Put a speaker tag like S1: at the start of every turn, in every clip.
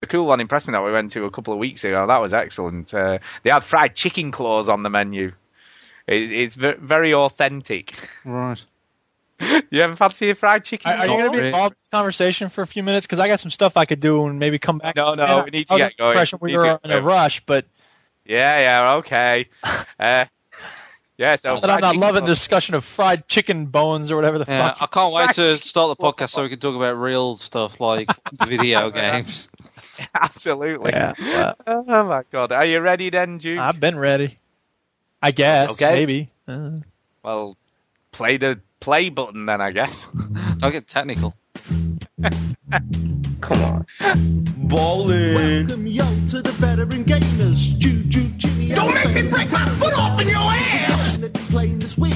S1: the cool one in Preston that we went to a couple of weeks ago. That was excellent. Uh, they had fried chicken claws on the menu. It, it's ve- very authentic.
S2: Right.
S1: you ever fancy a fried chicken?
S3: Are, are you
S1: claw?
S3: going to be
S2: Great.
S3: involved in this conversation for a few minutes? Because I got some stuff I could do and maybe come back.
S1: No, no,
S3: Man,
S1: we need to
S3: I was under
S1: get going.
S3: the impression
S1: We
S3: we
S1: need to
S3: were
S1: get
S3: in a
S1: going.
S3: rush, but
S1: Yeah, yeah, okay. Uh, yeah, so
S3: not that I'm
S1: fried
S3: not
S1: chicken
S3: loving
S1: claws.
S3: the discussion of fried chicken bones or whatever the
S2: Yeah,
S3: fuck.
S2: Uh, I can't wait to
S1: Right.
S2: start the podcast so we can talk about real stuff like video games.
S1: Absolutely.
S3: Yeah, well.
S1: Oh my god. Are you ready then, Duke?
S3: I've been ready. I guess
S1: Okay.
S3: maybe. Uh,
S1: well, play the play button then, I guess.
S2: Don't get technical.
S4: Come on. Bowling.
S5: Welcome yo to the veteran gamers, Juju, Jimmy, and
S6: Don't make me
S5: Bailey.
S6: break my foot open your ass!
S5: Let me playing this week.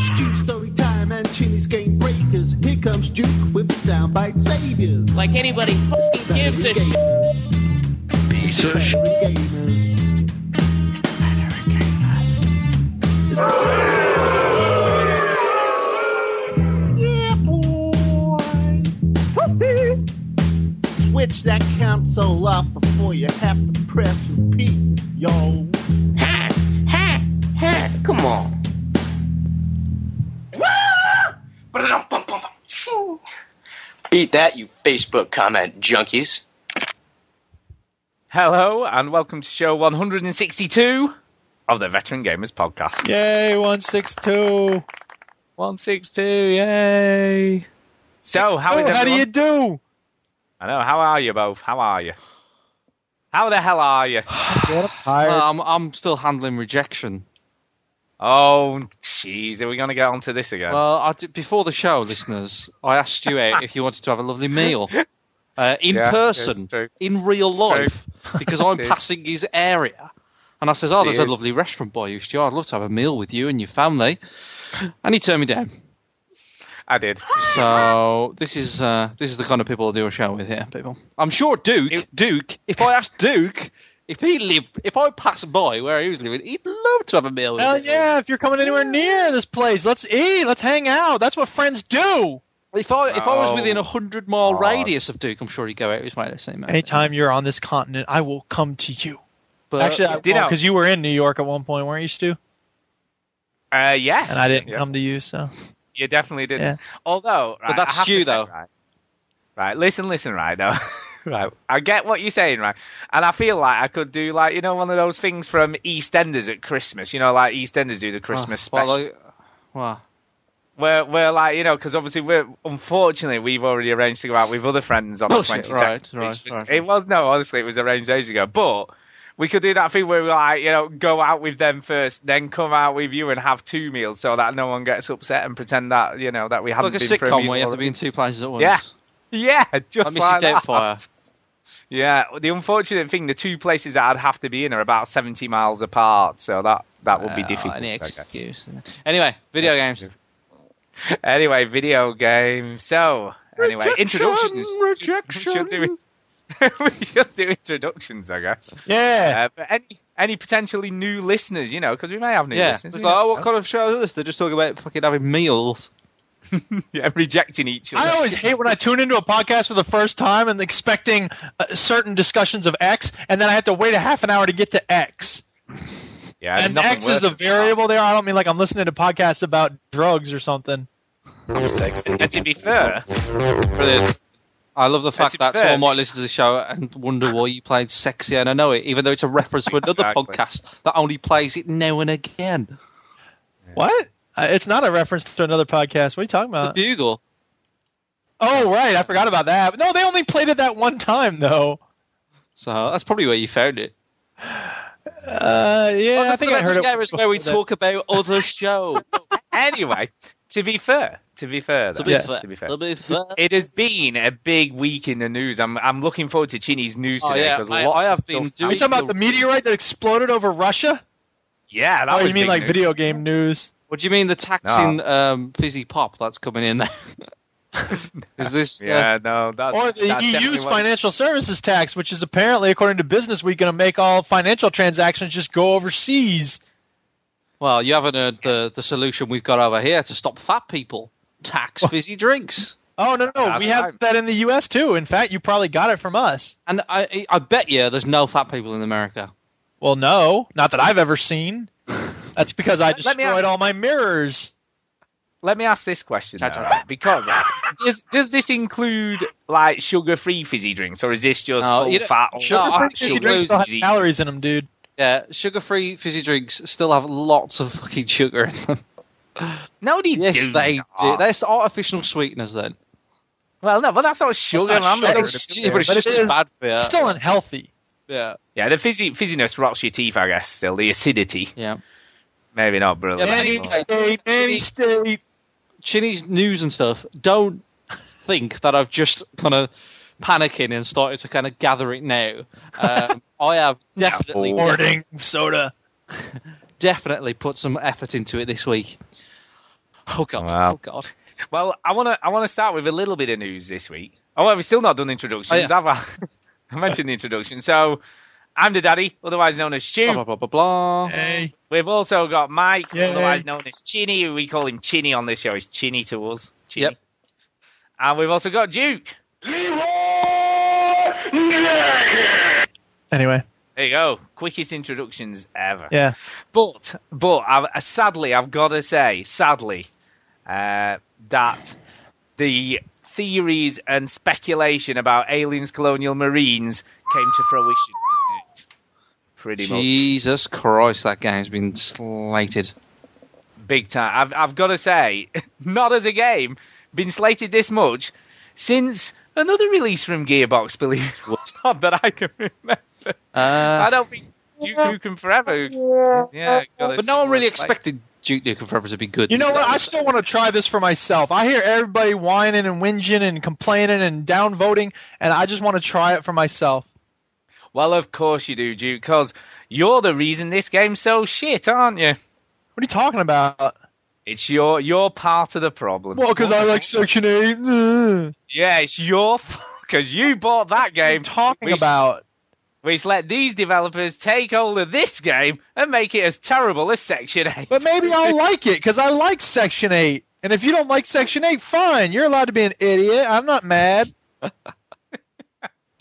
S5: Stu story time and Chinny's game breakers. Here comes Duke with the soundbite saviors.
S6: Like anybody fucking gives a shit.
S5: It's the veteran gamers. It's the veteran gamers. Yeah, boy. Switch that console off before you have to press repeat, yo.
S6: Ha! Ha! Ha! Come on. Beat that, you Facebook comment junkies.
S1: Hello and welcome to show 162 of the Veteran Gamers Podcast.
S3: yay, one six two.
S1: 162, yay! So, how is
S3: Oh,
S1: everyone?
S3: how do you do?
S1: I know. How are you both? How are you? How the hell are you?
S3: God, I'm tired.
S2: Well, I'm, I'm still handling rejection.
S1: Oh, jeez, are we going to get onto this again?
S2: Well, I did, before the show, listeners, I asked you out if you wanted to have a lovely meal uh, in
S1: Yeah,
S2: person,
S1: it's true.
S2: in real life, because I'm
S1: It is.
S2: passing his area. And I says, "Oh, there's a
S1: is.
S2: lovely restaurant by you, Stu. I'd love to have a meal with you and your family." And he turned me down.
S1: I did.
S2: So this is uh, this is the kind of people I do a show with here, people. I'm sure Duke,
S1: It-
S2: Duke. If I asked Duke, if he lived, if I passed by where he was living, he'd love to have a meal. with
S3: Hell
S2: me.
S3: yeah! If you're coming anywhere near this place, let's eat, let's hang out. That's what friends do.
S2: If I if I
S1: Oh.
S2: was within a hundred mile
S1: Oh.
S2: radius of Duke, I'm sure he'd go out with me the same.
S3: Anytime you're on this continent, I will come to you.
S2: But
S3: Actually, I
S1: Ditto.
S3: because you were in New York at one point, weren't you, Stu?
S1: Uh, yes.
S3: And I didn't
S1: Yes.
S3: come to you, so
S1: You definitely didn't.
S3: Yeah.
S1: Although, right,
S2: that's
S1: I have to
S2: you,
S1: say,
S2: though.
S1: Right, right, listen, listen, right now. right, I get what you're saying, right, and I feel like I could do like you know one of those things from EastEnders at Christmas. You know, like EastEnders do the Christmas
S2: uh, well,
S1: special.
S2: like, well,
S1: we're we're like you know because obviously we're unfortunately we've already arranged to go out with other friends on
S2: Bullshit,
S1: the 22nd.
S2: right, right,
S1: It's just-
S2: right.
S1: It was no, honestly, it was arranged ages ago, but. We could do that thing where we like, you know, go out with them first, then come out with you and have two meals, so that no one gets upset and pretend that you know that we haven't
S2: like a
S1: been for a
S2: sitcom
S1: meal
S2: where you have to
S1: already.
S2: be in two places at once.
S1: Yeah, Yeah,
S2: like
S1: just
S2: Mrs.
S1: like that.
S2: Doubtfire.
S1: Yeah, the unfortunate thing, the two places that I'd have to be in are about seventy miles apart, so that that would be
S2: Uh,
S1: difficult.
S2: any
S1: I guess.
S2: excuse. Anyway, video games.
S1: Anyway, video game. So anyway, introductions.
S2: rejection.
S1: We should, do, we should do introductions, I guess.
S3: yeah.
S1: Uh, but any any potentially new listeners, you know, because we may have new
S2: Yeah, it's
S1: listeners.
S2: like,
S1: we don't
S2: oh, what
S1: know.
S2: kind of show is this? They're just talking about fucking having meals.
S1: yeah, rejecting each other.
S3: I always hate when I tune into a podcast for the first time and expecting uh, certain discussions of X, and then I have to wait a half an hour to get to X.
S1: yeah, there's
S3: And
S1: nothing
S3: X
S1: worse
S3: is the
S1: than that.
S3: variable there. I don't mean like I'm listening to podcasts about drugs or something.
S1: And to be fair,
S2: Brilliant. I love the fact
S1: to be
S2: that
S1: fair-
S2: someone might listen to the show and wonder why you played Sexy and I Know It, even though it's a reference to another
S1: Exactly.
S2: podcast that only plays it now and again.
S3: What? Uh, it's not a reference to another podcast. What are you talking
S2: The
S3: about?
S2: Bugle.
S3: Oh, right. I forgot about that. No, they only played it that one time, though.
S2: So that's probably where you found it.
S3: Uh, yeah, I think I heard it.
S2: Game is where we
S3: before
S2: talk about other show.
S1: anyway, to be fair, to be fair, though,
S2: To be
S3: Yes.
S2: fair.
S1: to be fair,
S2: To be fair.
S1: It has been a big week in the news. I'm I'm looking forward to Chini's news
S2: Oh,
S1: today
S2: yeah,
S1: because
S2: I-
S1: lots
S2: I
S1: of
S2: have
S1: stuff.
S2: been
S3: that. Are you
S1: happened.
S3: talking about the meteorite that exploded over Russia?
S1: yeah, that
S3: oh,
S1: was
S3: you mean
S1: big
S3: like
S1: news.
S3: video game news?
S2: What do you mean the taxing
S3: Ah.
S2: um, fizzy pop that's coming in there? is this uh,
S1: Yeah, no, that's
S3: Or the
S1: that's definitely
S3: EU's
S1: what-
S3: financial services tax, which is apparently, according to Business Week, going to make all financial transactions just go overseas.
S2: Well, you haven't heard the, the solution we've got over here to stop fat people. Tax fizzy drinks.
S3: Oh no, no,
S1: That's
S3: we have
S1: right.
S3: that in the U.S. too. In fact, you probably got it from us.
S2: And I, I bet you there's no fat people in America.
S3: Well, no, not that I've ever seen. That's because I
S1: let me
S3: destroyed
S1: ask-
S3: all my mirrors.
S1: Let me ask this question
S2: Chat
S1: though,
S2: GPT.
S1: right? because like, does does this include like sugar-free fizzy drinks, or is this just
S2: No,
S1: full
S2: you don't-
S1: fat? or-
S2: Sugar-free
S1: No,
S2: fizzy
S1: actual
S3: Drinks still have
S1: fizzy.
S3: calories in them, dude.
S2: Yeah, sugar-free fizzy drinks still have lots of fucking sugar in them.
S1: No, they
S2: Yes,
S1: do.
S2: they
S1: not.
S2: do. That's artificial sweeteners then.
S1: Well, no, but that's not sugar.
S3: not
S1: man. They
S2: But
S3: sugar.
S1: don't-
S2: it's, ju- but it's
S3: But it
S2: just as
S3: is
S2: bad for you.
S3: Still unhealthy.
S2: yeah,
S1: Yeah, the fizzy fizziness rots your teeth, I guess. Still, the acidity,
S2: yeah.
S1: maybe not brilliant.
S2: Yeah, but
S3: Nanny
S2: anyway.
S3: state, nanny state.
S2: Chinese news and stuff. Don't think that I've just kind of panicking and started to kind of gather it now. Um, I have definitely,
S3: Hoarding soda.
S2: definitely put some effort into it this week. Oh god!
S1: Wow.
S2: Oh god!
S1: Well, I want to I want to start with a little bit of news this week. Oh, well, we've still not done introductions,
S2: Oh,
S1: have I? I mentioned the introduction. So, I'm the daddy, otherwise known as Stu.
S2: Blah blah blah blah blah.
S3: Hey,
S1: We've also got Mike,
S3: Yay.
S1: otherwise known as Chinny. who We call him Chinny on this show. He's Chinny to us. Chinny.
S2: Yep.
S1: And we've also got Duke.
S3: Anyway,
S1: There you go. Quickest introductions ever.
S3: yeah.
S1: But but I, sadly, I've got to say, sadly, uh, that the theories and speculation about aliens, colonial marines came to fruition. didn't it? Pretty much,
S2: Jesus Christ! That game's been slated.
S1: big time. I've I've got to say, not as a game, been slated this much since another release from Gearbox. Believe it or not, that I can remember.
S2: Uh,
S1: I don't think Duke Nukem Forever. Yeah, got a
S2: but no one really
S1: similar slate.
S2: expected Duke Nukem Forever to be good.
S3: You know what? I still want to try this for myself. I hear everybody whining and whinging and complaining and downvoting, and I just want to try it for myself.
S1: Well, of course you do, Duke, because you're the reason this game's so shit, aren't you?
S3: What are you talking about?
S1: It's your your part of the problem.
S3: Well, because I like Section 8. Ugh.
S1: yeah, it's your because you bought that
S3: What are you
S1: game,
S3: talking
S1: which,
S3: about?
S1: which let these developers take hold of this game and make it as terrible as Section Eight.
S3: But maybe I'll like it because I like Section 8. And if you don't like Section 8, fine. You're allowed to be an idiot. I'm not mad.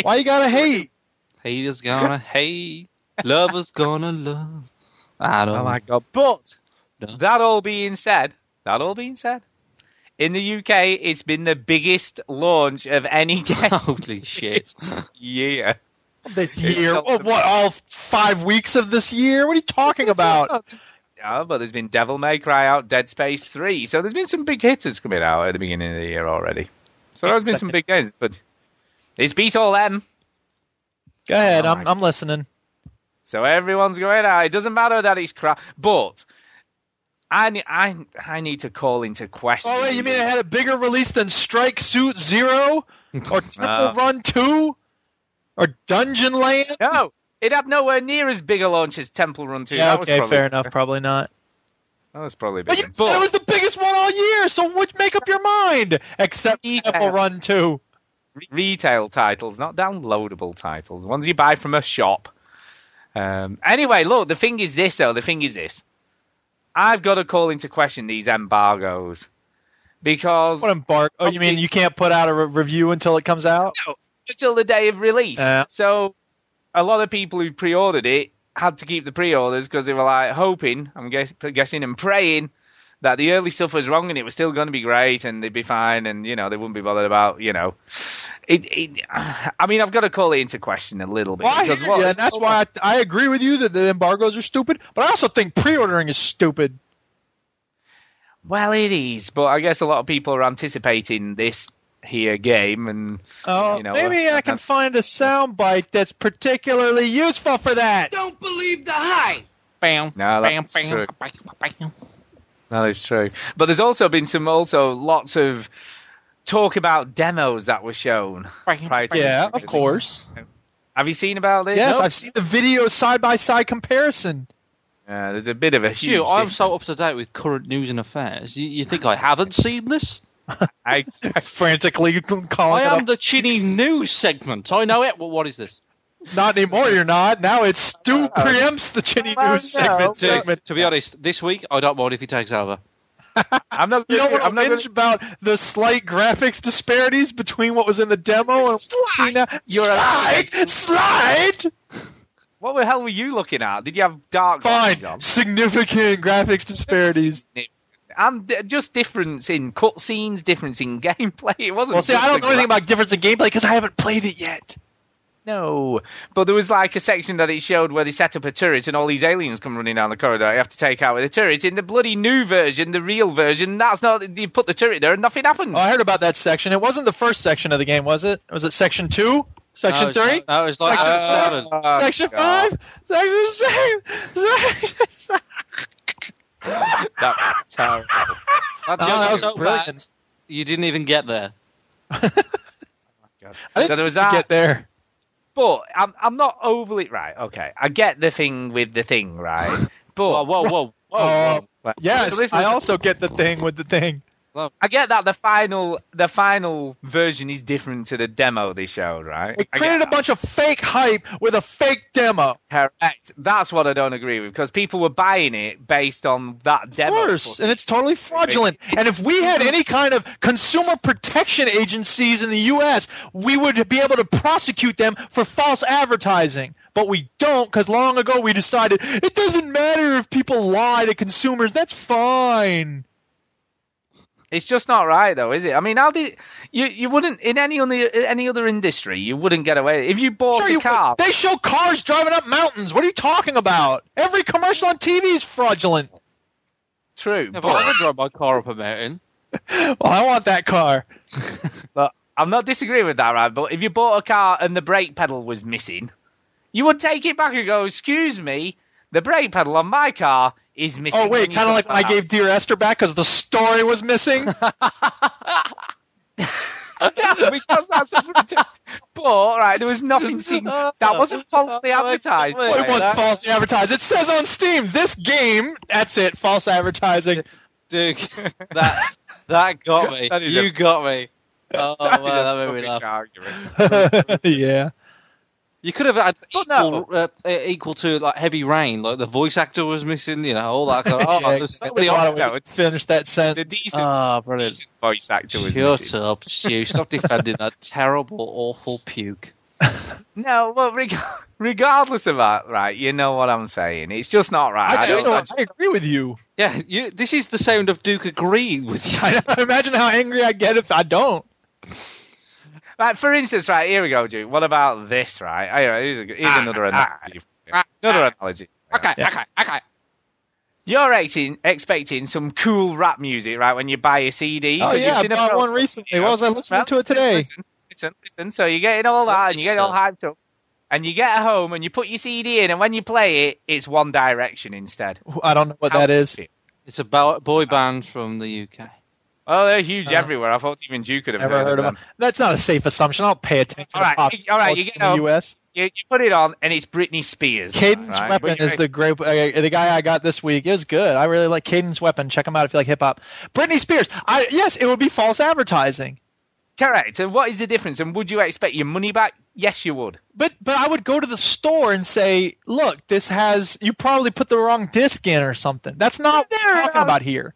S3: Why you gotta hate?
S2: Haters gonna hate, lovers gonna love. I don't.
S1: Oh my god! But
S2: No.
S1: that all being said, that all being said, in the UK, it's been the biggest launch of any game
S2: Holy shit!
S1: year.
S3: This
S1: It's
S3: year?
S1: still-
S3: Oh, what? All five weeks of this year? What are you talking about?
S1: Yeah, but Oh, there's been Devil May Cry out, Dead Space 3. So there's been some big hitters coming out at the beginning of the year already. So there's been some big games, but it's beat all them.
S3: Go ahead.
S1: Oh
S3: I'm,
S1: my-
S3: I'm listening.
S1: So everyone's going out. It doesn't matter that it's crap. But I, ne- I, I need to call into question.
S3: Oh, wait, you mean it had a bigger release than Strike Suit Zero? Or Temple
S1: Ah.
S3: Run 2? Or Dungeon Land?
S1: No, it had nowhere near as big a launch as Temple Run 2.
S3: Yeah,
S1: that was
S3: okay,
S1: probably,
S3: fair enough. Probably not.
S1: That was probably a big
S3: But you
S1: one.
S3: said it was the biggest one all year, so what, make up your mind. Except
S1: Detail.
S3: Temple Run 2.
S1: retail titles, not downloadable titles, ones you buy from a shop. Um, anyway, look, the thing is this, though. The thing is this. I've got to call into question these embargoes because
S3: What embark? Oh, you mean you can't put out a re- review until it comes out?
S1: no, until the day of release.
S3: Yeah.
S1: So a lot of people who pre-ordered it had to keep the pre-orders because they were like hoping, I'm guess- guessing, and praying that the early stuff was wrong and it was still going to be great and they'd be fine and you know they wouldn't be bothered about you know. It, it, I mean, I've got to call it into question a little bit
S3: Well, I hear
S1: because
S3: you,
S1: what-
S3: and that's why I, I agree with you that the embargoes are stupid, but I also think pre-ordering is stupid.
S1: Well, it is, but I guess a lot of people are anticipating this here game and
S3: Oh,
S1: You know,
S3: maybe
S1: uh,
S3: I can
S1: uh,
S3: find a soundbite that's particularly useful for that.
S7: Don't believe the hype.
S2: Bam.
S1: No,
S2: bam,
S1: that's
S2: bam,
S1: true.
S2: bam, bam.
S1: That is true. But there's also been some also lots of talk about demos that were shown prior to
S3: Yeah, of course.
S1: Have you seen about this?
S3: Yes,
S1: No?
S3: I've seen the video side by side comparison.
S1: Uh, there's a bit of a huge.
S2: Phew, I'm
S1: difference.
S2: so up to date with current news and affairs. You, you think I haven't seen this?
S1: I,
S3: Frantically calling
S2: I
S3: it
S2: am
S3: up.
S2: the Chinny news segment. I know it. Well, what is this?
S3: Not anymore. You're not. Now it's Stu preempts the Chinny
S1: Well,
S3: News
S1: no,
S3: segment.
S1: but-
S3: segment.
S2: To be honest, this week I don't mind if he takes over.
S1: I'm not.
S3: You
S1: Gonna,
S3: don't want to
S1: I'm not
S3: whinge
S1: gonna,
S3: about the slight graphics disparities between what was in the demo and
S6: Slide,
S3: You're slide, slide.
S1: what the hell were you looking at? Did you have dark glasses on?
S3: Fine, significant graphics disparities.
S1: And d- just difference in cutscenes, difference in gameplay. It wasn't.
S3: Well, see,
S1: just
S3: I
S1: the
S3: don't know anything
S1: gra-
S3: about difference in gameplay because I haven't played it yet.
S1: No, but there was like a section that it showed where they set up a turret and all these aliens come running down the corridor. You have to take out with a turret. In the bloody new version, the real version, that's not. You put the turret there and nothing happens.
S3: Oh, I heard about that section. It wasn't the first section of the game, was it? Was it section two?
S2: No,
S3: Section three?
S2: Uh, it's- No, it's like
S3: Section
S2: uh,
S3: seven.
S2: seven.
S1: Oh,
S3: section
S1: God.
S3: five? Section six? Section seven?
S1: That was terrible. That
S3: Oh, that was
S1: joke
S3: brilliant.
S2: bad, You didn't even get there.
S1: was-
S3: I didn't
S1: So there was
S3: even
S1: that.
S3: get there.
S1: But I'm I'm not overly right. Okay, I get the thing with the thing, right? But
S2: Whoa, whoa, whoa, whoa!
S3: Uh,
S2: whoa.
S1: Well,
S3: Yes,
S1: so listen,
S3: I
S1: listen.
S3: also get the thing with the thing.
S1: I get that the final the final version is different to the demo they showed, right?
S3: They
S1: I get
S3: created a
S1: that.
S3: bunch of fake hype with a fake demo.
S1: Correct. That's what I don't agree with because people were buying it based on that
S3: Of
S1: demo.
S3: course, and it's totally fraudulent. And if we had any kind of consumer protection agencies in the U.S., we would be able to prosecute them for false advertising. But we don't, because long ago we decided it doesn't matter if people lie to consumers. That's fine.
S1: It's just not right, though, is it? I mean, how did you you wouldn't in any other any other industry you wouldn't get away if you bought
S3: Sure,
S1: a
S3: you,
S1: car.
S3: they show cars driving up mountains. What are you talking about? Every commercial on TV is fraudulent.
S1: True,
S2: If
S1: but
S2: I ever drive my car up a mountain,
S3: Well, Oh, I want that car.
S1: But I'm not disagreeing with that, right? But if you bought a car and the brake pedal was missing, you would take it back and go, "Excuse me, the brake pedal on my car is missing."
S3: Oh wait,
S1: Can you
S3: kind of like
S1: sort
S3: when I
S1: that
S3: gave Dear Esther back because the story was missing.
S1: out?" yeah, because that's what we did. But right, there was nothing. Seen. That wasn't falsely advertised.
S2: Wait,
S3: Well,
S1: though.
S3: it wasn't falsely advertised. It says on Steam, this game. That's it. False advertising.
S2: Duke, that that got me.
S1: That is
S2: you
S1: a-
S2: got me. Oh wow,
S1: That is a
S2: that made me
S1: rubbish
S2: laugh.
S1: argument.
S3: yeah.
S2: You could have had
S1: But
S2: equal,
S1: no.
S2: uh, uh, equal to like heavy rain, like the voice actor was missing, you know, all that. Kind of, oh,
S3: Yeah,
S2: there's so
S3: they
S2: many
S3: wanna
S2: options.
S1: no, it's-
S3: finish that
S1: The
S3: sentence.
S1: decent,
S2: Ah, brilliant.
S1: decent voice actor was
S2: Shut
S1: missing.
S2: up, Stu. Stop defending that terrible, awful puke.
S1: No, well, reg- regardless of that, right? You know what I'm saying. It's just not right.
S3: I,
S1: I
S3: do
S1: don't-
S3: know,
S1: I
S3: I agree with you.
S2: Yeah, you, this is the sound of Duke agreeing with you.
S3: I know, imagine how angry I get if I don't.
S1: Like for instance, right here we go, Duke. What about this, right? Here, here's a, here's
S2: Ah,
S1: another analogy. another analogy.
S2: Okay,
S3: Yeah.
S2: okay, okay.
S1: You're expecting, expecting some cool rap music, right? When you buy a CD.
S3: Oh
S1: 'cause you've
S3: yeah, I
S1: seen a
S3: bought
S1: pro-
S3: one recently.
S1: you know.
S3: what was I listening
S1: Well,
S3: to it today?
S1: Listen, listen, listen. So you're getting all that, and you get all hyped up, and you get home, and you put your CD in, and when you play it, it's One Direction instead.
S3: I don't know what that is.
S2: It's a bo- boy band from the UK.
S1: Oh, they're huge
S3: Uh,
S1: everywhere. I thought even Duke could have
S3: Never heard of
S1: them.
S3: it. That's not a safe assumption. I'll pay attention
S1: All right,
S3: to pop
S1: you- all right, you
S3: culture
S1: get
S3: in
S1: up.
S3: the U.S.
S1: You, you put it on, and it's Britney Spears.
S3: Cadence
S1: right?
S3: Weapon
S1: But you-
S3: is the great uh, the guy I got this week. It was good. I really like Cadence Weapon. Check him out if you like hip hop. Britney Spears. I yes, it would be false advertising.
S1: correct. And what is the difference? And would you expect your money back? Yes, you would.
S3: But but I would go to the store and say, look, this has you probably put the wrong disc in or something. That's not what
S1: There
S3: we're talking
S1: are-
S3: about here.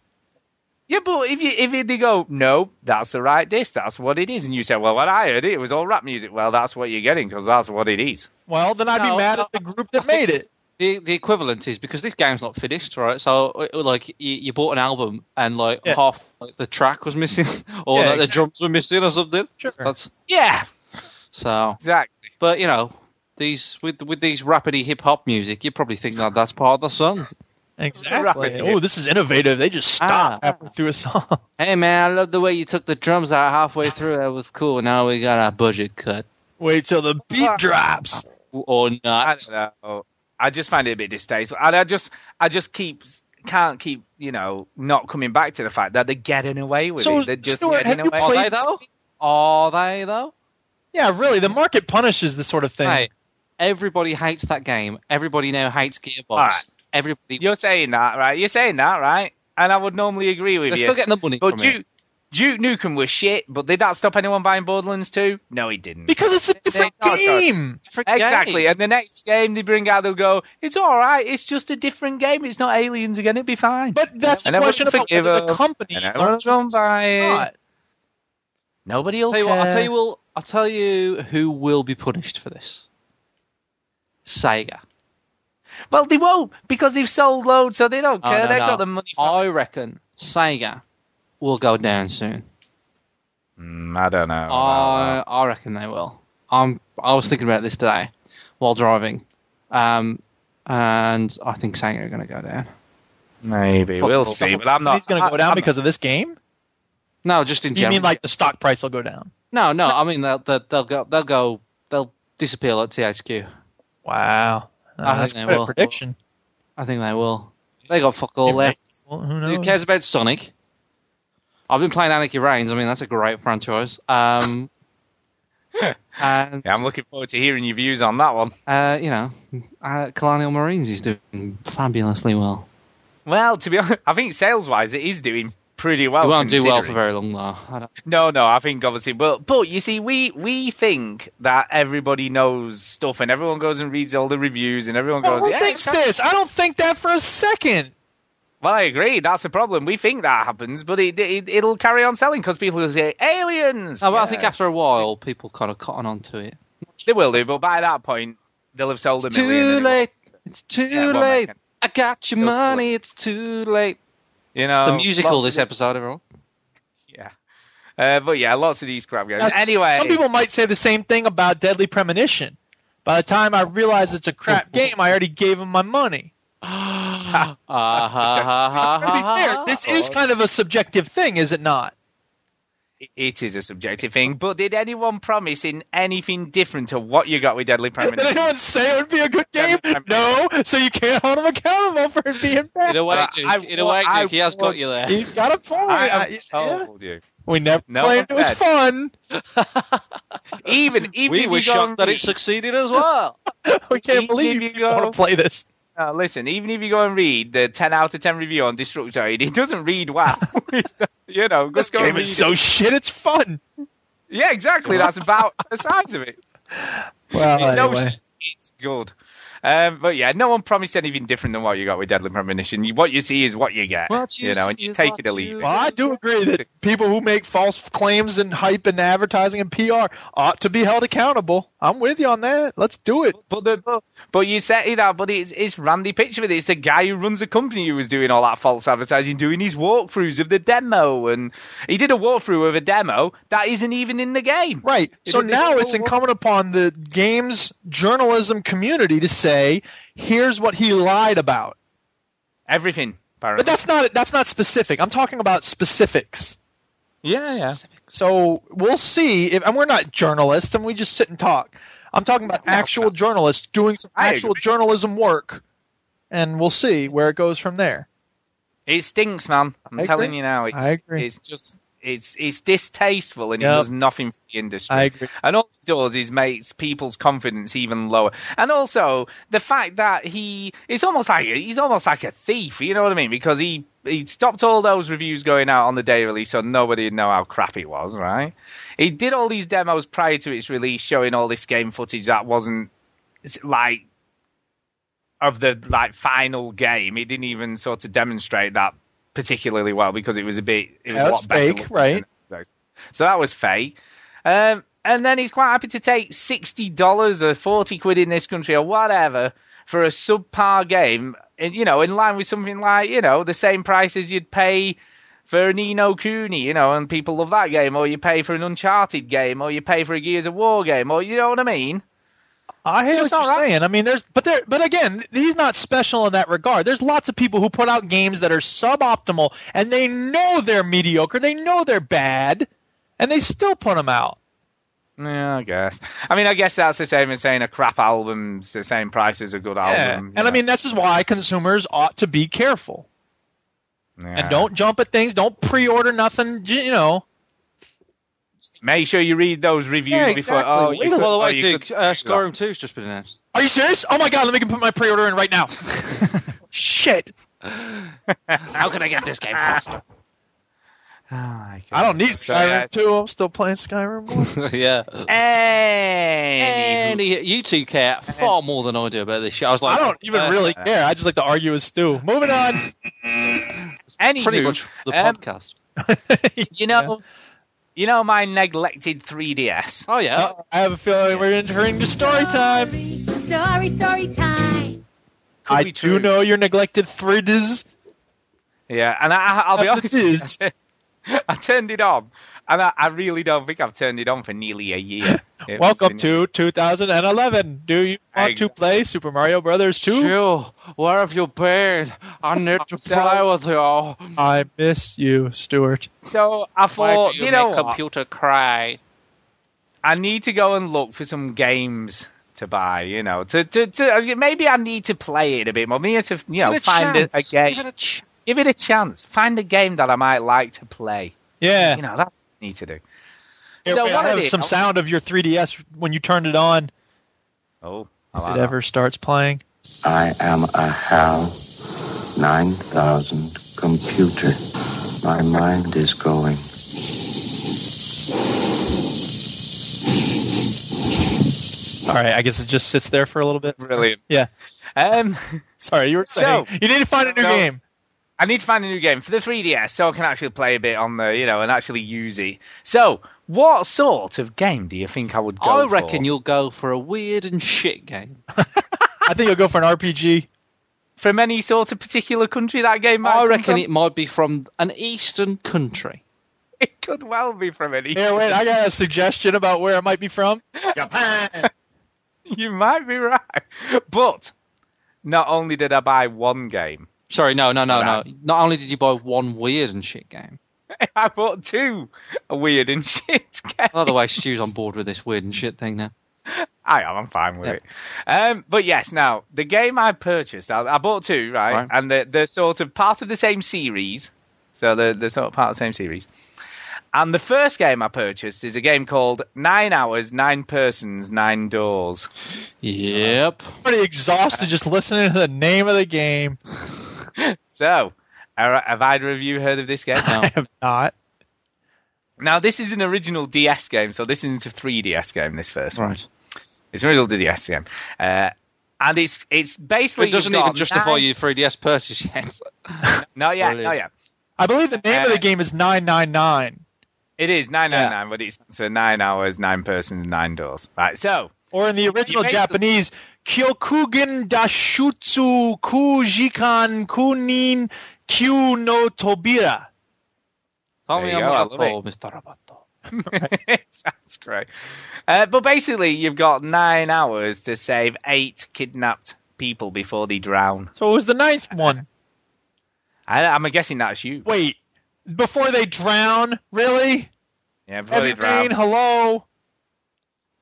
S1: Yeah, but if you if they go, no, that's the right disc, that's what it is, and you say, well, when I heard it, it was all rap music. Well, that's what you're getting because that's what it is.
S3: Well, then I'd
S2: No,
S3: be mad
S2: no,
S3: at the group that made it.
S2: The the equivalent is because this game's not finished, right? So uh, like you, you bought an album and like
S3: Yeah.
S2: half like, the track was missing, or like,
S3: Yeah,
S2: the
S3: exactly.
S2: drums were missing, or something.
S3: Sure.
S2: That's
S1: Yeah,
S2: so.
S1: exactly.
S2: But you know, these with with these rapidy hip hop music, you probably think that that's part of the song.
S1: Right.
S3: Exactly. Oh, this is innovative. They just stopped
S2: Ah.
S3: halfway through a song.
S2: hey man, I love the way you took the drums out halfway through. That was cool. Now we got our budget cut
S3: Wait till the beat drops.
S2: or
S1: I
S2: not.
S1: don't know. I just find it a bit distasteful, and I just I just keep can't keep you know not coming back to the fact that they're getting away with
S3: So,
S1: it. They're just
S3: Stuart,
S1: getting
S3: have you
S1: away.
S2: Are
S3: played-
S2: they though? Are they though?
S3: Yeah, really. The market punishes this sort of thing.
S2: Hey, everybody hates that game. Everybody now hates Gearbox.
S1: Alright.
S2: Everybody.
S1: You're saying that, right? You're saying that, right? And I would normally agree with
S2: They're
S1: you.
S2: still getting the money
S1: But
S2: from it.
S1: Duke, Duke Nukem was shit, but did that stop anyone buying Borderlands 2? No, it didn't.
S3: Because it's a different
S1: no, sorry.
S3: game.
S2: Different
S1: Exactly.
S2: game.
S1: And the next game they bring out, they'll go, it's all right. It's just a different game. It's not aliens again. It'd be fine.
S3: But that's
S1: And
S3: the
S1: I
S3: question
S1: wouldn't
S3: about whether
S1: forgive
S3: the
S1: them.
S3: company
S1: And I
S3: learns
S1: wouldn't
S3: from it
S1: buy
S3: or
S1: it.
S3: not.
S1: nobody will
S2: I'll tell you what. I'll
S1: care.
S2: tell you. Will I'll tell you who will be punished for this. Sega.
S1: Well, they won't because they've sold loads, so they don't
S2: Oh,
S1: care.
S2: no,
S1: They've
S2: no.
S1: got the money. For...
S2: I reckon Sega will go down soon.
S1: Mm, I don't know.
S2: Oh, I I reckon they will. I'm I was thinking about this today while driving, um, and I think Sega are going to go down.
S1: Maybe we'll see. But I'm not.
S3: He's going to
S1: I-
S3: go down
S1: I'm-
S3: because of this game.
S2: No, just in
S3: You
S2: general.
S3: mean like the stock price will go down?
S2: no, no. I mean they'll they'll, they'll go they'll go they'll disappear at THQ.
S3: Wow, Uh,
S2: I
S3: that's
S2: think they
S3: quite a
S2: will.
S3: prediction.
S2: I think they will. They got fuck all left.
S3: Well, who
S2: Who
S1: Oh.
S3: knows?
S2: cares about Sonic? I've been playing Anarchy Reigns. I mean, that's a great franchise. Um, and
S1: Yeah, I'm looking forward to hearing your views on that one.
S2: uh, you know, uh, Colonial Marines is doing fabulously well.
S1: Well, to be honest, I think sales-wise, it is doing pretty well.
S2: It won't do well for
S1: considering.
S2: very long though. I don't,
S1: No, no, I think obviously, but but you see, we we think that everybody knows stuff, and everyone goes and reads all the reviews, and everyone
S3: Well,
S1: goes,
S3: who
S1: yeah,
S3: thinks
S1: it's-
S3: this? I don't think that for a second.
S1: Well, I agree. That's the problem. We think that happens, but it, it it'll carry on selling because people will say aliens.
S2: no, but Oh, I
S1: Yeah.
S2: think after a while, people kind of cotton onto it.
S1: they will do, but by that point, they'll have sold a
S2: Too
S1: million. and it
S2: late. It's too
S1: Yeah, well,
S2: late.
S1: that can-
S2: I got your
S1: Feels Oh, like-
S2: money. It's too late.
S1: will- You know,
S2: It's a musical
S1: lots
S2: this
S1: of-
S2: episode, everyone.
S1: Yeah, uh, but yeah, lots of these crap games.
S3: Now,
S1: anyway,
S3: some people might say the same thing about Deadly Premonition. By the time I realize it's a crap game, I already gave them my money.
S2: Ah, ha,
S1: That's protected.
S2: ha, ha,
S3: To be
S1: Uh-huh.
S2: ha,
S3: fair,
S2: ha.
S3: this
S1: Oh.
S3: is kind of a subjective thing, is it not?
S1: it is a subjective thing. But did anyone promise in anything different to what you got with Deadly
S3: Did
S1: Premonition?
S3: anyone say it would be a good game?
S1: Deadly Premonition.
S3: No, so you can't hold him accountable for it being
S2: In
S3: bad.
S2: a way,
S1: But
S2: Duke,
S1: I-
S2: in a way,
S1: I
S2: Duke, he has got
S1: want-
S2: you there.
S3: He's got a point.
S1: I,
S3: I-
S1: I
S3: yeah.
S1: told you.
S3: We never
S1: No
S3: played. It
S1: one
S3: was
S1: said.
S3: fun.
S1: Even even if
S2: we
S1: you
S2: were
S1: go
S2: shocked
S1: and
S2: that it
S1: read-
S2: succeeded as well.
S3: We can't
S1: Even
S3: believe
S1: if
S3: you
S1: you
S3: didn't
S1: go-
S3: want to play this.
S1: No, listen, even if you go and read the 10 out of 10 review on Destructoid, it doesn't read well. It's not- you know,
S3: This
S1: just go and
S3: game
S1: read
S3: is
S1: it.
S3: so shit. It's fun.
S1: Yeah, exactly. That's about the size of it.
S3: Well,
S1: It's so shit, it's good. Um, but yeah, no one promised anything different than what you got with Deadly Premonition. You- What you see is what you get.
S2: What you
S1: know, and
S2: see
S1: you
S2: is
S1: take
S2: what
S1: it or leave
S2: you
S1: it.
S3: Well, I do agree that people who make false claims and hype and advertising and PR ought to be held accountable. I'm with you on that. Let's do it.
S1: But, the, but but you say that, but it's it's Randy Pitchford. It's the guy who runs the company who was doing all that false advertising, doing his walkthroughs of the demo, and he did a walkthrough of a demo that isn't even in the game.
S3: Right.
S1: It
S3: so
S1: is-
S3: now it's incumbent upon the games journalism community to say, here's what he lied about.
S1: Everything. Apparently.
S3: But that's not that's not specific. I'm talking about specifics.
S1: yeah, yeah.
S3: So we'll see if and we're not journalists and we just sit and talk. I'm talking about actual journalists doing some
S1: I
S3: actual
S1: agree.
S3: journalism work and we'll see where it goes from there.
S1: It stinks, man. I'm
S3: I
S1: telling
S3: agree.
S1: you now. It's,
S3: I agree.
S1: It's just it's it's distasteful and
S3: Yep.
S1: it does nothing for the industry.
S3: I agree.
S1: And all it does is makes people's confidence even lower. And also the fact that he it's almost like he's almost like a thief. You know what I mean? Because he he stopped all those reviews going out on the day of release, so nobody would know how crap it was. Right? He did all these demos prior to its release, showing all this game footage that wasn't it's like of the like final game. It didn't even sort of demonstrate that particularly well because it was a bit it was
S3: Yeah,
S1: a
S3: that's
S1: lot better
S3: fake,
S1: looking
S3: right.
S1: than those. So that was fake. Um, and then he's quite happy to take sixty dollars or forty quid in this country or whatever for a subpar game, and you know, in line with something like you know the same price as you'd pay for an Eno Cooney, you know, and people love that game, or you pay for an Uncharted game, or you pay for a Gears of War game, or you know what I mean?
S3: I hear what
S1: just
S3: you're
S1: all right.
S3: saying. I mean, there's, but there, but again, he's not special in that regard. There's lots of people who put out games that are suboptimal, and they know they're mediocre, they know they're bad, and they still put them out.
S1: Yeah, I guess. I mean, I guess that's the same as saying a crap album's the same price as a good
S3: Yeah.
S1: album. you
S3: And I
S1: know.
S3: mean, this is why consumers ought to be careful
S1: Yeah.
S3: and don't jump at things, don't pre-order nothing. j- You know,
S1: make sure you read those reviews
S3: Yeah,
S1: before.
S3: exactly.
S1: Oh,
S3: Wait
S1: you
S3: a
S1: could,
S2: By the
S1: oh,
S2: way,
S1: you
S2: Duke,
S1: could-
S2: uh, Skyrim 2 has just been announced.
S3: are you serious? Oh my God, let me put my pre-order in right now. Shit.
S2: How can I get this game faster?
S1: my
S3: I don't need
S1: Sorry,
S3: Skyrim
S1: guys.
S3: 2. I'm still playing Skyrim 1.
S2: yeah.
S1: Any.
S2: Any, you two care far more than I do about this shit. I was like,
S3: I don't even
S2: uh,
S3: really care. I just like to argue with Stu. Moving on.
S1: Any.
S2: Pretty much the
S1: Um,
S2: podcast.
S1: You know. You know my neglected 3DS.
S2: Oh yeah.
S3: Uh, I have a feeling we're entering the story time.
S7: Story, story time.
S1: Could
S3: I
S1: be
S3: do
S1: true.
S3: know your neglected 3Ds.
S1: Yeah, and I, I'll be honest.
S3: That's what it is.
S1: with you, I turned it on, and I, I really don't think I've turned it on for nearly a year. It must
S3: Welcome
S1: be-
S3: to 2011. Do you want to
S1: Exactly.
S3: play Super Mario Brothers 2?
S2: Jill, where have you been? I need to
S1: So-
S2: play with you.
S3: I miss you, Stuart.
S1: So I thought, you, know, what?
S2: computer cry?
S1: I need to go and look for some games to buy. You know, to, to, to maybe I need to play it a bit more. Maybe to you know find a, a game, give it a, chance. Find a game that I might like to play.
S3: Yeah.
S1: You know, that's what I need to do.
S3: Here,
S1: so
S3: wait,
S1: what
S3: I
S1: it
S3: have
S1: is-
S3: some sound of your 3DS when you turned it on.
S1: Oh, I
S3: If
S1: like
S3: it
S1: that.
S3: ever starts playing.
S8: I am a HAL 9000 computer. My mind is going.
S3: All right, I guess it just sits there for a little bit.
S1: brilliant.
S3: Yeah.
S1: Um.
S3: Sorry, you were
S1: So-
S3: saying you need to find a new
S1: No.
S3: game.
S1: I need to find a new game for the 3DS so I can actually play a bit on the, you know, and actually use it. So, what sort of game do you think I would go
S2: I
S1: for?
S2: reckon you'll go for a weird and shit game.
S3: I think you'll go for an RPG.
S1: From any sort of particular country that game might
S2: I
S1: come
S2: reckon
S1: from?
S2: it might be from an eastern country.
S1: It could well be from any.
S3: Here, wait, I got a suggestion about where it might be from.
S1: You might be right. But, not only did I buy one game,
S2: Sorry, no, no, no, no.
S1: Alright.
S2: Not only did you buy one weird and shit game.
S1: I bought two weird and shit games.
S2: By the way, Stu's on board with this weird and shit thing now.
S1: I am. I'm fine with
S2: Yeah.
S1: it. Um, but yes, now the game I purchased, I, I bought two, right?
S2: Right.
S1: And they're, they're sort of part of the same series. So they're, they're sort of part of the same series. And the first game I purchased is a game called Nine Hours, Nine Persons, Nine Doors.
S2: Yep.
S3: I'm already exhausted just listening to the name of the game.
S1: So, are- have either of you heard of this game?
S2: No.
S3: I have not.
S1: now, this is an original DS game, so this isn't a 3DS game. This first one,
S2: Right.
S1: it's an original DS game, uh, and it's it's basically
S2: It doesn't
S1: you've
S2: even
S1: got
S2: justify
S1: nine-
S2: your 3DS purchase yet.
S1: No, yeah,
S2: Well, it
S1: no,
S2: is.
S1: yeah.
S3: I believe the name of the
S1: Uh,
S3: game is 999,
S1: It is nine nine nine, but it's so nine hours, nine persons, nine doors. Right. So
S3: or in the original
S1: make the-
S3: Japanese, Kyokugen Dashutsu Kujikan Kunin Kyu no Tobira.
S2: Tell
S1: There
S2: me
S1: you
S2: how much
S1: go,
S2: I
S1: I love
S2: bought, Mr. Roboto.
S1: sounds great. Uh, but basically, you've got nine hours to save eight kidnapped people before they drown.
S3: So it was the ninth one.
S1: I, I'm guessing that's you.
S3: Wait, before they drown? Really?
S1: Yeah, before they
S3: Evergreen,
S1: drown.
S3: hello.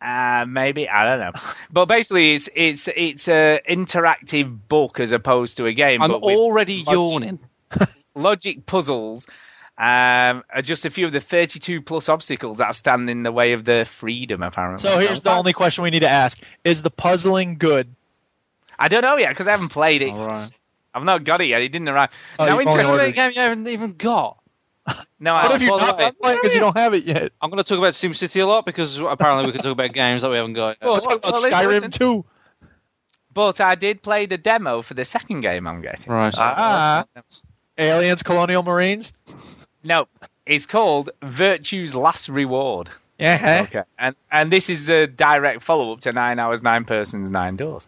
S1: Uh, maybe I don't know. But basically, it's it's it's a interactive book as opposed to a game.
S2: I'm
S1: but with
S2: already yawning.
S1: logic puzzles. Um, are just a few of the 32 plus obstacles that stand in the way of their freedom, apparently.
S3: So here's the only question we need to ask: Is the puzzling good?
S1: I don't know yet because I haven't played it.
S2: Alright.
S1: I've not got it yet. It didn't arrive. now,
S3: Oh, you've only
S2: That's
S1: interestingly,
S2: a
S3: ordered-
S2: game you haven't even got.
S1: no, I
S3: What if
S1: haven't.
S3: you're
S2: well,
S3: not
S2: uh,
S3: playing because you don't have it yet?
S2: I'm going to talk about SimCity a lot because apparently we can talk about games that we haven't got. yet.
S1: Well,
S3: Let's talk about
S1: well, listen,
S3: Skyrim
S1: listen.
S3: too.
S1: But I did play the demo for the second game I'm getting.
S2: Right.
S1: uh,
S3: Ah, aliens, colonial marines.
S1: No, it's called Virtue's Last Reward.
S3: Yeah.
S1: Okay. And and this is a direct follow up to Nine Hours, Nine Persons, Nine Doors.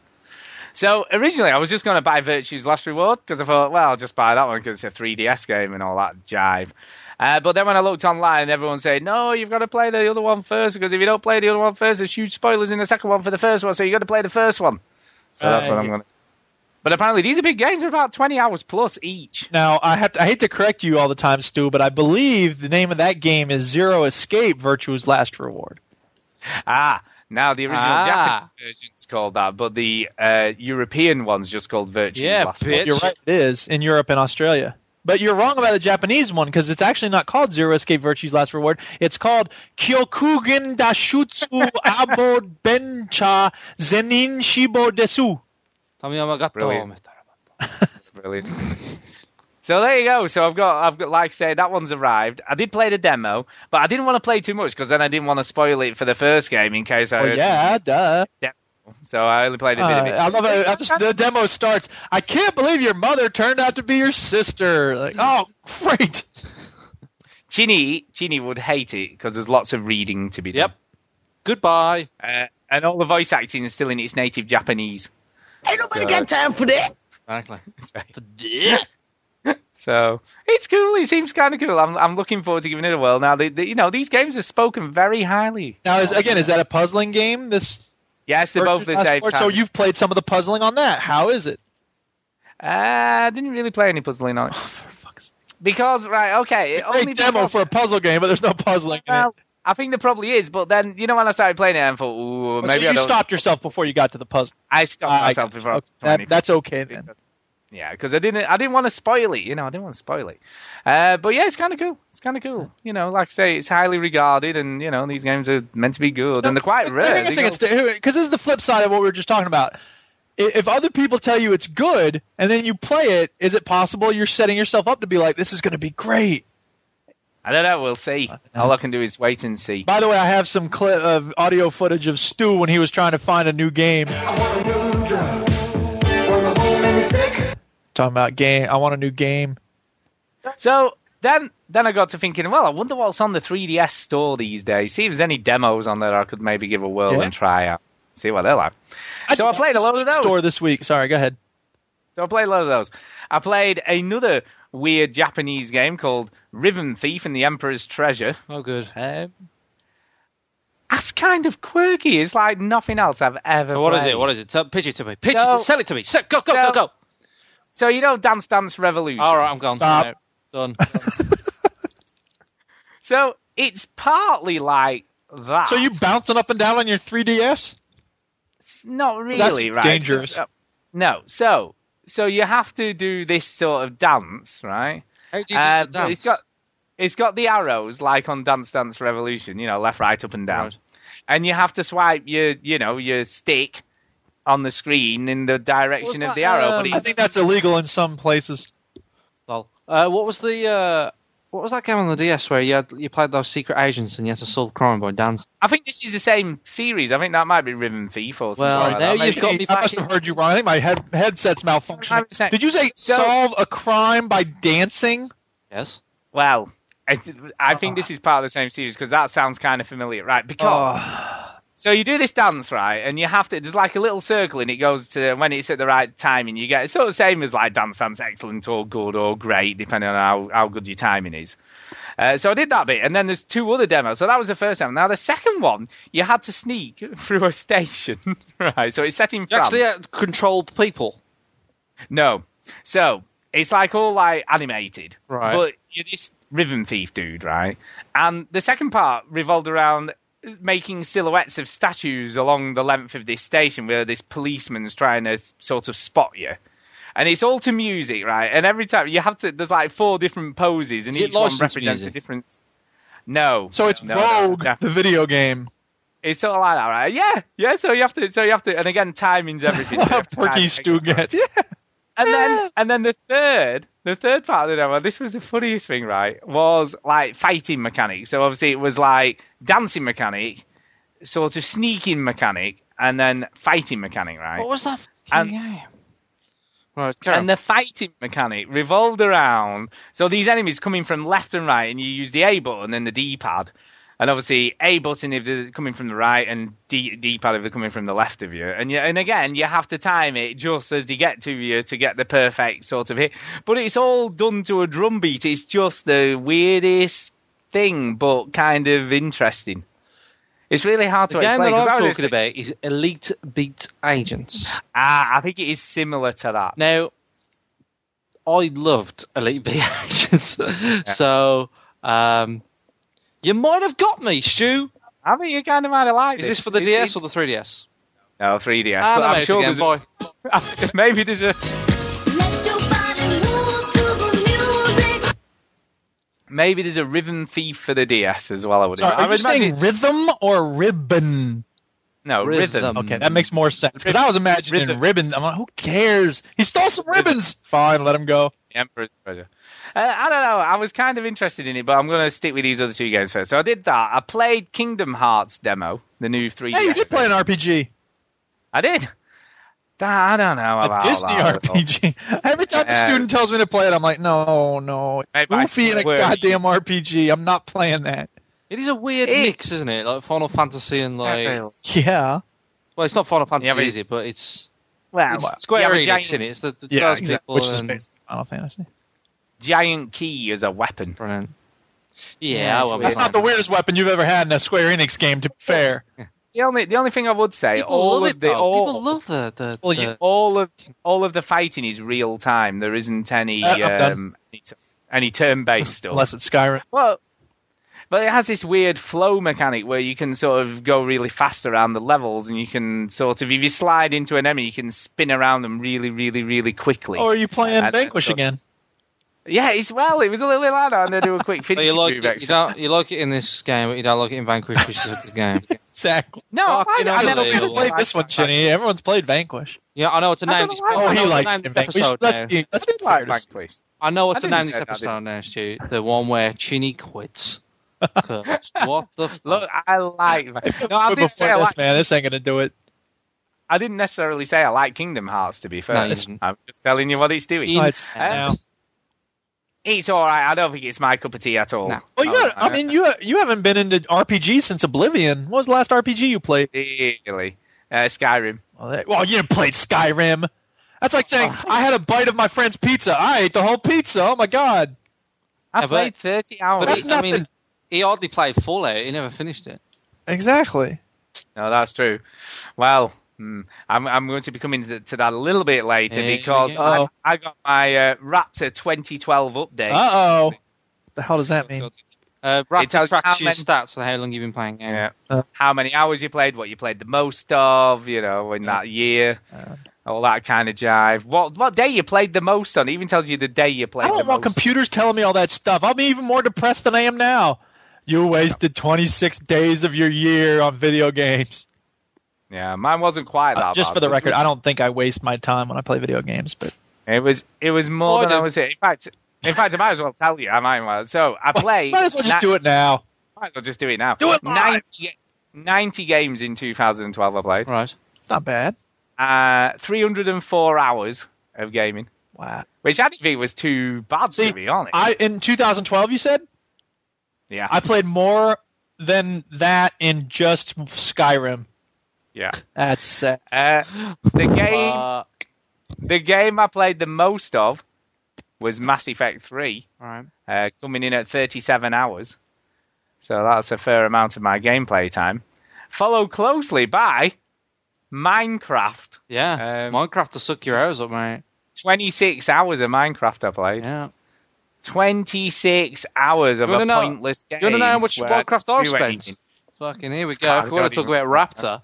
S1: So originally I was just going to buy Virtue's Last Reward because I thought, well, I'll just buy that one because it's a 3DS game and all that jive. Uh, but then when I looked online, everyone said, no, you've got to play the other one first because if you don't play the other one first, there's huge spoilers in the second one for the first one, so you've got to play the first one. So that's what I'm
S3: Right.
S1: going to. But apparently these are big games. They're about 20 hours plus each.
S3: Now I have to, I hate to correct you all the time, Stu, but I believe the name of that game is Zero Escape: Virtue's Last Reward.
S1: Ah, now the original
S2: Ah.
S1: Japanese version's called that, but the uh, European one's just called Virtue's
S2: Yeah,
S1: Last
S2: bitch.
S1: Reward.
S3: You're right, it is in Europe and Australia. But you're wrong about the Japanese one because it's actually not called Zero Escape: Virtue's Last Reward. It's called Kyokugen Dashutsu Abo Bencha Zenin Shibo Desu.
S2: Tell me how I got
S1: Brilliant.
S2: Mr. Roboto.
S1: Brilliant. So there you go. So I've got, I've got, like I say, that one's arrived. I did play the demo, but I didn't want to play too much because then I didn't want to spoil it for the first game in case I.
S3: Oh,
S1: heard-
S3: yeah, duh.
S1: So I only played a bit of it.
S3: Uh, I love it. I just, the demo starts. I can't believe your mother turned out to be your sister. Like, oh, great.
S1: Chini, Chini would hate it because there's lots of reading to be done.
S2: Yep. Goodbye.
S1: Uh, and all the voice acting is still in its native Japanese.
S6: Ain't nobody got time for that.
S2: Exactly.
S1: So it's cool. It seems kind of cool. I'm, I'm looking forward to giving it a whirl. Now, they, they, you know, these games are spoken very highly.
S3: Now, is, again, is that a puzzling game? This
S1: Yes, they're both the
S3: Virtual
S1: same.
S3: Passport? uh, So
S1: time.
S3: you've played some of the puzzling on that. How is it?
S1: Uh, I didn't really play any puzzling on it
S3: For fuck's sake.
S1: because right, okay, it only
S3: Great demo
S1: because-
S3: for a puzzle game, but there's no puzzling in it.
S1: Well, I think there probably is, but then you know when I started playing it, I thought, ooh,
S3: Maybe
S1: maybe
S3: so
S1: I
S3: you
S1: don't.
S3: stopped yourself before you got to the puzzle.
S1: I stopped
S3: I-
S1: myself before. I was
S3: Okay, that-
S1: 20.
S3: that's okay then.
S1: Yeah, because I didn't, I didn't want to spoil it. You know, I didn't want to spoil it. Uh, but yeah, it's kind of cool. It's kind of cool. You know, like I say, it's highly regarded, and you know, these games are meant to be good, and they're quite
S3: I
S1: rare.
S3: think
S1: They
S3: it's
S1: go-
S3: because this is the flip side of what we were just talking about. I- If other people tell you it's good and then you play it, is it possible you're setting yourself up to be like, this is going to be great?
S1: I don't know. We'll see. All I can do is wait and see.
S3: By the way, I have some cli of audio footage of Stu when he was trying to find a new game. Talking about game, I want a new game.
S1: So then, then I got to thinking, well, I wonder what's on the 3DS store these days. See if there's any demos on there I could maybe give a whirl
S3: Yeah.
S1: and try out. See what they're like. So I played a lot of those.
S3: Store this week. Sorry, go ahead.
S1: So I played a lot of those. I played another weird Japanese game called Riven Thief and the Emperor's Treasure.
S2: Oh, good.
S1: Um, that's kind of quirky. It's like nothing else I've ever.
S2: What is
S1: played.
S2: it? What is it? Tell, pitch it to me. Pitch
S1: So-
S2: it. Sell it to me. Sell, go, go,
S1: So-
S2: go, go.
S1: So you know, Dance Dance Revolution.
S2: All right, I'm gone.
S3: Stop.
S2: Done.
S1: So it's partly like that.
S3: So you bouncing up and down on your 3DS?
S1: It's not really
S3: That's
S1: right.
S3: dangerous.
S1: So- no. So so you have to do this sort of dance, right?
S2: How do you do
S1: Uh,
S2: the
S1: but
S2: dance?
S1: it's got it's got the arrows like on Dance Dance Revolution, you know, left, right, up, and down,
S2: Right.
S1: and you have to swipe your you know your stick on the screen in the direction
S2: What was
S1: of the
S2: that,
S1: arrow.
S2: um,
S1: but
S3: I
S1: it's,
S3: think that's illegal in some places.
S2: Lol. Uh, what was the uh, what was that game on the DS where you had, you played those secret agents and you had to solve crime by dancing?
S1: I think this is the same series. I think that might be Riven Thief or something.
S2: Well,
S1: like
S2: now
S1: that.
S2: you've
S1: Maybe
S2: got
S1: it's
S2: me
S3: I
S1: back
S3: must
S1: in-
S3: have heard you wrong. I think my head, headset's malfunctioning.
S1: 100%.
S3: Did you say
S1: So-
S3: solve a crime by dancing?
S2: Yes.
S1: Well, I, th- I think this is part of the same series because that sounds kind of familiar, right? Because
S2: Oh.
S3: Oh.
S1: so you do this dance, right, and you have to. There's like a little circle, and it goes to when it's at the right timing. You get it's sort of same as like dance dance excellent or good or great, depending on how how good your timing is. Uh, so I did that bit, and then there's two other demos. So that was the first demo. Now the second one, you had to sneak through a station, right? So it's set in
S2: You
S1: France.
S2: actually uh, had controlled people.
S1: No. So it's like all like animated,
S2: Right.
S1: But you're this rhythm thief dude, right? And the second part revolved around making silhouettes of statues along the length of this station, where this policeman's trying to sort of spot you. And it's all to music, right? And every time you have to, there's like four different poses, and
S2: Is it
S1: each one
S2: licensed
S1: represents a
S2: music?
S1: different. No.
S3: So it's
S1: no, no,
S3: Rogue,
S1: no.
S3: the video game.
S1: It's sort of like that, right? Yeah, yeah. So you have to, so you have to, and again, timing's everything. You have to time
S3: Perky
S1: it.
S3: Stu gets. Yeah.
S1: And then and then the third the third part of the demo, this was the funniest thing, right? Was like fighting mechanic. So obviously it was like dancing mechanic, sort of sneaking mechanic, and then fighting mechanic, right?
S2: What was that?
S1: And-
S2: fucking game? Right. Carry
S1: And the fighting mechanic revolved around. So these enemies coming from left and right, and you use the A button and the D pad. And obviously, A button if they're coming from the right, and D D pad if they're coming from the left of you. And you, and again, you have to time it just as they get to you to get the perfect sort of hit. But it's all done to a drum beat. It's just the weirdest thing, but kind of interesting. It's really hard
S2: the
S1: to
S2: game
S1: explain.
S2: that
S1: 'cause I
S2: I'm
S1: was
S2: talking about is Elite Beat Agents.
S1: Ah, I think it is similar to that.
S2: Now, I loved Elite Beat Agents, so um, you might have got me, Stu.
S1: I think you kind of might have liked
S2: Is
S1: it.
S2: this for the
S1: It's-
S2: DS or
S1: it's-
S2: the 3DS?
S1: No, 3DS.
S2: Ah,
S1: but
S2: no,
S1: I'm
S2: it's
S1: sure
S2: again,
S1: there's a- maybe there's a
S7: Let your body move to the music.
S1: maybe there's a Riven Thief for the DS as well. I would.
S3: Sorry,
S1: I
S3: are you
S1: would imagine
S3: saying
S1: it's-
S3: rhythm or ribbon?
S1: no Rhythm. Mm-hmm.
S2: Rhythm.
S1: Okay.
S3: That makes more sense because I was imagining
S1: Rhythm.
S3: ribbon. I'm like, who cares? He stole some ribbons. Fine, let him go.
S1: The Emperor's Treasure. Uh, I don't know. I was kind of interested in it, but I'm going to stick with these other two games first. So I did that. I played Kingdom Hearts demo, the new 3
S3: Hey, you did play an RPG.
S1: I did. Da- I don't know
S3: A
S1: about
S3: Disney
S1: that at all.
S3: RPG. Every time a
S1: Uh,
S3: student tells me to play it, I'm like, no, no. it's
S1: Maybe I
S3: Goofy in a
S1: swear.
S3: goddamn RPG. I'm not playing that.
S2: It is a weird
S1: It-
S2: mix, isn't it? Like Final Fantasy and like,
S1: Well,
S3: Yeah.
S2: well, it's not Final Fantasy,
S1: Yeah, but-
S2: is it? But it's, it's
S1: well,
S2: Square
S1: you have a
S2: Enix in
S1: giant,
S2: it. It's the, the
S3: Yeah,
S2: those
S3: exactly.
S2: people
S3: Which is
S2: and-
S3: basically Final Fantasy.
S1: giant key as a weapon.
S2: Brilliant. Yeah,
S1: Yeah,
S2: I
S1: it's
S2: won't be
S1: weird.
S3: That's not
S2: playing
S3: the
S2: that.
S3: weirdest weapon you've ever had in a Square Enix game, to be fair.
S1: The only the only thing I would say,
S2: People
S1: all
S2: love
S1: of
S2: it,
S1: the
S2: though.
S1: all,
S2: people love the the.
S3: Well,
S2: the-
S3: you-
S1: all of all of the fighting is real time. There isn't any
S3: Uh, I've done-
S1: um, any t- any turn based stuff.
S3: Unless it's Skyrim.
S1: Well, but it has this weird flow mechanic where you can sort of go really fast around the levels, and you can sort of if you slide into an enemy, you can spin around them really, really, really quickly.
S3: Or Oh, are you playing
S1: Uh,
S3: Vanquish
S1: so-
S3: again?
S1: yeah, it's well, it was a little bit like that, and they do a quick
S2: but
S1: finish.
S2: you like
S1: move
S2: it, you
S1: exercise.
S2: don't you like it in this game, but you don't like it in Vanquish, which is a good game.
S3: Exactly.
S1: No,
S2: Fucking
S1: I, I
S2: unbelievable.
S1: never
S3: Nobody's
S2: Unbelievable.
S3: played this one, Chinny. Everyone's played Vanquish.
S2: Yeah, I know what to
S1: That's
S2: name
S1: what
S2: this.
S1: I like.
S2: I
S3: Oh,
S2: know
S3: he
S2: what to
S3: likes
S2: name
S3: it,
S2: this
S3: Vanquish.
S2: episode
S3: Let's
S2: now.
S3: be, let's be
S1: It's
S3: fair
S1: like
S3: to say.
S1: Vanquish.
S2: I know
S1: I
S2: what to
S1: didn't
S2: name this
S1: say that, did I?
S2: episode now, Stu. The one where Chinny quits. 'Cause what the fuck?
S1: Look, I like. No, I
S3: Before
S1: didn't say I
S3: this,
S1: like
S3: man, this ain't gonna do it.
S1: I didn't necessarily say I like Kingdom Hearts, to be
S2: No,
S1: fair.
S2: you didn't.
S1: I'm just telling you what it's doing.
S2: In-
S3: No, it's-
S2: Uh,
S3: no.
S1: It's all right. I don't think it's my cup of tea at all.
S2: No.
S3: Well, you
S1: Oh,
S3: got, I mean, you you haven't been into RPG since Oblivion. What was the last RPG you played?
S1: Really. Uh, Skyrim.
S3: Well, that- Oh. well, you played Skyrim. That's like saying I had a bite of my friend's pizza. I ate the whole pizza. Oh my god,
S1: I
S2: Yeah, but-
S1: played 30 hours.
S2: But
S3: that's
S2: it's- I
S3: nothing.
S2: mean, he hardly played Fallout. He never finished it.
S3: exactly.
S1: No, that's true. Well, hmm, I'm, I'm going to be coming to, to that a little bit later
S2: Here we
S1: because
S2: go. Ah.
S1: I,
S3: Oh.
S1: I got my uh, Raptor 2012 update.
S3: Uh oh. What the hell does that mean?
S2: Uh, Raptor
S1: tells you
S2: tracks
S1: how
S2: your
S1: many-
S2: stats and how long you've been playing.
S1: Yeah.
S3: Uh.
S1: How many hours you played, what you played the most of, you know, in that year,
S2: Uh.
S1: all that kind of jive. What what day you played the most on? It even tells you the day you played
S3: I
S1: the
S3: don't want
S1: most.
S3: computers telling me all that stuff. I'll be even more depressed than I am now. You wasted 26 days of your year on video games.
S1: yeah, mine wasn't quite that
S3: Uh, just
S1: bad,
S3: for the
S1: but it
S3: record,
S1: was-
S3: I don't think I waste my time when I play video games, but
S1: It was it was more
S2: Oh, I
S1: than I
S2: do.
S1: was here. In fact, in fact, I might as well tell you. I might as well. So I played.
S3: might as well just
S1: ni-
S3: do it now.
S1: Might as well just do it now.
S3: Do it live!
S1: 90, 90 games in 2012 I played.
S2: Right.
S3: Not bad.
S1: Uh, 304 hours of gaming,
S3: Wow.
S1: which I didn't think was too bad
S3: See,
S1: to be honest.
S3: I in 2012 you said
S1: yeah,
S3: I played more than that in just Skyrim.
S1: yeah.
S3: That's sad.
S1: Uh, the game
S2: Fuck.
S1: the game I played the most of was Mass Effect 3.
S2: Right.
S1: uh, coming in at 37 hours. So that's a fair amount of my gameplay time. Followed closely by Minecraft.
S2: Yeah.
S1: Um,
S2: Minecraft will suck your hours up, mate.
S1: 26 hours of Minecraft I played.
S2: Yeah.
S1: 26 hours of
S2: You wanna
S1: a
S2: know-
S1: pointless game.
S2: Do you want to know how much
S1: where I
S2: Minecraft
S1: didn't
S2: I
S1: do
S2: spent?
S1: anything.
S2: Fucking here we
S1: It's
S2: go.
S1: kind
S2: If
S1: of
S2: we want to
S1: don't
S2: talk about Raptor.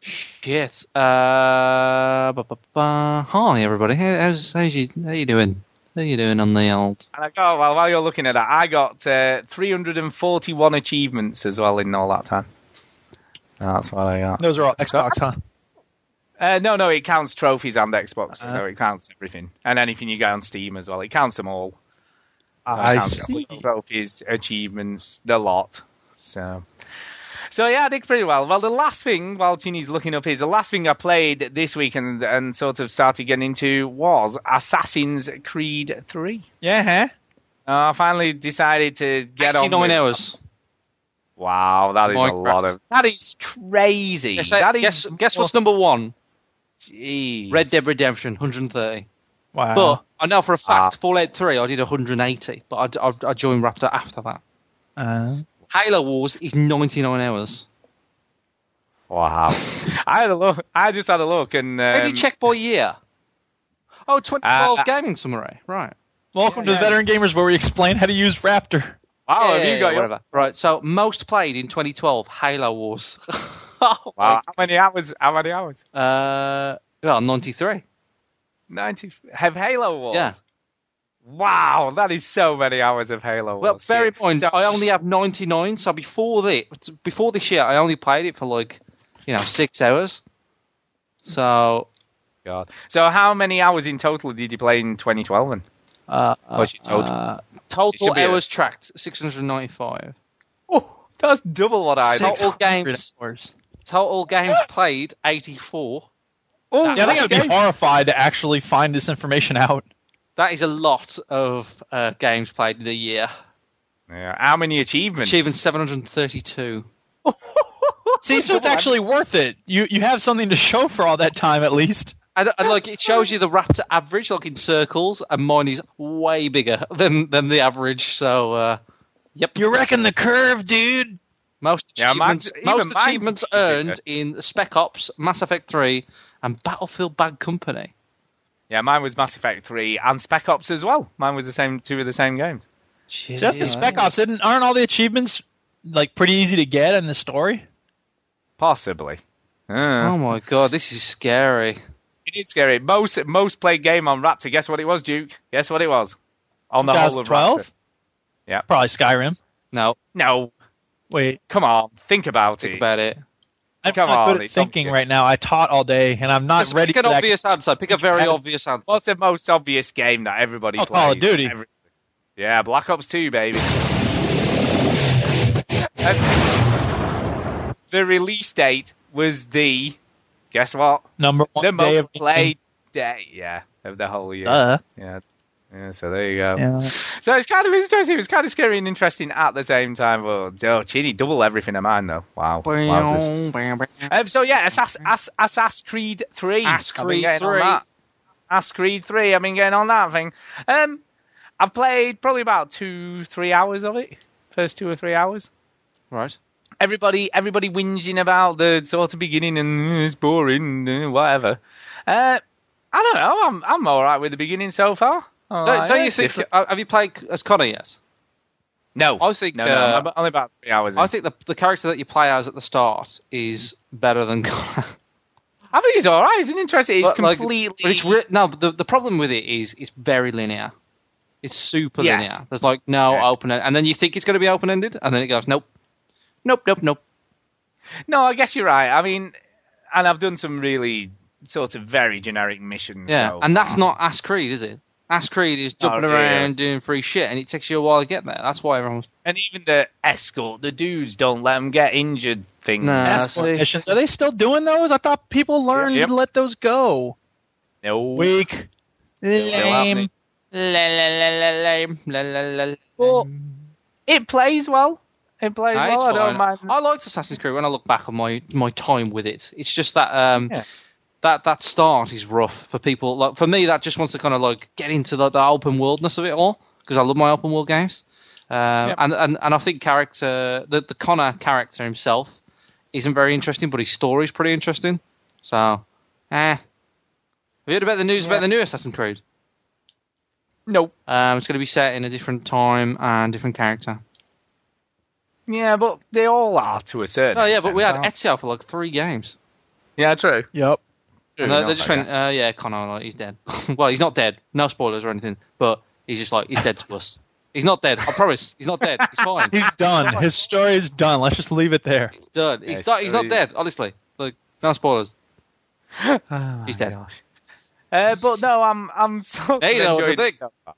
S2: Shit. Uh, ba, ba, ba. Hi everybody. How- How's how's you how you doing? How you doing on the old?
S1: And I go, well, while you're looking at that, I got uh, 341 achievements as well in all that time. That's what I got.
S3: Those are all Xbox, huh?
S1: Uh, no, no, it counts trophies and Xbox,
S3: Uh-huh.
S1: so it counts everything. And anything you get on Steam as well. It counts them all. So it
S3: I
S1: counts
S3: see.
S1: Trophies, achievements, the lot. So, so yeah, I did pretty well. Well, the last thing, while Ginny's looking up, is the last thing I played this week and, and sort of started getting into was Assassin's Creed 3.
S3: Yeah, huh?
S1: Uh, I finally decided to get on.
S2: 69
S1: with-
S2: hours.
S1: Wow, that is a
S2: Minecraft.
S1: lot of. That is crazy.
S2: Guess,
S1: that is.
S2: guess, guess what's number one?
S1: Jeez.
S2: Red Dead Redemption, 130.
S3: Wow.
S2: But I know for a fact,
S1: Ah.
S2: Fallout 3, I did 180, but I, I, I joined Raptor after that.
S3: Uh,
S2: Halo Wars is 99 hours.
S1: Wow. I had a look. I just had a look, and um,
S2: How do you check by year? Oh, 2012
S1: uh,
S2: gaming summary. Right.
S3: welcome to the Veteran Gamers, where we explain how to use Raptor.
S1: Wow, have
S2: Yeah,
S1: you got your?
S2: whatever. Right, so most played in 2012, Halo Wars. Oh,
S1: Wow. How many hours? How many hours?
S2: Uh, well, 93.
S1: Ninety. Have Halo Wars.
S2: Yeah.
S1: Wow, that is so many hours of Halo Wars.
S2: Well, bear in
S1: shit.
S2: mind,
S1: So-
S2: I only have 99, so before the before this year, I only played it for like, you know, six hours. So
S1: God. So, how many hours in total did you play in 2012? Then?
S2: Uh,
S1: Oh, she told you.
S2: uh,
S1: It should
S2: total
S1: be a-
S2: hours tracked 695.
S1: Oh, that's double what I
S3: Six.
S1: thought.
S2: Total
S3: 600
S2: games
S3: hours.
S2: total games played 84.
S1: Oh,
S3: Yeah, I think I'd
S1: that's
S3: be
S1: good.
S3: horrified to actually find this information out.
S2: That is a lot of uh, games played in a year.
S1: Yeah, How many achievements?
S2: Achieving 732.
S3: See, so it's actually worth it. You you have something to show for all that time at least.
S2: And, and like it shows you the Raptor average, like in circles, and mine is way bigger than than the average. So, uh, yep.
S3: You reckon the curve, dude?
S2: most
S1: Yeah, mine's-
S2: achievements,
S1: even
S2: most
S1: mine's
S2: achievements
S1: bigger.
S2: earned in Spec Ops, Mass Effect 3, and Battlefield Bad Company.
S1: Yeah, mine was Mass Effect 3 and Spec Ops as well. Mine was the same, two of the same games.
S3: So that's because Spec Ops isn't, aren't all the achievements like pretty easy to get in the story.
S1: Possibly. Uh,
S2: Oh my god, this is scary.
S1: It is scary. Most most played game on Raptor. Guess what it was, Duke? Guess what it was? On the whole of Raptor.
S3: 2012?
S1: Yeah.
S3: Probably Skyrim.
S2: No,
S1: No,
S3: Wait,
S1: come on, think about
S2: think
S1: it.
S2: about it.
S3: I'm
S1: Come
S3: not
S1: on,
S3: good at
S1: it's
S3: thinking
S1: obvious.
S3: right now. I taught all day, and I'm not
S2: Just
S3: ready.
S2: pick an
S3: for that.
S2: obvious answer. Pick a very
S3: Has-
S2: obvious answer.
S1: What's the most obvious game that everybody
S3: Oh,
S1: plays?
S3: Call of Duty.
S1: Every- yeah, Black Ops 2, baby. the release date was the guess what?
S3: Number one
S1: the
S3: day
S1: most
S3: of
S1: played day, yeah, of the whole year.
S3: Duh.
S1: Yeah. Yeah, so there you go.
S3: Yeah.
S1: So it's kind of interesting. It was kind of scary and interesting at the same time. Well, oh, Chini, double everything of mine, though. Wow. Wowzers. Um, so yeah, Assass, Ass, Assassin's Creed three.
S2: Ass
S1: I've been
S2: Creed
S1: getting on
S2: 3.
S1: that. Ass Creed three. I've been getting on that thing. Um, I've played probably about two, three hours of it. First two or three hours.
S2: Right.
S1: Everybody, everybody whinging about the sort of beginning and "Mm, it's boring, and whatever. Uh, I don't know. I'm I'm all right with the beginning so far. All
S2: Don't,
S1: right,
S2: don't you
S1: it's
S2: think?
S1: different.
S2: uh, Have you played as Connor yet?
S1: No,
S2: I think,
S1: no,
S2: uh,
S1: no. I'm only about three hours. In.
S2: I think the the character that you play as at the start is better than Connor.
S1: I think it's all right. It's an interesting. It's
S2: But, like,
S1: completely.
S2: but it's re- no. but The the problem with it is it's very linear. It's super
S1: Yes.
S2: linear. There's like no
S1: Yeah.
S2: open end, and then you think it's going to be open ended, and then it goes nope, nope, nope, nope.
S1: No, I guess you're right. I mean, and I've done some really sort of very generic missions.
S2: Yeah,
S1: so Oh,
S2: and that's
S1: far.
S2: not Ass Creed, is it? Ass Creed is jumping
S1: really.
S2: around doing free shit, and it takes you a while to get there. That's why everyone's
S1: And even the escort, the dudes don't let them get injured thing.
S2: No. Uh,
S3: escort
S2: see.
S3: missions. Are they still doing those? I thought people learned
S1: yep.
S3: to let those go.
S1: No.
S3: Weak. Lame.
S1: happening. But it plays well. It plays
S2: Nah, it's
S1: well. I don't
S2: fine.
S1: mind.
S2: I liked Assassin's Creed when I look back on my my time with it. It's just that um
S1: Yeah.
S2: that that start is rough for people. Like for me, that just wants to kind of like get into the, the open worldness of it all because I love my open world games. Um, and, and and I think character the the Connor character himself isn't very interesting, but his story's pretty interesting. So, eh. Have you heard about the news about the new Assassin's Creed?
S1: Nope.
S2: Um, it's going to be set in a different time and different character.
S1: Yeah, but they all are to a certain.
S2: Oh yeah, but we had
S1: extent, aren't
S2: Ezio for like three games.
S1: they? yeah, true.
S3: Yep.
S1: True
S2: And they,
S1: enough,
S2: they
S1: I
S2: just went,
S1: guess.
S2: uh, yeah, Connor, like, he's dead. well, he's not dead. No spoilers or anything, but he's just like, he's dead to us. He's not dead. I promise. He's not dead. He's fine.
S1: Ah,
S3: He's done. His story is done. Let's just leave it there.
S2: He's dead. He's,
S1: Yes,
S2: not- he's
S1: there
S2: not
S1: is-
S2: dead, honestly. Like, no spoilers.
S1: Oh,
S2: He's
S1: my
S2: dead.
S1: gosh. Uh, but no, I'm I'm sort
S2: Hey,
S1: of
S2: no, what
S1: enjoying
S2: do you
S1: it so far.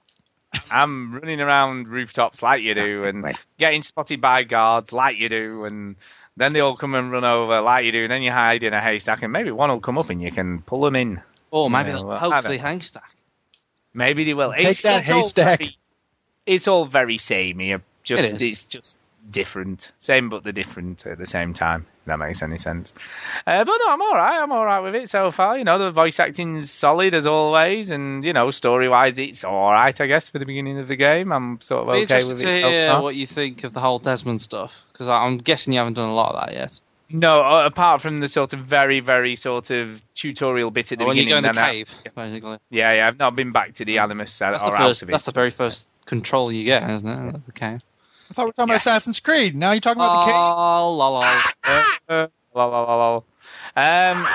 S1: I'm running around rooftops like you do, and getting spotted by guards like you do, and then they all come and run over like you do, and then you hide in a haystack, and maybe one will come up and you can pull them in.
S2: Or maybe
S1: Yeah,
S2: they'll
S1: well, I
S2: poke
S1: don't
S2: the
S1: know.
S2: hangstack.
S1: Maybe they will.
S3: Take that
S1: all
S3: haystack.
S1: very- it's all very samey. uh, Just
S2: It is.
S1: it's just different, same but the different at the same time. If that makes any sense. Uh, but no, I'm all right. I'm all right with it so far. You know, the voice acting's solid as always, and you know, story wise, it's all right. I guess for the beginning of the game, I'm sort of
S2: Be
S1: okay
S2: interested
S1: with
S2: to
S1: it. So
S2: hear
S1: far.
S2: what you think of the whole Desmond stuff, because I'm guessing you haven't done a lot of that yet.
S1: No, uh, apart from the sort of very, very sort of tutorial bit at the
S2: Oh, when you
S1: beginning.
S2: go in the
S1: then I-
S2: cave, basically.
S1: yeah, yeah, I've not been back to the Animus uh,
S2: That's,
S1: or
S2: the,
S1: out
S2: first,
S1: of it.
S2: that's the very first control you get, isn't it? The cave.
S3: I thought we were talking about
S1: Yes.
S3: Assassin's Creed. Now you're talking about the cave.
S2: Oh, la, la.
S1: Uh, la, la, la, la. Um,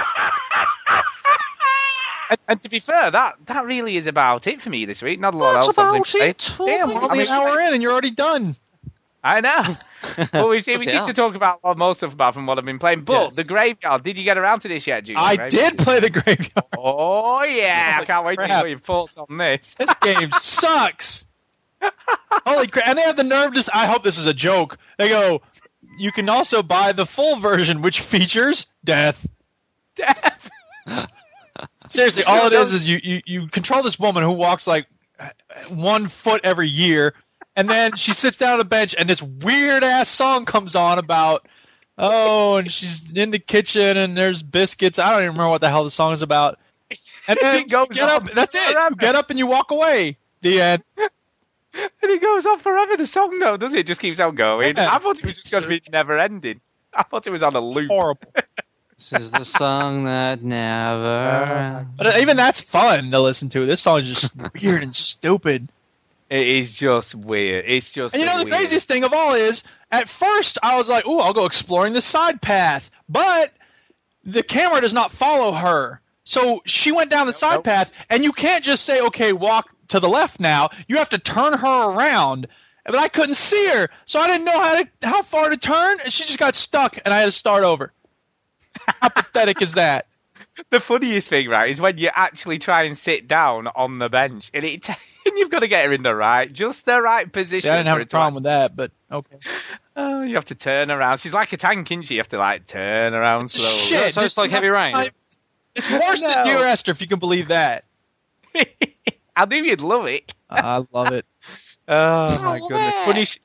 S1: and, and to be fair, that that really is about it for me this week. Not a lot else. I've been playing.
S3: Damn, we're only
S1: I mean-
S3: an hour in and you're already done.
S1: I know. But we seem, we
S2: Bloody
S1: seem
S2: hell.
S1: to talk about a lot more stuff apart from what I've been playing. But
S2: Yes.
S1: the Graveyard, did you get around to this yet, Judy?
S3: I
S1: Graveyard?
S3: did play the graveyard.
S1: Oh yeah, I
S3: Holy
S1: can't wait to
S3: crap.
S1: hear your thoughts on this.
S3: This game sucks. Holy crap! And they have the nerve to. s- I hope this is a joke. They go. You can also buy the full version, which features death.
S1: Death.
S3: Seriously, all it is is you, you, you control this woman who walks like one foot every year, and then she sits down on a bench, and this weird ass song comes on about oh, and she's in the kitchen, and there's biscuits. I don't even remember what the hell the song is about. And then
S1: It goes
S3: you get
S1: on
S3: up. That's it.
S1: forever.
S3: You get up and you walk away. The end.
S1: And it goes on forever, the song, though, does it? It just keeps on going.
S3: Yeah.
S1: I thought it was just going to be never ending. I thought it was on a loop.
S3: Horrible.
S2: This is the song that never.
S3: But even that's fun to listen to. This song is just weird and stupid.
S1: It is just weird. It's just.
S3: And you know the
S1: weird.
S3: craziest thing of all is, at first I was like, "Ooh, I'll go exploring this side path," but the camera does not follow her, so she went down the side
S1: nope.
S3: path, and you can't just say, "Okay, walk to the left now." You have to turn her around. But I couldn't see her, so I didn't know how to how far to turn, and she just got stuck, and I had to start over. How pathetic is that?
S1: The funniest thing, right, is when you actually try and sit down on the bench, and it and you've got to get her in the right, just the right position.
S3: See, I didn't have
S1: for
S3: a
S1: it to
S3: problem with
S1: actually-
S3: that, but okay.
S1: Oh, you have to turn around. She's like a tank, isn't she? You have to like turn around slowly.
S3: Shit,
S2: So it's
S3: this
S2: like
S3: is
S2: Heavy
S3: not-
S2: Rain.
S3: It's worse
S1: No.
S3: than Dear Esther, if you can believe that.
S1: I knew you'd love it.
S3: I love it.
S1: Oh my goodness! Punish,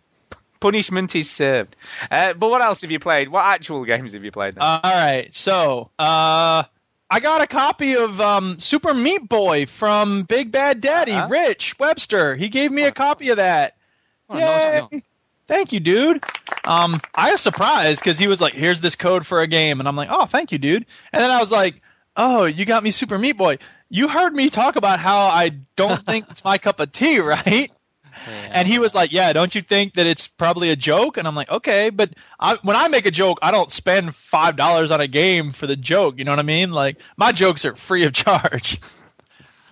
S1: punishment is served. Uh, but what else have you played? What actual games have you played? Then?
S3: All right, so uh, I got a copy of um, Super Meat Boy from Big Bad Daddy
S1: Uh-huh.
S3: Rich Webster. He gave me a copy of that.
S2: Oh, nice,
S3: Yay. Thank you, dude. Um, I was surprised because he was like, "Here's this code for a game," and I'm like, "Oh, thank you, dude." And then I was like, "Oh, you got me Super Meat Boy. You heard me talk about how I don't think it's my cup of tea, right?" And he was like, "Yeah, don't you think that it's probably a joke?" And I'm like, "Okay, but I, when I make a joke, I don't spend five dollars on a game for the joke. You know what I mean? Like my jokes are free of charge."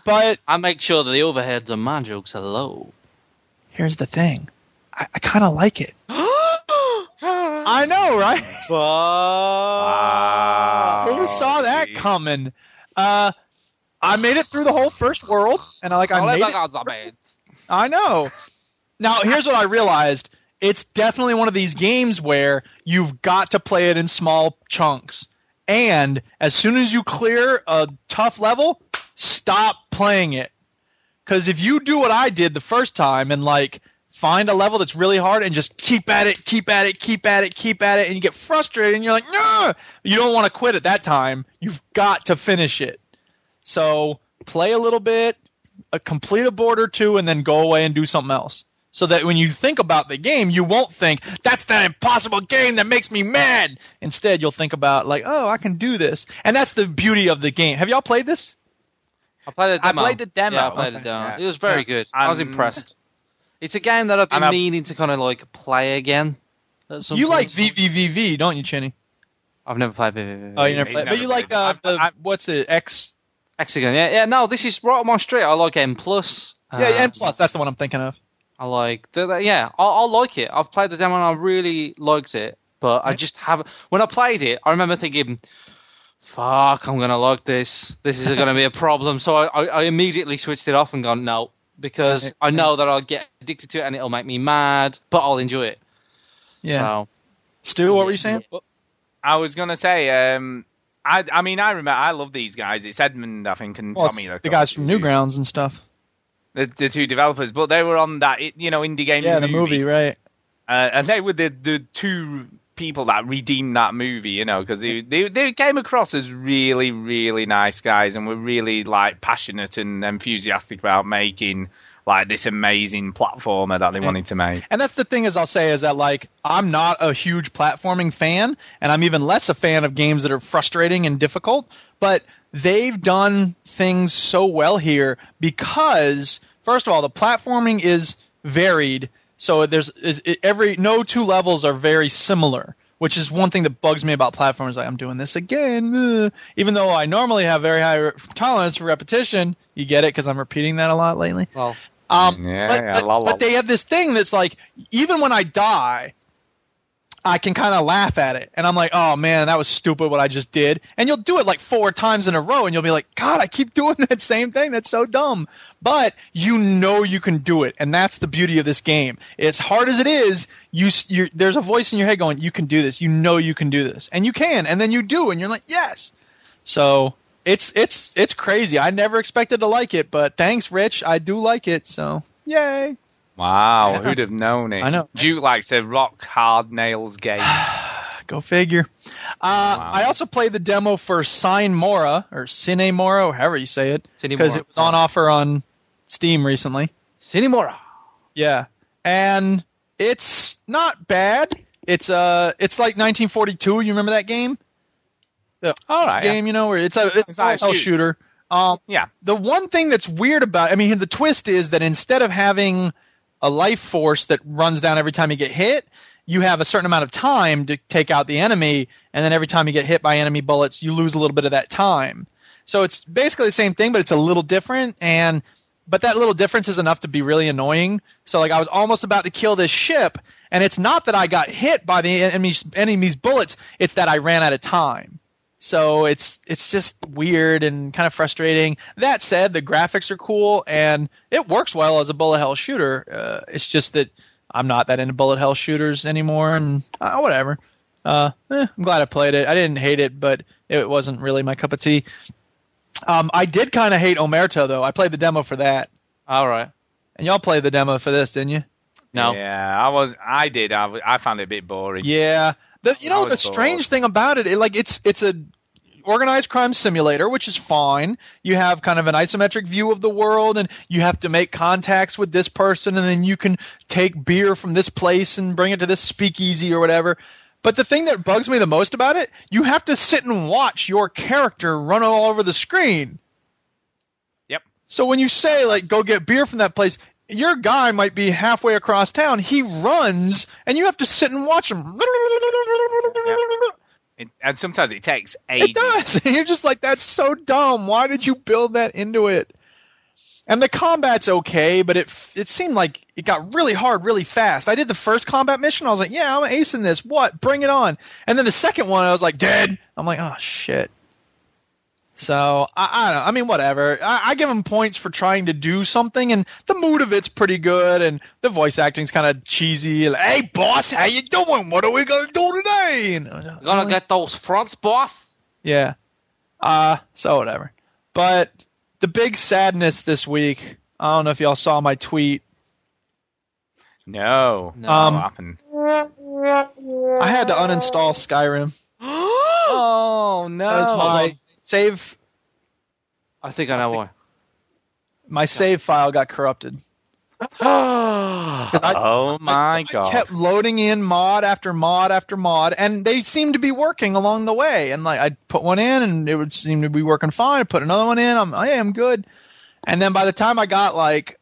S3: But
S2: I make sure that the overheads on my jokes are low.
S3: here's the thing, I, I kind of like it. I know, right? Oh. Who saw that coming? Uh, I made it through the whole first world, and I like
S1: Oh,
S3: I made it I know. Now, here's what I realized. It's definitely one of these games where you've got to play it in small chunks. And as soon as you clear a tough level, stop playing it. Because if you do what I did the first time and like find a level that's really hard and just keep at it, keep at it, keep at it, keep at it, and you get frustrated and you're like, no, you don't want to quit at that time. You've got to finish it. So play a little bit, a complete a board or two, and then go away and do something else. So that when you think about the game, you won't think that's that impossible game that makes me mad. Instead, you'll think about like, oh, I can do this, and that's the beauty of the game. Have y'all played this?
S2: I played the
S1: I
S2: demo.
S1: played the demo.
S2: Yeah, I played the
S1: Okay.
S2: demo.
S1: Yeah.
S2: It was very
S1: Yeah.
S2: good. I was
S1: Um,
S2: impressed. It's a game that I've been
S1: and I-
S2: meaning to kind of like play again. at some
S3: you
S2: point.
S3: like VVVV, don't you, Chinny?
S2: I've never played VVV.
S3: Oh, you never
S1: He's
S3: played, but
S1: never
S3: you
S1: played
S3: like uh,
S1: it.
S3: the
S1: I'm- I'm-
S3: what's it? X?
S2: Hexagon. Yeah, yeah. No, this is right on my street. I like M plus.
S3: Yeah,
S1: Uh,
S3: N plus. That's the one I'm thinking of.
S2: I like. The, the- yeah, I, I like it. I've played the demo and I really liked it, but I just haven't. When I played it, I remember thinking, "Fuck, I'm gonna like this. This is gonna be a problem." So I, I, I immediately switched it off and gone no because I know that I'll get addicted to it and it'll make me mad, but I'll enjoy it.
S3: Yeah.
S2: So,
S3: Stu, what were you saying?
S1: I was gonna say. Um, I, I mean, I remember. I love these guys. It's Edmund, I think, and
S3: Well, it's
S1: Tommy. they're
S3: the
S1: called,
S3: guys from
S1: the two-
S3: Newgrounds and stuff.
S1: The, the two developers, but they were on that you know indie game.
S3: Yeah, the movie, right?
S1: uh, and they were the the two people that redeemed that movie, you know, because they, they they came across as really really nice guys and were really like passionate and enthusiastic about making like this amazing platformer that they wanted to make.
S3: And that's the thing is I'll say is that like I'm not a huge platforming fan and I'm even less a fan of games that are frustrating and difficult, but they've done things so well here because first of all the platforming is varied. So there's is, it, every no two levels are very similar, which is one thing that bugs me about platformers like I'm doing this again. ugh. Even though I normally have very high re- tolerance for repetition, you get it cuz I'm repeating that a lot lately.
S2: well,
S3: Um,
S1: Yeah,
S3: but,
S1: yeah,
S3: but-
S1: la, la,
S3: but they have this thing that's like, even when I die, I can kind of laugh at it. And I'm like, oh man, that was stupid what I just did. And you'll do it like four times in a row and you'll be like, God, I keep doing that same thing. That's so dumb. But you know you can do it. And that's the beauty of this game. As hard as it is, you, s- you're, there's a voice in your head going, you can do this. You know you can do this. And you can. And then you do. And you're like, yes. So it's, it's, it's crazy. I never expected to like it, but thanks, Rich. I do like it. So yay.
S1: Wow, who'd have known it?
S3: I know.
S1: Duke likes a rock hard nails game.
S3: Go figure. Uh, I also played the demo for Sign Mora or Cine Mora, or however you say it,
S2: Cinemora.
S3: because it was on offer on Steam recently.
S2: Cinemora.
S3: Yeah, and it's not bad. It's uh, it's like 1942. You remember that game? The
S1: All right, Oh, yeah.
S3: game, you know, where it's a it's
S1: It's not a
S3: a hell
S1: shoot.
S3: shooter. Um,
S1: Yeah.
S3: the one thing that's weird about, I mean, the twist is that instead of having a life force that runs down every time you get hit, you have a certain amount of time to take out the enemy, and then every time you get hit by enemy bullets, you lose a little bit of that time. So it's basically the same thing, but it's a little different, and but that little difference is enough to be really annoying. So like I was almost about to kill this ship, and it's not that I got hit by the enemy's enemy's bullets; it's that I ran out of time. So it's it's just weird and kind of frustrating. That said, the graphics are cool and it works well as a bullet hell shooter. Uh, it's just that I'm not that into bullet hell shooters anymore, and uh, whatever. Uh, eh, I'm glad I played it. I didn't hate it, but it wasn't really my cup of tea. Um, I did kind of hate Omerta though. I played the demo for that,
S2: All right.
S3: and y'all played the demo for this, didn't you?
S2: No.
S1: Yeah, I was. I did. I, w- I found it a bit boring.
S3: Yeah. The, you know
S1: was
S3: the
S1: bored.
S3: strange thing about it, it, like it's it's a organized crime simulator, which is fine. You have kind of an isometric view of the world, and you have to make contacts with this person, and then you can take beer from this place and bring it to this speakeasy or whatever. But the thing that bugs me the most about it, you have to sit and watch your character run all over the screen.
S1: Yep.
S3: So when you say like go get beer from that place, your guy might be halfway across town. He runs, and you have to sit and watch him.
S1: It, and sometimes it takes ages.
S3: It does. You're just like that's so dumb. Why did you build that into it? And the combat's okay, but it it seemed like it got really hard really fast. I did the first combat mission. I was like, yeah, I'm acing this. What? Bring it on. And then the second one, I was like, dead. I'm like, oh shit. So I, I don't. I mean, whatever. I, I give them points for trying to do something, and the mood of it's pretty good, and the voice acting's kind of cheesy. Like, hey, boss, how you doing? What are we gonna do today? And I was like, "Oh,
S2: We're gonna get those fronts, boss.
S3: yeah. Uh, so whatever. But the big sadness this week, I don't know if y'all saw my tweet.
S1: No.
S2: No.
S1: What
S3: Um,
S1: happened?
S3: I had to uninstall Skyrim.
S1: Oh no.
S3: That was my save
S2: I think I know why.
S3: my save file got corrupted. 'Cause I-
S1: oh my
S3: I
S1: god.
S3: kept loading in mod after mod after mod, and they seemed to be working along the way. And like I'd put one in, and it would seem to be working fine. I put another one in, I'm I am good. And then by the time I got like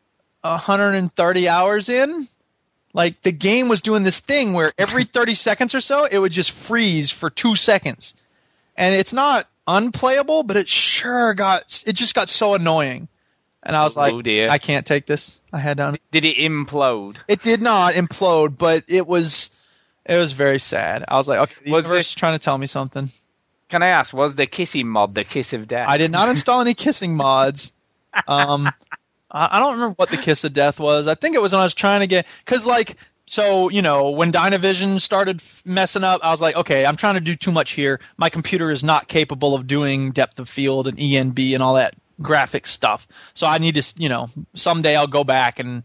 S3: 130 hours in, like the game was doing this thing where every 30 seconds or so, it would just freeze for two seconds. And it's not unplayable, but it sure got it just got so annoying. And I was like,
S1: Oh, dear.
S3: I can't take this. I had to. un-
S1: Did it implode?
S3: it did not implode, but it was it was very sad. I was like, okay, the
S1: Was
S3: universe
S1: it-
S3: is trying to tell me something.
S1: Can I ask? Was the kissing mod the kiss of death?
S3: I did not install any kissing mods. Um, I, I don't remember what the kiss of death was. I think it was when I was trying to get because like so you know when Dynavision started f- messing up, I was like, okay, I'm trying to do too much here. My computer is not capable of doing depth of field and ENB and all that graphic stuff. So I need to s- you know someday I'll go back and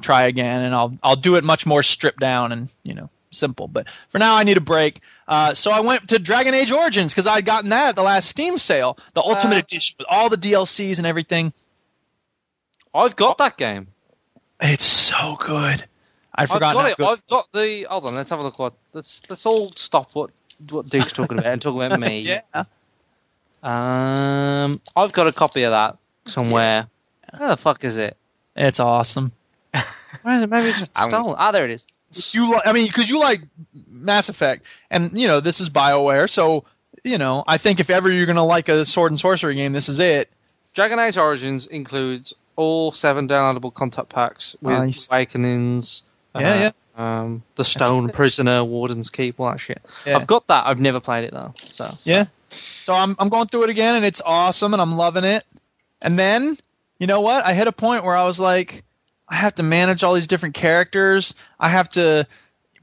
S3: try again and I'll I'll do it much more stripped down and you know simple but for now I need a break uh, so I went to Dragon Age Origins because I'd gotten that at the last Steam sale the ultimate edition with all the DLCs and everything
S2: I've got that game.
S3: it's so good I
S2: I've
S3: forgot
S2: got it. I've got the. Hold on. Let's have a look. What? Let's let's all stop what what Duke's talking about and talk about me.
S3: yeah
S2: Um, I've got a copy of that somewhere. Where the fuck is it?
S3: it's awesome
S2: Where is it? Maybe it's
S1: I'm-
S2: stolen. Ah, there it is.
S3: you li- I mean because you like Mass Effect and you know this is BioWare so you know I think if ever you're gonna like a sword and sorcery game this is it
S2: Dragon Age Origins includes all seven downloadable contact packs with
S3: Nice.
S2: Awakenings.
S3: Yeah, yeah.
S2: um, the Stone Prisoner, Warden's Keep, all that shit.
S3: Yeah.
S2: I've got that. I've never played it though. So
S3: Yeah. So I'm I'm going through it again and it's awesome and I'm loving it. And then, you know what? I hit a point where I was like, I have to manage all these different characters. I have to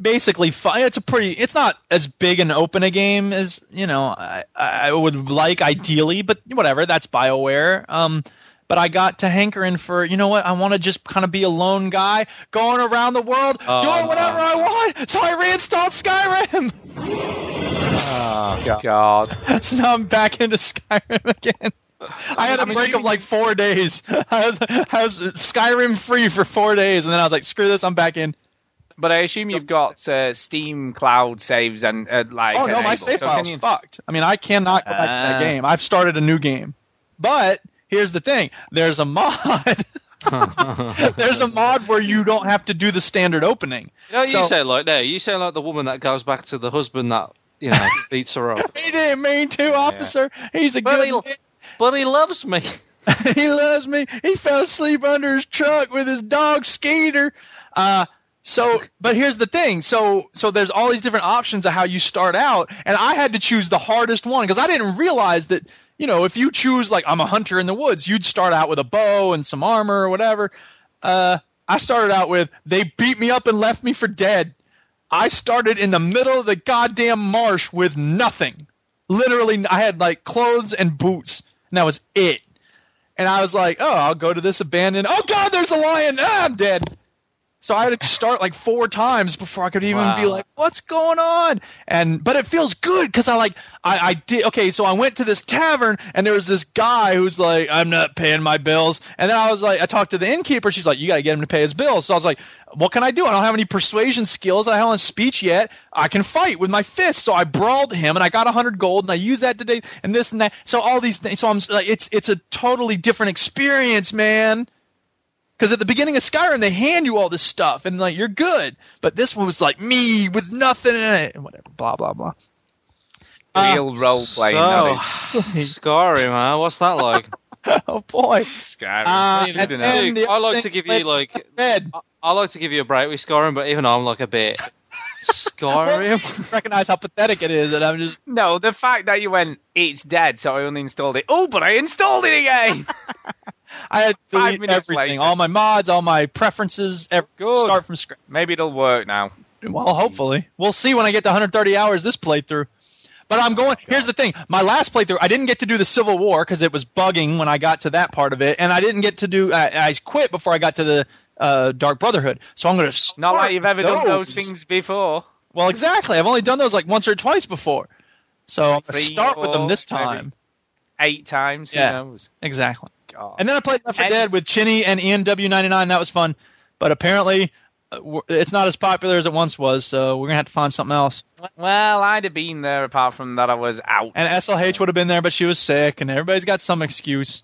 S3: basically find it's a pretty it's not as big and open a game as, you know, I, I would like ideally, but whatever, that's BioWare. Um but I got to hankering for, you know what? I want to just kind of be a lone guy going around the world,
S9: Oh,
S3: doing whatever
S9: no.
S3: I want. So I reinstalled Skyrim.
S9: Oh, God.
S1: God.
S3: so now I'm back into Skyrim again. I had a
S1: I mean,
S3: break
S1: you-
S3: of like four days. I was I was Skyrim free for four days, and then I was like, screw this, I'm back in.
S1: But I assume you've got uh, Steam cloud saves and uh, like.
S3: oh no, my
S1: enabled.
S3: save
S1: So
S3: file's
S1: can you-
S3: fucked. I mean, I cannot go back
S9: Ah.
S3: to that game. I've started a new game, but here's the thing: there's a mod. there's a mod where you don't have to do the standard opening.
S2: you, know,
S3: So-
S2: you say like there. You say like the woman that goes back to the husband that you know beats her up.
S3: He didn't mean to, officer. He's a
S2: But
S3: good.
S2: he,
S3: man.
S2: but he loves me.
S3: he loves me. He fell asleep under his truck with his dog Skeeter. Uh, so, but here's the thing. So, so there's all these different options of how you start out, and I had to choose the hardest one because I didn't realize that you know if you choose like I'm a hunter in the woods, you'd start out with a bow and some armor or whatever. Uh, I started out with they beat me up and left me for dead. I started in the middle of the goddamn marsh with nothing. Literally, I had like clothes and boots, and that was it. And I was like, oh, I'll go to this abandoned. Oh God, there's a lion! Ah, I'm dead. So I had to start like four times before I could even be
S2: Wow.
S3: like, what's going on? And but it feels good because I like I, I did okay. So I went to this tavern and there was this guy who's like, I'm not paying my bills. And then I was like, I talked to the innkeeper. She's like, you got to get him to pay his bills. So I was like, what can I do? I don't have any persuasion skills. I haven't speech yet. I can fight with my fists. So I brawled him and I got 100 gold and I used that today and this and that. So all these things. So I'm s- like, it's it's a totally different experience, man. Because at the beginning of Skyrim, they hand you all this stuff and like you're good, but this one was like me with nothing in it and whatever, blah blah blah. Uh,
S1: Real role playing.
S2: so, Skyrim, man. What's that like?
S3: oh boy.
S1: Skyrim.
S3: Uh,
S1: Good
S3: and
S1: enough.
S3: then the
S2: Luke, I
S3: other
S2: like
S3: thing
S2: to give
S3: is
S2: you like
S3: Red.
S2: I, I like to give you a break with Skyrim, but even I'm like a bit Skyrim.
S3: recognize how pathetic it is, and I'm just
S1: No, the fact that you went, it's dead, so I uninstalled it. Oh, but I installed it again.
S3: I had to
S1: Five
S3: delete
S1: minutes
S3: everything,
S1: later.
S3: all my mods, all my preferences, ev-
S1: Good.
S3: start from scratch.
S1: Maybe it'll work now.
S3: Well, hopefully. We'll see when I get to 130 hours this playthrough. But I'm going. Here's the thing. My last playthrough, I didn't get to do the Civil War because it was bugging when I got to that part of it, and I didn't get to do. I, I quit before I got to the uh, Dark Brotherhood. So I'm going to.
S1: Not like you've ever done those things before.
S3: Well, exactly. I've only done those like once or twice before. So I'm going
S1: Three,
S3: to start with them
S1: four,
S3: this
S1: maybe.
S3: time.
S1: Eight times.
S3: Yeah.
S1: Who knows?
S3: Exactly.
S1: God.
S3: And then I played Left 4
S1: And-
S3: Dead with Chinny and ENW99. That was fun, but apparently uh, w- it's not as popular as it once was. So we're gonna have to find something else.
S1: well, I'd have been there apart from that I was out.
S3: And SLH would have been there, but she was sick, and everybody's got some excuse.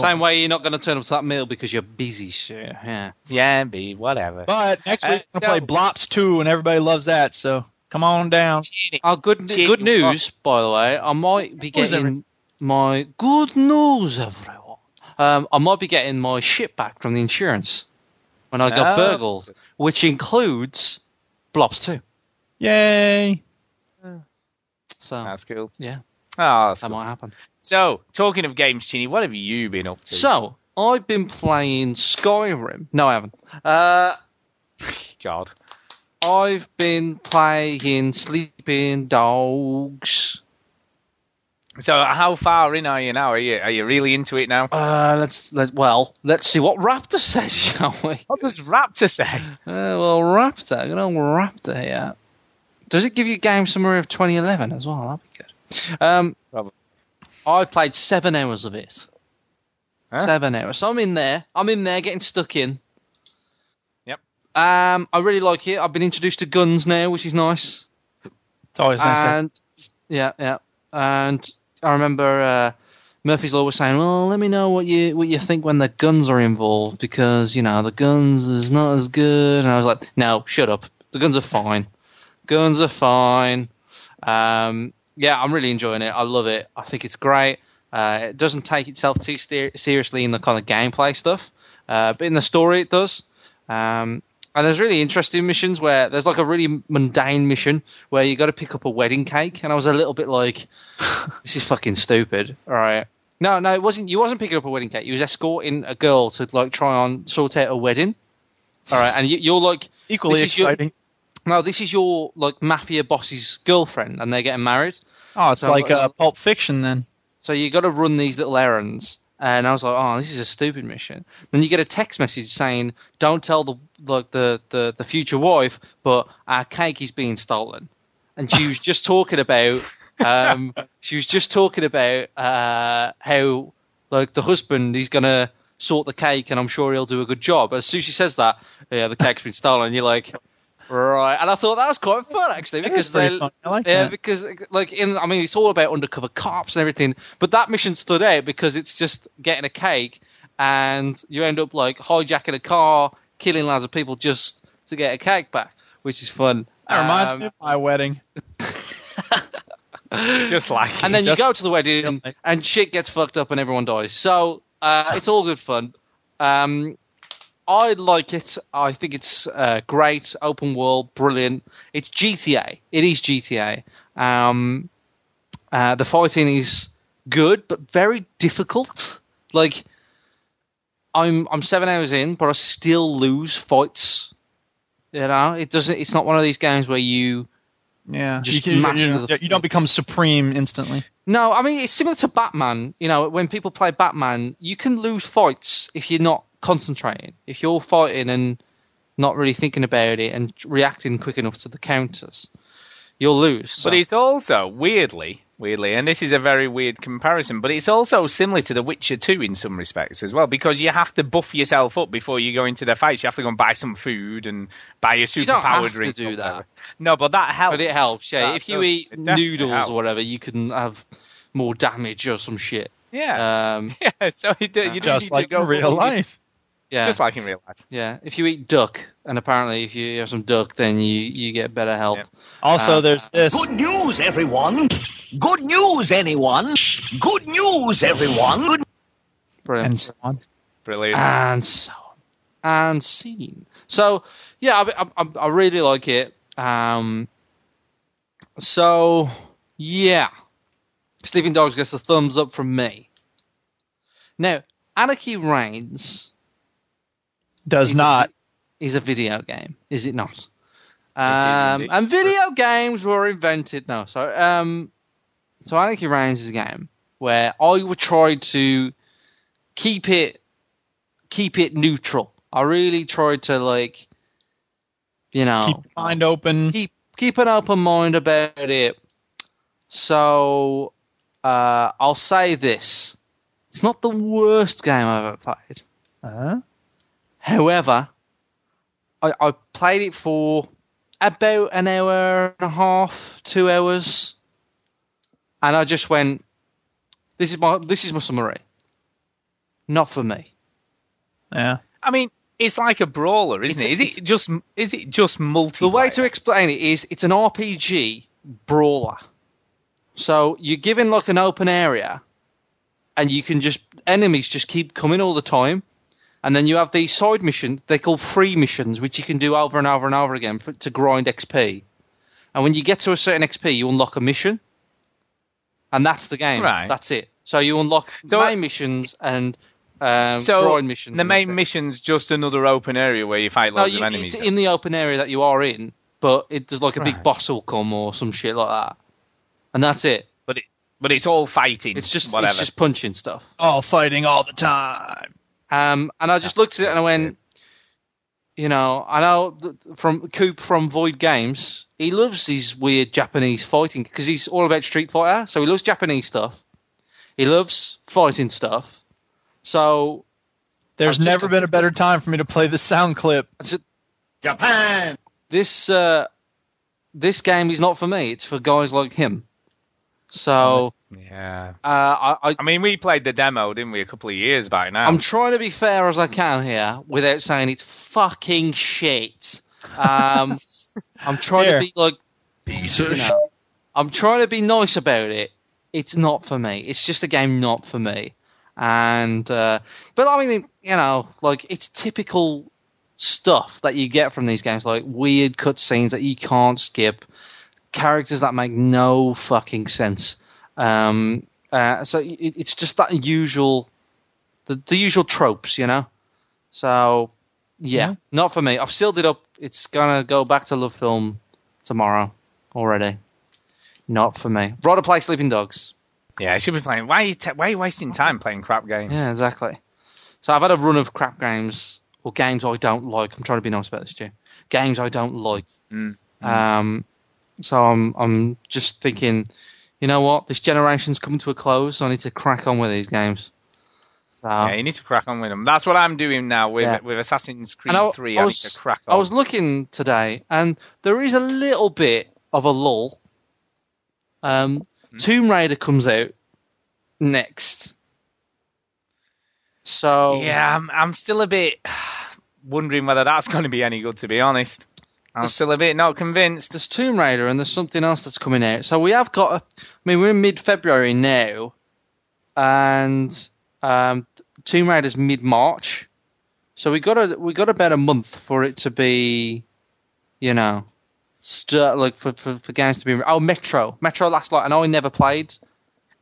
S2: Same way you're not going to turn up to that meal because you're busy. Shit. Yeah.
S1: yeah, be whatever.
S3: but next week
S1: Uh,
S3: we're gonna
S1: so-
S3: play Blops 2, and everybody loves that. So come on down.
S2: Oh, good
S1: Shit,
S2: good news, by the way. I might be
S3: Good news,
S2: getting my good news, everyone. Um, I might be getting my shit back from the insurance when I got
S1: Oh.
S2: burgled, which includes blobs too.
S3: Yay!
S2: So
S1: That's cool.
S2: yeah,
S1: Oh, that's
S2: that
S1: cool.
S2: might happen.
S1: So, talking of games, Chini, what have you been up to?
S2: So I've been playing Skyrim. No, I haven't. Uh,
S1: God.
S2: I've been playing Sleeping Dogs.
S1: So, how far in are you now? Are you are you really into it now?
S2: Uh, let's let well, let's see what Raptor says, shall we?
S1: What does Raptor say?
S2: Uh, well, Raptor, good old Raptor here. Does it give you game summary of 2011 as well? That'd be good. Um,
S1: Probably.
S2: I played seven hours of it.
S1: Huh?
S2: Seven hours. So I'm in there. I'm in there getting stuck in.
S1: Yep.
S2: Um, I really like it. I've been introduced to guns now, which is nice.
S3: It's always nice to
S2: And yeah, yeah. And I remember uh, Murphy's Law was saying, "Well, let me know what you what you think when the guns are involved, because you know the guns is not as good." And I was like, "No, shut up. The guns are fine. guns are fine." Um, yeah, I'm really enjoying it. I love it. I think it's great. Uh, it doesn't take itself too ser- seriously in the kind of gameplay stuff, uh, but in the story it does. Um, And there's really interesting missions where there's like a really mundane mission where you got to pick up a wedding cake, and I was a little bit like, "This is fucking stupid." All right. No, no, it wasn't. You wasn't picking up a wedding cake. You was escorting a girl to like try on sort out a wedding. All right, and you, you're like
S3: Equally
S2: this is your-
S3: exciting.
S2: no, this is your like mafia boss's girlfriend, and they're getting married.
S3: Oh, it's
S2: So-
S3: like uh, Pulp Fiction then.
S2: So you got to run these little errands. And I was like, oh, this is a stupid mission. Then you get a text message saying, don't tell the like the, the, the future wife, but our cake is being stolen. And she was just talking about, um, she was just talking about uh, how like the husband he's gonna sort the cake, and I'm sure he'll do a good job. As soon as she says that, yeah, the cake's been stolen. You're like, right. And I thought that was quite fun actually
S3: That is
S2: because
S3: pretty
S2: they,
S3: fun. I like
S2: yeah,
S3: that.
S2: because like in I mean it's all about undercover cops and everything, but that mission stood out because it's just getting a cake and you end up like hijacking a car, killing loads of people just to get a cake back, which is fun.
S3: That reminds
S2: Um,
S3: me of my wedding.
S1: Just like it.
S2: and then
S3: Just-
S2: you go to the wedding and shit gets fucked up and everyone dies. So uh, it's all good fun. Um, I like it. I think it's uh, great, open world, brilliant. It's GTA. It is GTA. Um, uh, the fighting is good, but very difficult. Like I'm I'm seven hours in, but I still lose fights. You know, it doesn't. It's not one of these games where you
S3: Yeah.
S2: Just
S3: you, can- you,
S2: master
S3: you-
S2: the-
S3: you don't become supreme instantly.
S2: no, I mean it's similar to Batman. You know, when people play Batman, you can lose fights if you're not concentrating. If you're fighting and not really thinking about it and reacting quick enough to the counters, you'll lose. So-
S1: But it's also weirdly, weirdly, and this is a very weird comparison, but it's also similar to The Witcher 2 in some respects as well, because you have to buff yourself up before you go into the fights. You have to go and buy some food and buy a super
S2: don't
S1: power
S2: have to
S1: drink.
S2: do
S1: or
S2: that.
S1: whatever. No, but that helps.
S2: but it helps. Yeah,
S1: That
S2: if you
S1: does-
S2: eat
S1: it definitely
S2: noodles
S1: helps.
S2: or whatever, you can have more damage or some shit.
S1: Yeah.
S2: Um,
S1: yeah, so it, do- you do
S3: Just
S1: need
S3: like
S1: to go
S3: in real
S1: for what you-
S3: life.
S2: yeah,
S1: Just like in real life.
S2: yeah. If you eat duck, and apparently if you have some duck, then you you get better health.
S1: Yep.
S3: Also,
S2: Uh,
S3: there's this.
S5: Good news, everyone. Good news, anyone. Good news, everyone. Good
S2: Brilliant.
S3: And so on.
S1: Brilliant.
S2: and so on and scene. So yeah, I, I, I- I really like it. Um, so yeah, Sleeping Dogs gets a thumbs up from me. Now, Anarchy Reigns
S3: Does
S2: is a-
S3: not.
S2: is a video game, is it not?
S1: is
S2: Um,
S1: indeed.
S2: and video games were invented. No, so um, so Anarchy Reigns is a game where I would try to keep it keep it neutral. I really tried to like, you know,
S3: Keep your mind open.
S2: keep keep an open mind about it. So uh, I'll say this: it's not the worst game I've ever played.
S3: Uh,
S2: However, I, I played it for about an hour and a half, two hours, and I just went, "This is my this is my summary. Not for me."
S3: yeah.
S1: I mean, it's like a brawler, isn't
S2: It's-
S1: it? Is it just is it just multiplayer?
S2: The way to explain it is it's an RPG brawler. So you're given like an open area, and you can just enemies just keep coming all the time, and then you have these side missions. They call free missions, which you can do over and over and over again for, to grind XP. And when you get to a certain XP, you unlock a mission, and that's the game.
S1: Right.
S2: That's it. So you unlock
S1: So-
S2: main missions and um,
S1: so
S2: grind missions.
S1: the
S2: and
S1: main
S2: that's it.
S1: mission's just another open area where you fight
S2: No,
S1: loads
S2: you,
S1: of enemies.
S2: it's
S1: then.
S2: in the open area that you are in, but it, there's like a big
S1: Right.
S2: boss will come or some shit like that, and that's it.
S1: but it but it's all fighting.
S2: It's just
S1: whatever.
S2: it's just punching stuff.
S3: All fighting all the time.
S2: Um, and I just looked at it and I went, you know, I know th- from Coop from Void Games, he loves his weird Japanese fighting because he's all about Street Fighter, so he loves Japanese stuff. He loves fighting stuff. So
S3: There's
S2: I've
S3: never
S2: just-
S3: been a better time for me to play the sound clip.
S5: Japan.
S2: this uh, this game is not for me. It's for guys like him. So
S1: yeah.
S2: uh, I, I
S1: I mean, we played the demo, didn't we, a couple of years back now?
S2: I'm trying to be fair as I can here without saying it's fucking shit. Um, I'm trying
S3: Here.
S2: to be like, you know, I'm trying to be nice about it. It's not for me. It's just a game not for me. And uh, but I mean, you know, like it's typical stuff that you get from these games, like weird cutscenes that you can't skip, characters that make no fucking sense. Um, uh, so it, it's just that usual, the, the usual tropes, you know. So yeah, not for me. I've sealed it up. It's gonna go back to love film tomorrow already. Not for me. Rather play Sleeping Dogs.
S1: Yeah, I should be playing. Why are you ta why are you wasting time playing crap games?
S2: Yeah, exactly. So I've had a run of crap games or games I don't like. I'm trying to be nice about this too. Games I don't like.
S1: Mm.
S2: Um, so I'm I'm just thinking, you know what? This generation's coming to a close. So I need to crack on with these games. So
S1: Yeah, you need to crack on with them. That's what I'm doing now with
S2: Yeah.
S1: with Assassin's Creed
S2: And I-
S1: Three.
S2: I
S1: I,
S2: was-
S1: need to crack
S2: I
S1: on.
S2: was looking today, and there is a little bit of a lull. Um,
S1: Hmm.
S2: Tomb Raider comes out next. So
S1: yeah, I'm, I'm still a bit wondering whether that's going to be any good. To be honest, I'm still a bit not convinced.
S2: there's Tomb Raider and there's something else that's coming out. So we have got. A, I mean, we're in mid-February now, and um, Tomb Raider's mid-March. So we got a we got about a month for it to be, you know, stu like for, for for games to be. Oh, Metro, Metro Last Light. I know I never played.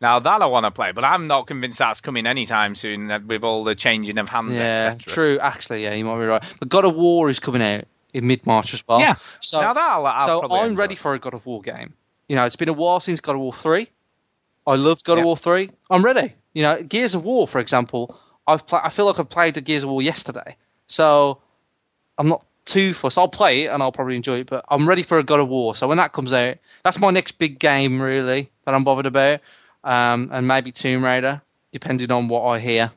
S1: Now that I want to play, but I'm not convinced that's coming anytime soon uh, with all the changing of hands,
S2: Yeah,
S1: etc.
S2: true. Actually, yeah, you might be right. But God of War is coming out in mid-March as well.
S1: Yeah.
S2: So
S1: now that I'll, I'll
S2: so
S1: probably
S2: I'm
S1: enjoy.
S2: ready for a God of War game. You know, it's been a while since God of War three. I love God of
S1: Yeah.
S2: War three. I'm ready. You know, Gears of War, for example, I've pla I feel like I've played the Gears of War yesterday, so I'm not too fussed. I'll play it and I'll probably enjoy it, but I'm ready for a God of War. So when that comes out, that's my next big game really that I'm bothered about, um, and maybe Tomb Raider, depending on what I hear.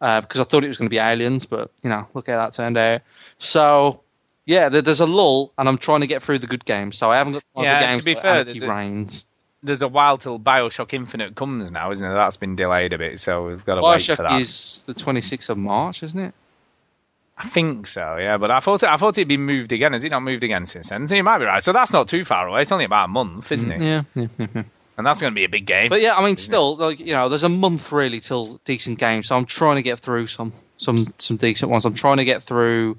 S2: Uh, because I thought it was going to be aliens, but you know, look how that turned out. So yeah, there, there's a lull, and I'm trying to get through the good games. So I haven't got time
S1: Yeah,
S2: for
S1: to
S2: games
S1: be
S2: like
S1: fair,
S2: Anarchy
S1: there's a-
S2: Reigns.
S1: There's a while till Bioshock Infinite comes now, isn't there? That's been delayed a bit, so we've got to wait for
S2: Bioshock
S1: that.
S2: is the 26th of March, isn't it?
S1: I think so, yeah. But I thought it, I thought it'd been moved again. Has it not moved again since then? So you might be right. So that's not too far away. It's only about a month, isn't it?
S2: Yeah, yeah, yeah, yeah.
S1: And that's going to be a big game.
S2: But yeah, I mean, still, like you know, there's a month really till decent games. So I'm trying to get through some some some decent ones. I'm trying to get through,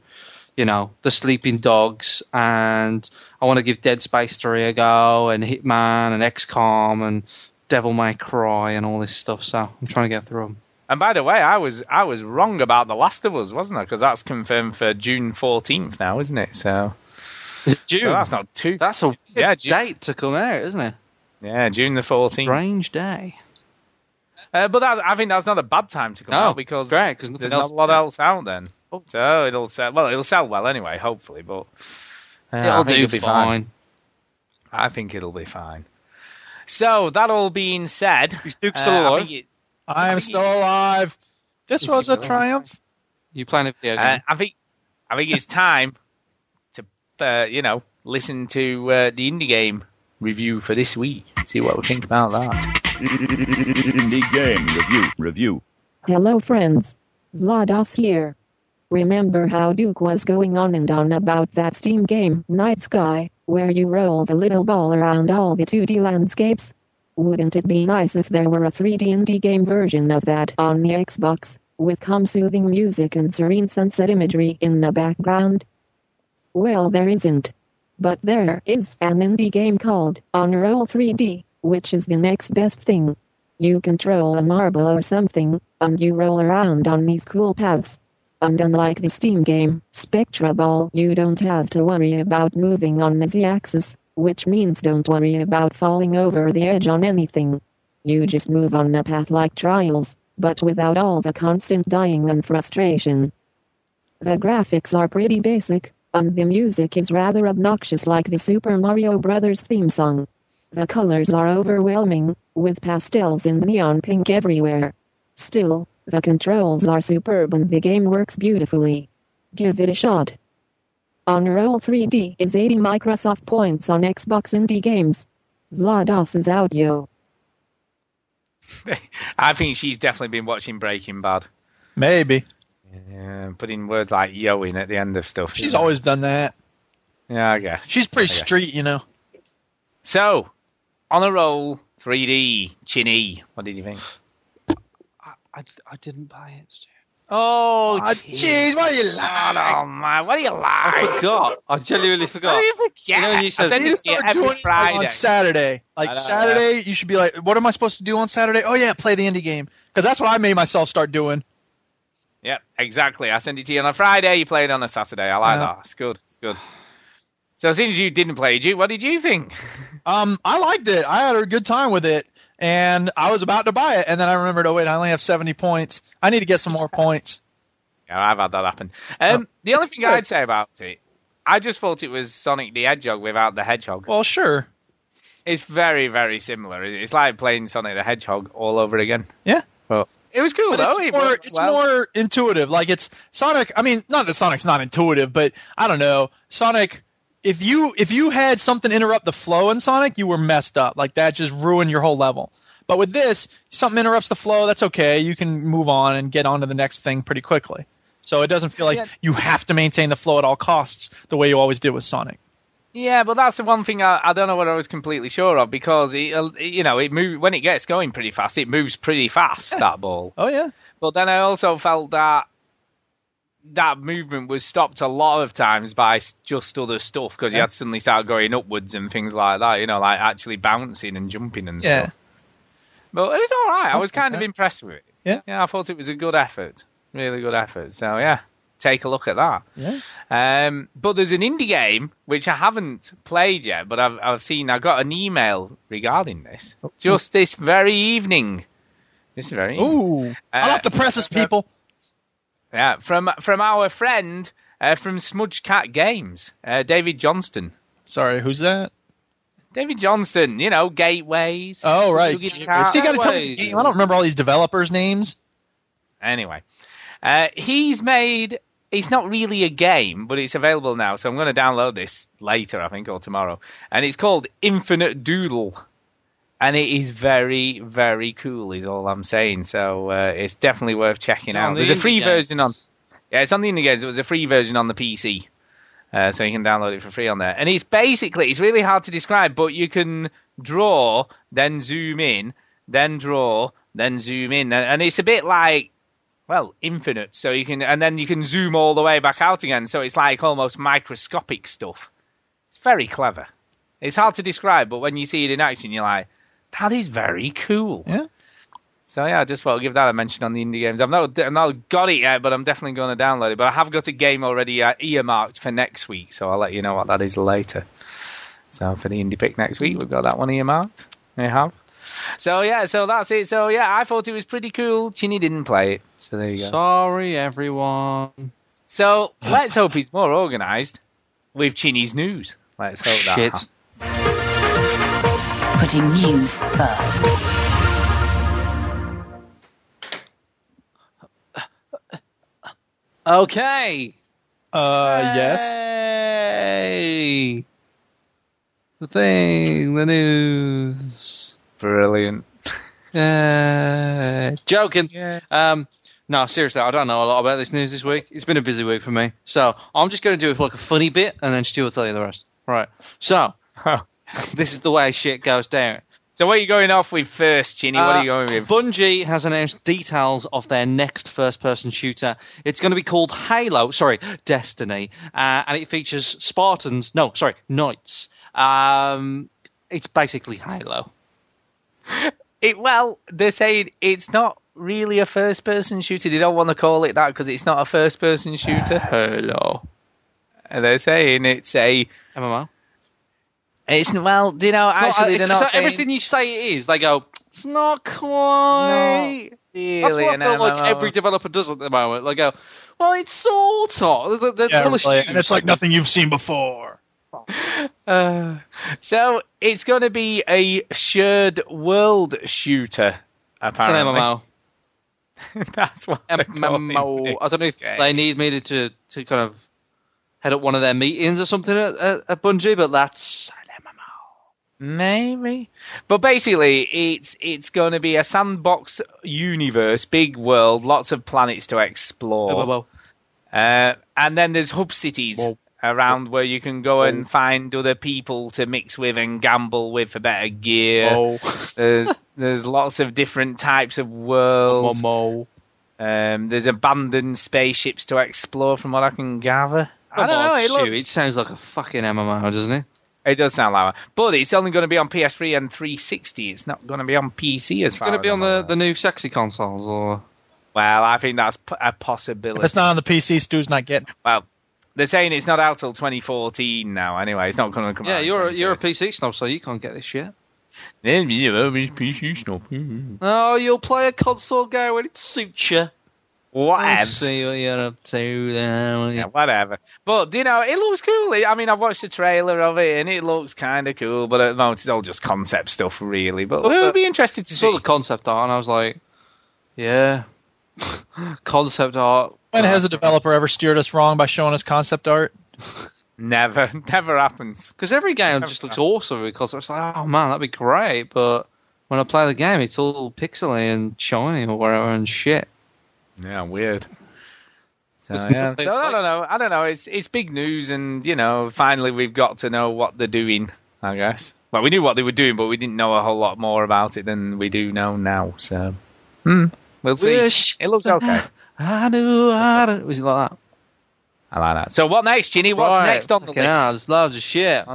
S2: you know, the Sleeping Dogs, and I want to give Dead Space three a go, and Hitman, and XCOM, and Devil May Cry, and all this stuff. So I'm trying to get through them.
S1: And by the way, I was I was wrong about The Last of Us, wasn't I? Because that's confirmed for June 14th now, isn't it? So,
S2: It's
S1: so
S2: June.
S1: that's not too.
S2: That's a weird
S1: Yeah, June.
S2: date to come out, isn't it?
S1: yeah, June the 14th.
S2: Strange day.
S1: Uh, but that, I think that's not a bad time to come
S2: No,
S1: out because
S2: Oh, great, 'cause nothing
S1: there's
S2: else-
S1: not a lot else out then.
S2: Oh.
S1: So it'll sell. Well, it'll sell well anyway, hopefully. But uh, I
S2: It'll
S1: think
S2: do
S1: it'll
S2: fine.
S1: be I think it'll be fine. So that all being said,
S2: Is Duke
S1: uh,
S2: still
S1: I
S2: alive?
S1: think it-
S3: I am still alive. This was a triumph.
S2: You playing a video game?
S1: Uh, I think I think it's time to uh, you know listen to uh, the indie game review for this week. See what we think about that.
S4: Indie game review. Review.
S10: Hello, friends. Vlados here. Remember how Duke was going on and on about that Steam game, Night Sky, where you roll the little ball around all the 2D landscapes? Wouldn't it be nice if there were a 3D indie game version of that on the Xbox, with calm soothing music and serene sunset imagery in the background? Well, there isn't. But there is an indie game called On Roll 3D, which is the next best thing. You control a marble or something, and you roll around on these cool paths. And unlike the Steam game, Spectra Ball, you don't have to worry about moving on the Z axis, which means don't worry about falling over the edge on anything. You just move on a path like trials, but without all the constant dying and frustration. The graphics are pretty basic, and the music is rather obnoxious like the Super Mario Brothers theme song. The colors are overwhelming, with pastels and neon pink everywhere. Still, the controls are superb and the game works beautifully. Give it a shot. On Roll 3D is 80 Microsoft points on Xbox Indie Games. Vlados is out, yo.
S1: I think she's definitely been watching Breaking Bad.
S3: Maybe.
S1: Yeah, putting words like "yo" in at the end of stuff.
S3: She's
S1: isn't it?
S3: always done that.
S1: yeah, I guess.
S3: She's pretty
S1: Okay.
S3: street, you know.
S1: So on a roll, 3D, Chinny. What did you think?
S2: I, I didn't buy it. Stu.
S1: Oh,
S3: Ah,
S1: jeez.
S3: jeez, why are you lying?
S1: Oh, man. What are you lying?
S2: Forgot. I genuinely
S1: How
S2: forgot.
S1: do you forget?
S2: You know, you
S1: I
S2: said-
S1: send
S3: You
S1: it to you
S3: start doing
S1: every
S3: it, like,
S1: Friday.
S3: on Saturday.
S1: I
S3: Like
S1: know,
S3: Saturday, you should be like, "What am I supposed to do on Saturday?" Oh yeah, play the indie game because that's what I made myself start doing.
S1: Yep, exactly. I send it to you on a Friday. You play it on a Saturday. I like
S3: Yeah.
S1: that. It's good. It's good. So, since you didn't play Duke, what did you think?
S3: Um, I liked it. I had a good time with it, and I was about to buy it, and then I remembered, "Oh wait, I only have 70 points. I need to get some more points."
S1: Yeah, I've had that happen. Um,
S3: Oh,
S1: the only
S3: it's
S1: thing
S3: good.
S1: I'd say about it, I just thought it was Sonic the Hedgehog without the hedgehog.
S3: Well, sure.
S1: It's very, very similar. It- It's like playing Sonic the Hedgehog all over again.
S3: Yeah.
S1: But it was cool,
S3: But oh,
S1: though.
S3: it's
S1: It
S3: more,
S1: worked
S3: it's
S1: well.
S3: more intuitive. Like it's Sonic. I mean, not that Sonic's not intuitive, but I don't know. Sonic, if you if you had something interrupt the flow in Sonic, you were messed up. Like that just ruined your whole level. But with this, something interrupts the flow. That's okay. You can move on and get on to the next thing pretty quickly. So it doesn't feel like
S1: Yeah.
S3: you have to maintain the flow at all costs the way you always did with Sonic.
S1: Yeah, but that's the one thing I, I don't know what I was completely sure of because it, you know, it move when it gets going pretty fast. It moves pretty fast that ball.
S3: Oh yeah.
S1: But then I also felt that that movement was stopped a lot of times by s- just other stuff because you
S3: Yeah.
S1: had to suddenly start going upwards and things like that. You know, like actually bouncing and jumping and
S3: Yeah.
S1: stuff. But it was all right. I was kind of
S3: Okay.
S1: impressed with it.
S3: Yeah.
S1: yeah, I thought it was a good effort, really good effort. So yeah, take a look at that.
S3: Yeah.
S1: Um, but there's an indie game which I haven't played yet, but I've, I've seen. I got an email regarding this just this very evening. This very evening.
S3: Oh. Ooh. Uh, I'll have to press this, people.
S1: yeah, from from our friend uh, from Smudge Cat Games, uh, David Johnston.
S3: Sorry, who's that?
S1: David Johnston, you know, Gateways.
S3: Oh right.
S1: Sugi
S3: See, you
S1: Cat.
S3: gotta tell me the game. I don't remember all these developers' names.
S1: Anyway, uh, he's made. It's not really a game, but it's available now, so I'm going to download this later, I think, or tomorrow. And it's called Infinite Doodle. And it is very, very cool, is all I'm saying. So uh, it's definitely worth checking
S2: On
S1: out.
S2: the
S1: There's a free
S2: indie
S1: version on.
S2: games.
S1: Yeah, it's on the indie games. It was a free version on the PC, uh, so you can download it for free on there. And it's basically it's really hard to describe, but you can draw, then zoom in, then draw, then zoom in, and, and it's a bit like well infinite. So you can and then you can zoom all the way back out again. So it's like almost microscopic stuff. It's very clever. It's hard to describe, but when you see it in action, you're like, that is very cool.
S3: Yeah.
S1: So yeah, I just thought I'd give that a mention on the indie games. I've not, I've not got it yet, but I'm definitely going to download it. But I have got a game already uh, earmarked for next week, so I'll let you know what that is later. So for the indie pick next week, we've got that one earmarked. We have. So yeah, so that's it. So yeah, I thought it was pretty cool. Chinny didn't play it, so there you go.
S2: Sorry, everyone.
S1: So let's hope he's more organised with Chinny's news. Let's hope that.
S2: Shit.
S1: happens.
S11: Putting news first.
S2: Okay.
S3: Uh, yes.
S2: Yay. The thing, the news.
S1: Brilliant.
S2: Uh, joking.
S1: Yeah.
S2: Um, no, seriously, I don't know a lot about this news this week. It's been a busy week for me, so I'm just going to do it for like a funny bit, and then Stu will tell you the rest. Right. So this is the way shit goes down.
S1: So what are you going off with first, Chinny? what are you
S2: Uh,
S1: going with?
S2: Bungie has announced details of their next first-person shooter. It's going to be called Halo, sorry, Destiny, uh, and it features Spartans. No, sorry, Knights. Um, it's basically Halo.
S1: It, well, they're saying it's not really a first person shooter. They don't want to call it that because it's not a first person shooter.
S2: Halo.
S1: And they're saying it's a.
S2: MMO.
S1: It's well, you know,
S2: Well,
S1: actually,
S2: uh,
S1: they're
S2: it's-
S1: not
S2: so
S1: saying
S2: everything you say it is, they go, it's not quite.
S1: really
S2: That's what I
S1: an
S2: feel like
S1: MMO.
S2: every developer does at the moment. They go, well, it's sort of. They're, they're
S3: Yeah,
S2: full of
S3: really,
S2: stews.
S3: and it's like nothing you've seen before.
S1: Uh, so it's going to be a shared world shooter.
S2: It's an
S1: Apparently,
S2: MMO.
S1: That's what they're calling
S2: MMO. I don't know
S1: this
S2: if
S1: game.
S2: they need me to, to, to kind of head up one of their meetings or something at, at, at Bungie, but that's an MMO.
S1: Maybe. But basically, it's it's going to be a sandbox universe, big world, lots of planets to explore.
S2: Well, well,
S1: Uh, and then there's hub cities
S2: Whoa.
S1: around where you can go and find other people to mix with and gamble with for better gear.
S2: well.
S1: There's there's lots of different types of worlds.
S2: Mo- mo.
S1: Um, there's abandoned spaceships to explore, from what I can gather. I don't know. It
S2: Shoot,
S1: looks
S2: it sounds like a fucking MMO, doesn't it?
S1: It does sound like one. But it's only going to be on PS3 and 360. It's not going to be on PC as
S2: It's
S1: far
S2: going to
S1: as
S2: be
S1: I'm
S2: on the, the new sexy consoles, or
S1: Well, I think that's p- a possibility.
S3: If it's not on the PC, Stu's not getting. it.
S1: Well, they're saying it's not out till 2014 now. Anyway, it's not going to come
S2: yeah,
S1: out.
S2: you're a, you're a PC snob, so you can't get this shit.
S1: Yeah, you know, it's PC snob. Hmm.
S2: Oh, you'll play a console game when it suits you. We'll
S1: Whatevs.
S2: see what you're up to then.
S1: Yeah, whatever. But you know, it looks cool. I mean, I've watched the trailer of it, and it looks kind of cool. But at the moment, it's all just concept stuff, really. But uh,
S2: But
S1: it
S2: the-
S1: would be interested to
S2: I saw
S1: see.
S2: the concept art and I was like, yeah, concept art. Uh,
S3: When has a developer ever steered us wrong by showing us concept art?
S1: Never, never happens.
S2: Because every game just looks awesome because it's like, oh man, that'd be great. But when I play the game, it's all pixely and shiny or whatever and shit.
S1: Yeah, weird. So,
S2: It's
S1: yeah.
S2: nothing
S1: so I
S2: like-
S1: don't know. I don't know. It's it's big news, and you know, finally we've got to know what they're doing. I guess. Well, we knew what they were doing, but we didn't know a whole lot more about it than we do know now. So, hmm, we'll see.
S2: Wish
S1: It looks okay.
S2: I do, I do. Was it like that?
S1: I like that. So, what next, Ginny? What's
S2: Right,
S1: next on the
S2: fucking
S1: list?
S2: hell, there's loads of shit.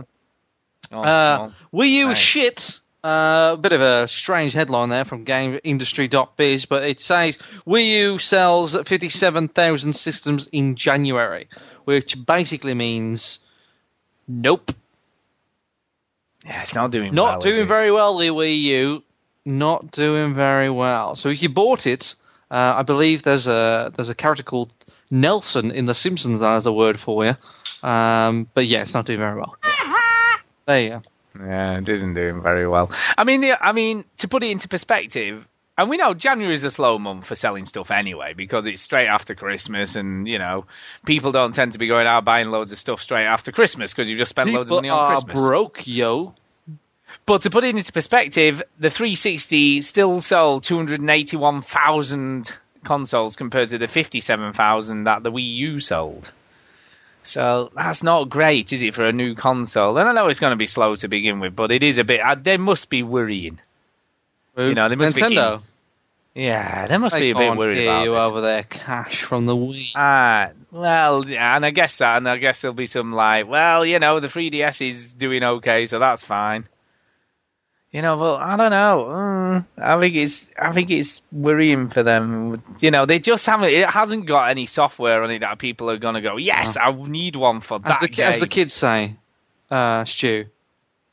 S1: Oh,
S2: Uh, Wii U is
S1: Thanks.
S2: shit. Uh, a bit of a strange headline there from GameIndustry.biz, but it says Wii U sells 57,000 systems in January, which basically means nope,
S1: yeah, it's not doing well,
S2: not
S1: is
S2: doing
S1: it?
S2: very well. The Wii U, not doing very well. So if you bought it, uh, I believe there's a there's a character called Nelson in The Simpsons that has a word for you. Um, but yeah, it's not doing very well. There you go.
S1: Yeah, it isn't doing very well. I mean, the, I mean, to put it into perspective, and we know January is a slow month for selling stuff anyway because it's straight after Christmas, and you know, people don't tend to be going out buying loads of stuff straight after Christmas because you've just spent loads of
S2: People
S1: money on
S2: are
S1: Christmas.
S2: broke, yo.
S1: But to put it into perspective, the 360 still sold 281,000 consoles compared to the 57,000 that the Wii U sold. So that's not great, is it, for a new console? And I know it's going to be slow to begin with, but it is a bit. uh, They must be worrying. You know, they must be
S2: Nintendo.
S1: Yeah, they must
S2: they
S1: be a
S2: can't
S1: bit worried
S2: hear
S1: about
S2: you
S1: this.
S2: over their cash from the Wii.
S1: Ah, well, yeah, and I guess that, and I guess there'll be some like, well, you know, the 3DS is doing okay, so that's fine. You know, but I don't know. Mm, I think it's, I think it's worrying for them. You know, they just haven't. It hasn't got any software on it that people are gonna go. Yes, I need one for
S2: As
S1: that
S2: the, as the
S1: game."
S2: kids say, uh, Stu,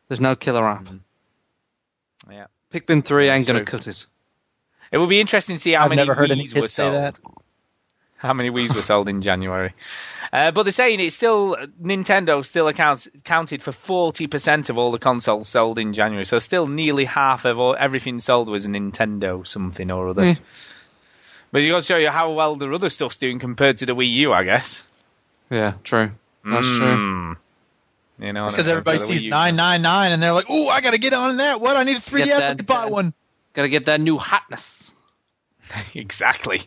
S2: there's no killer app.
S1: Mm-hmm. Yeah.
S2: Pikmin 3 ain't going to
S1: true.
S2: cut it.
S1: It will be interesting to see how
S3: I've
S1: many
S3: never heard any
S1: Wii's were
S3: kids say
S1: sold.
S3: that.
S1: How many Wii's were sold in January? Uh, but they're saying it's still Nintendo still accounts counted for forty percent of all the consoles sold in January. So still nearly half of all, everything sold was a Nintendo something or other.
S2: Eh.
S1: But you got to show you how well their other stuff's doing compared to the Wii U, I guess.
S2: Yeah, true. That's true.
S1: Mm. You know, what I
S3: It's because
S1: mean?
S3: everybody
S1: So the Wii
S3: sees
S1: U-
S3: nine nine nine, and they're like, "Ooh, I gotta get on that. What? I need a 3DS
S2: that
S3: to buy
S2: done.
S3: one."
S2: Got to get that new hotness.
S1: exactly.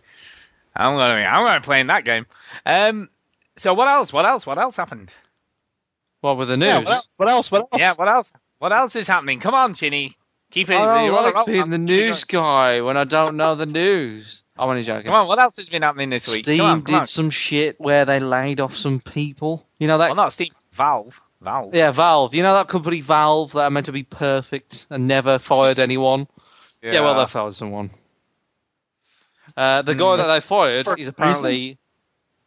S1: I'm gonna, be- I'm gonna be playing that game. Um, so what else? What else? What else happened?
S2: What with the news?
S3: Yeah. What else? What else? What else?
S1: Yeah, what else? What else is happening? Come on, Chinny. Keep it.
S2: I
S1: you're on a
S2: don't like
S1: roll,
S2: being
S1: man.
S2: the
S1: Keep
S2: news
S1: going.
S2: guy when I don't know the news. I'm only joking.
S1: Come on, what else has been happening this week?
S2: Steam
S1: come on, come
S2: did
S1: on.
S2: some shit where they laid off some people. You know that
S1: Well, not Steam. Valve. Valve.
S2: Yeah, Valve. You know that company Valve that are meant to be perfect and never fired anyone? Yeah, well, they fired someone. Uh, the guy that they fired
S3: For
S2: is apparently.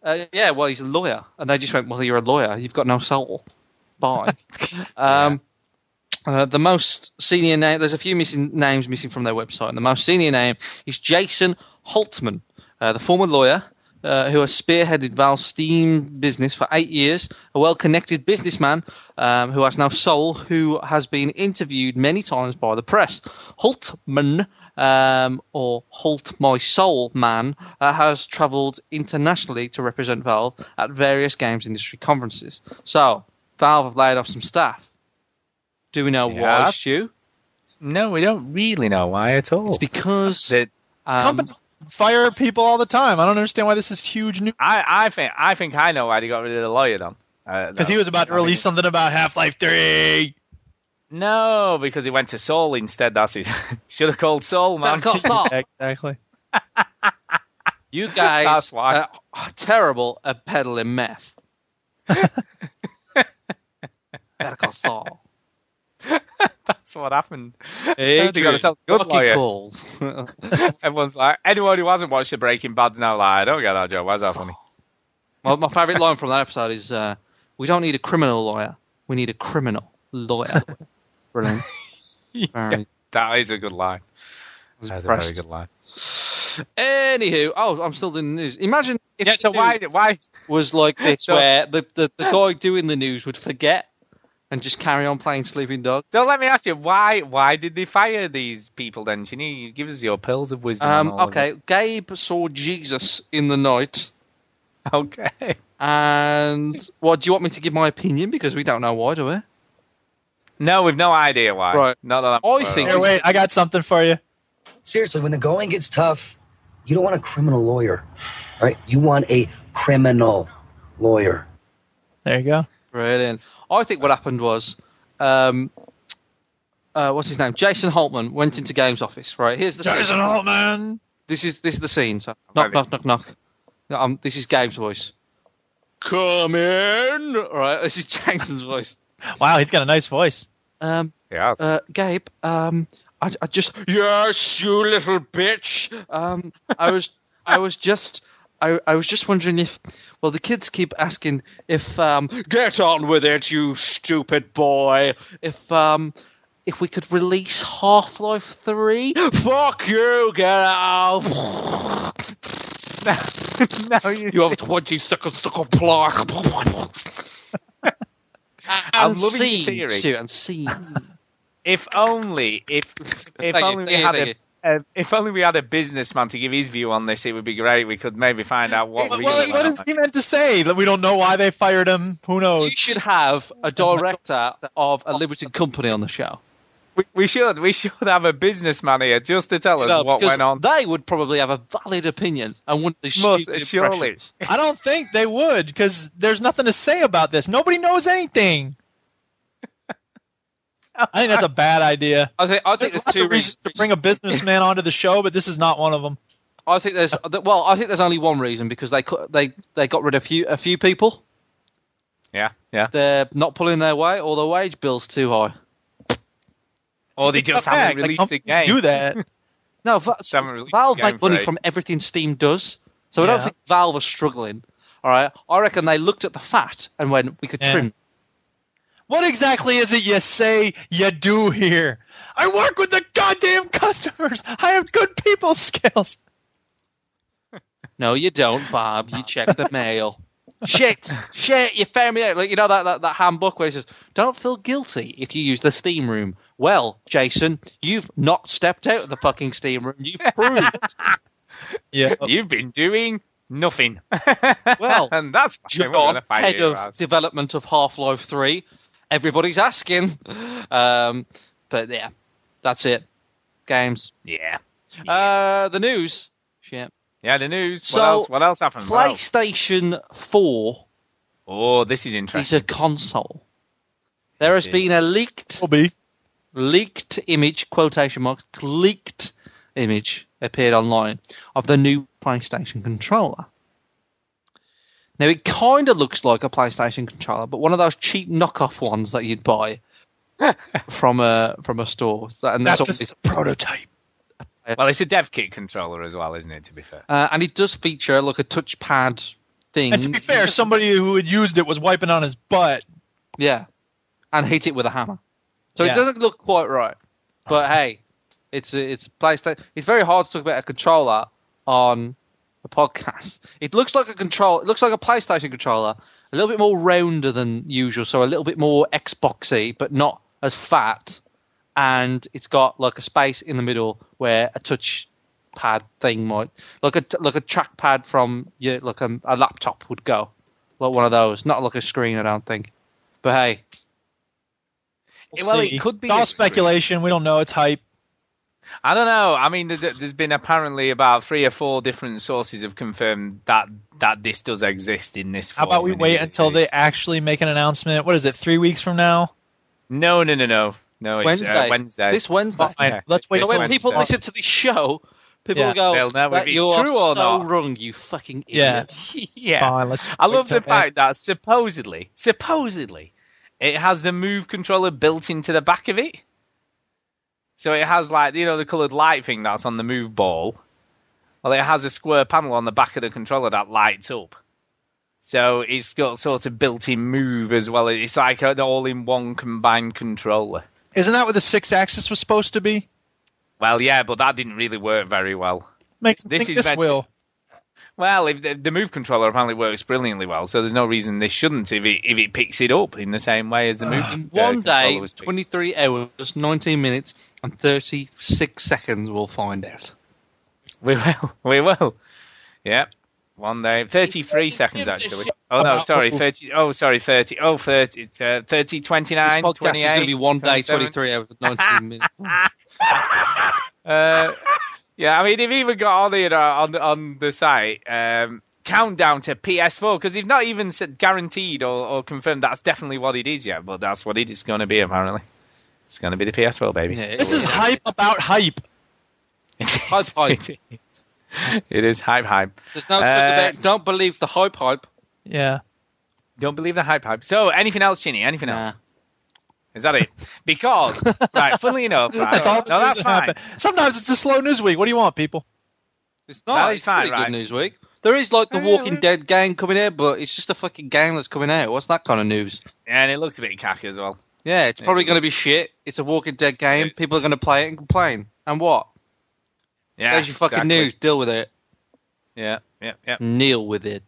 S2: Uh, yeah, well, he's a lawyer. And they just went, well, you're a lawyer. You've got no soul. Bye. um, uh, the most senior name, there's a few missing names missing from their website. And the most senior name is Jason Holtman, uh, the former lawyer uh, who has spearheaded Valve's Steam business for eight years, a well connected businessman um, who has no soul, who has been interviewed many times by the press. Holtman, um, or Holt My Soul Man, uh, has travelled internationally to represent Valve at various games industry conferences. So, Valve have laid off some staff. Do we know why,
S1: Yes.
S2: Stu?
S1: no, we don't really know why at all.
S2: It's because
S1: That-
S2: um,
S3: Companies fire people all the time. I don't understand why this is huge news.
S1: I, I think, I think I know why they got rid of the lawyer, Uh, then.
S3: Because he was about to release something about Half Life Three.
S1: No, because he went to Soul instead. That's it. Should have called Soul, man.
S2: Better Call Saul.
S3: Exactly.
S2: You guys
S1: That's why.
S2: are terrible at peddling meth. Better call Saul.
S1: That's what happened.
S2: Adrian,
S1: They got themselves a good
S2: lucky
S1: lawyer.
S2: calls.
S1: Everyone's like, anyone who hasn't watched the Breaking Bad's now like, I don't get that joke. Why's that funny?
S2: My, my favorite line from that episode is, uh, "We don't need a criminal lawyer. We need a criminal lawyer." Brilliant.
S1: Yeah, that is a good line. That's a very
S2: impressed.
S1: good line.
S2: Anywho, oh, I'm still doing the news. Imagine if
S1: Yeah, so
S2: the
S1: why
S2: news
S1: why
S2: was like this,
S1: So-
S2: where the, the, the guy doing the news would forget and just carry on playing Sleeping Dog.
S1: so let me ask you, why why did they fire these people then? Can you give us your pearls of wisdom? on
S2: Um,
S1: all of
S2: okay,
S1: it?
S2: Gabe saw Jesus in the night,
S1: Okay.
S2: and well, do you want me to give my opinion because we don't know why, do we?
S1: No, we've no idea why.
S2: Right.
S1: Not that I'm
S2: I think-
S3: Here, wait, I got something for you.
S12: Seriously, when the going gets tough, you don't want a criminal lawyer, right? You want a criminal lawyer.
S3: There you go.
S2: Brilliant. I think what happened was, um, uh, what's his name? Jason Holtman went into Game's office. Right, here's the scene.
S3: Jason Holtman.
S2: This is this is the scene. So knock,
S1: Maybe.
S2: knock, knock, knock. No, Um, this is Game's voice. Come in. All right, this is Jason's voice.
S3: Wow, he's got a nice voice.
S2: Um,
S1: Yes.
S2: uh, Gabe, um, I, I just yes, you little bitch. Um, I was, I was just, I, I was just wondering if, well, the kids keep asking if, um, get on with it, you stupid boy. If, um, if we could release Half Life Three, fuck you, get out.
S1: no, you,
S2: You have twenty seconds to comply.
S1: I'm
S2: And
S1: loving your
S2: scene,
S1: theory.
S2: Stu, and scene.
S1: If only, if if
S2: Thank you,
S1: only we
S2: thank you,
S1: had
S2: thank
S1: a,
S2: you.
S1: uh, if only we had a businessman to give his view on this, it would be great. We could maybe find out what
S3: What,
S1: really
S3: what-
S1: went on.
S3: what is he meant to say? That we don't know why they fired him. Who
S2: You
S3: knows?
S2: should have a director of a limited company on the show.
S1: We, we should we should have a businessman here just to tell us
S2: No,
S1: what
S2: because
S1: went on.
S2: They would probably have a valid opinion and wouldn't be
S1: Must,
S2: stupid
S1: surely.
S2: impressions.
S3: I don't think they would because there's nothing to say about this. Nobody knows anything. I think that's a bad idea.
S2: I think I think
S3: There's
S2: there's,
S3: lots
S2: two
S3: of reasons
S2: reasons.
S3: to bring a businessman onto the show, but this is not one of them.
S2: I think there's well, I think there's only one reason because they cut- they they got rid of few, a few people.
S1: Yeah, yeah.
S2: They're not pulling their weight, or their wage bill's too high.
S1: Or they just
S3: Not bad.
S1: haven't
S3: Like,
S1: released the
S3: companies
S1: game.
S3: Do that.
S2: No, Va-
S1: Just haven't released
S2: Valve
S1: the game
S2: make money
S1: for
S2: from
S1: ages.
S2: everything Steam does, so I
S3: Yeah.
S2: don't think Valve was struggling. All right, I reckon they looked at the fat and went, "We could
S3: Yeah.
S2: trim."
S3: What exactly is it you say you do here? I work with the goddamn customers. I have good people skills.
S2: No, you don't, Bob. You check the mail. shit, shit, you found me out. Like, you know that, that, that handbook where it says, don't feel guilty if you use the steam room. Well, Jason, you've not stepped out of the fucking steam room. You've proved.
S3: Yeah.
S1: You've been doing nothing.
S2: Well,
S1: and that's why we're
S2: John,
S1: gonna fight
S2: head
S1: you,
S2: of
S1: Raz.
S2: development of Half-Life 3. Everybody's asking. Um, but yeah, that's it. Games.
S1: yeah.
S2: Uh, the news. Shit.
S1: Yeah, the news.
S2: So,
S1: what else? What else happened? What else?
S2: PlayStation 4
S1: Oh, this is
S2: is
S1: interesting.
S2: a console. There has
S1: is.
S2: been a leaked
S3: Will be.
S2: leaked image, quotation marks, leaked image appeared online of the new PlayStation controller. Now it kind of looks like a PlayStation controller, but one of those cheap knockoff ones that you'd buy from a from a store. So- And
S3: That's
S2: there's
S3: just
S2: obviously-
S3: a prototype.
S1: Well, it's a dev kit controller as well, isn't it? To be fair.
S2: uh, and it does feature like a touchpad thing.
S3: And to
S1: Mm-hmm.
S3: be fair, somebody who had used it was wiping on his butt.
S2: yeah, and hit it with a hammer. So
S3: Yeah.
S2: it doesn't look quite right. But hey, it's a- it's PlayStation. It's very hard to talk about a controller on a podcast. It looks like a control. It looks like a PlayStation controller, a little bit more rounder than usual, so a little bit more Xboxy, but not as fat. And it's got like a space in the middle where a touch pad thing might, like a like a trackpad from your like a, a laptop would go, like one of those, not like a screen. I don't think. But hey,
S1: well,
S3: see.
S1: it could be
S3: It's all
S1: a screen.
S3: speculation. We don't know. It's hype.
S1: I don't know. I mean, there's there's been apparently about three or four different sources have confirmed that that this does exist in this.
S3: How about
S1: form
S3: we
S1: and
S3: wait
S1: it is
S3: until
S1: a-
S3: they actually make an announcement? What is it? Three weeks from now?
S1: No, no, no, no, no. It's Wednesday. Uh, Wednesday.
S2: This Wednesday.
S1: Yeah.
S3: Let's wait
S1: It's
S2: So when
S3: till
S1: Wednesday.
S2: people listen to this show, People
S1: Yeah.
S2: go,
S1: They'll know
S2: "That-
S1: if it's
S2: you are
S1: true or
S2: so
S1: not."
S2: wrong, you fucking
S1: Yeah.
S2: idiot.
S1: yeah. I love the fact that supposedly, supposedly, it has the move controller built into the back of it. So it has like you know the coloured light thing that's on the move ball. Well, it has a square panel on the back of the controller that lights up. So it's got sort of built-in move as well. It's like an all-in-one combined controller.
S3: Isn't that what the six axis was supposed to be?
S1: Well, yeah, but that didn't really work very well.
S3: Makes me
S1: This
S3: think
S1: is
S3: this
S1: meant-
S3: will.
S1: Well, if the, the move controller apparently works brilliantly well, so there's no reason this shouldn't if it if it picks it up in the same way as the move. uh,
S2: One day,
S1: controller was picking-
S2: 23 hours, 19 minutes, and 36 seconds, we'll find out.
S1: we will, we will. Yeah, one day, 33 seconds actually. Oh no, sorry, 30. Oh sorry, 30. Oh 30, uh, 30 29,
S2: This podcast is
S1: 28.
S2: going to be one day,
S1: 27.
S2: 23 hours, 19 minutes.
S1: Uh, yeah, I mean, they've even got on the uh, on the, on the site um, countdown to PS4 because they've not even said guaranteed or, or confirmed that's definitely what it is yet, but that's what it is going to be apparently. It's going to be the PS4 baby.
S3: This is hype about hype.
S2: hype, hype.
S1: It is hype hype.
S2: There's no such
S1: Uh,
S2: about, don't believe the hype hype.
S3: Yeah.
S1: Don't believe the hype hype. So, anything else, Chinny? Anything else? Is that it? Because, right, funnily enough, right,
S3: That's all that
S1: no, that's
S3: news that
S1: fine.
S3: happened. Sometimes it's a slow news week. What do you want, people?
S2: It's not.
S1: That is
S2: it's
S1: fine,
S2: pretty
S1: right.
S2: good news week. There is like the Walking Dead game coming out, but it's just a fucking game that's coming out. What's that kind of news?
S1: Yeah, and it looks a bit cack as well.
S2: Yeah, it's probably going to be shit. It's a Walking Dead game. People are going to play it and complain. And what?
S1: Yeah,
S2: There's your fucking
S1: exactly.
S2: news. Deal with it.
S1: Yeah, yeah, yeah.
S2: Kneel with it.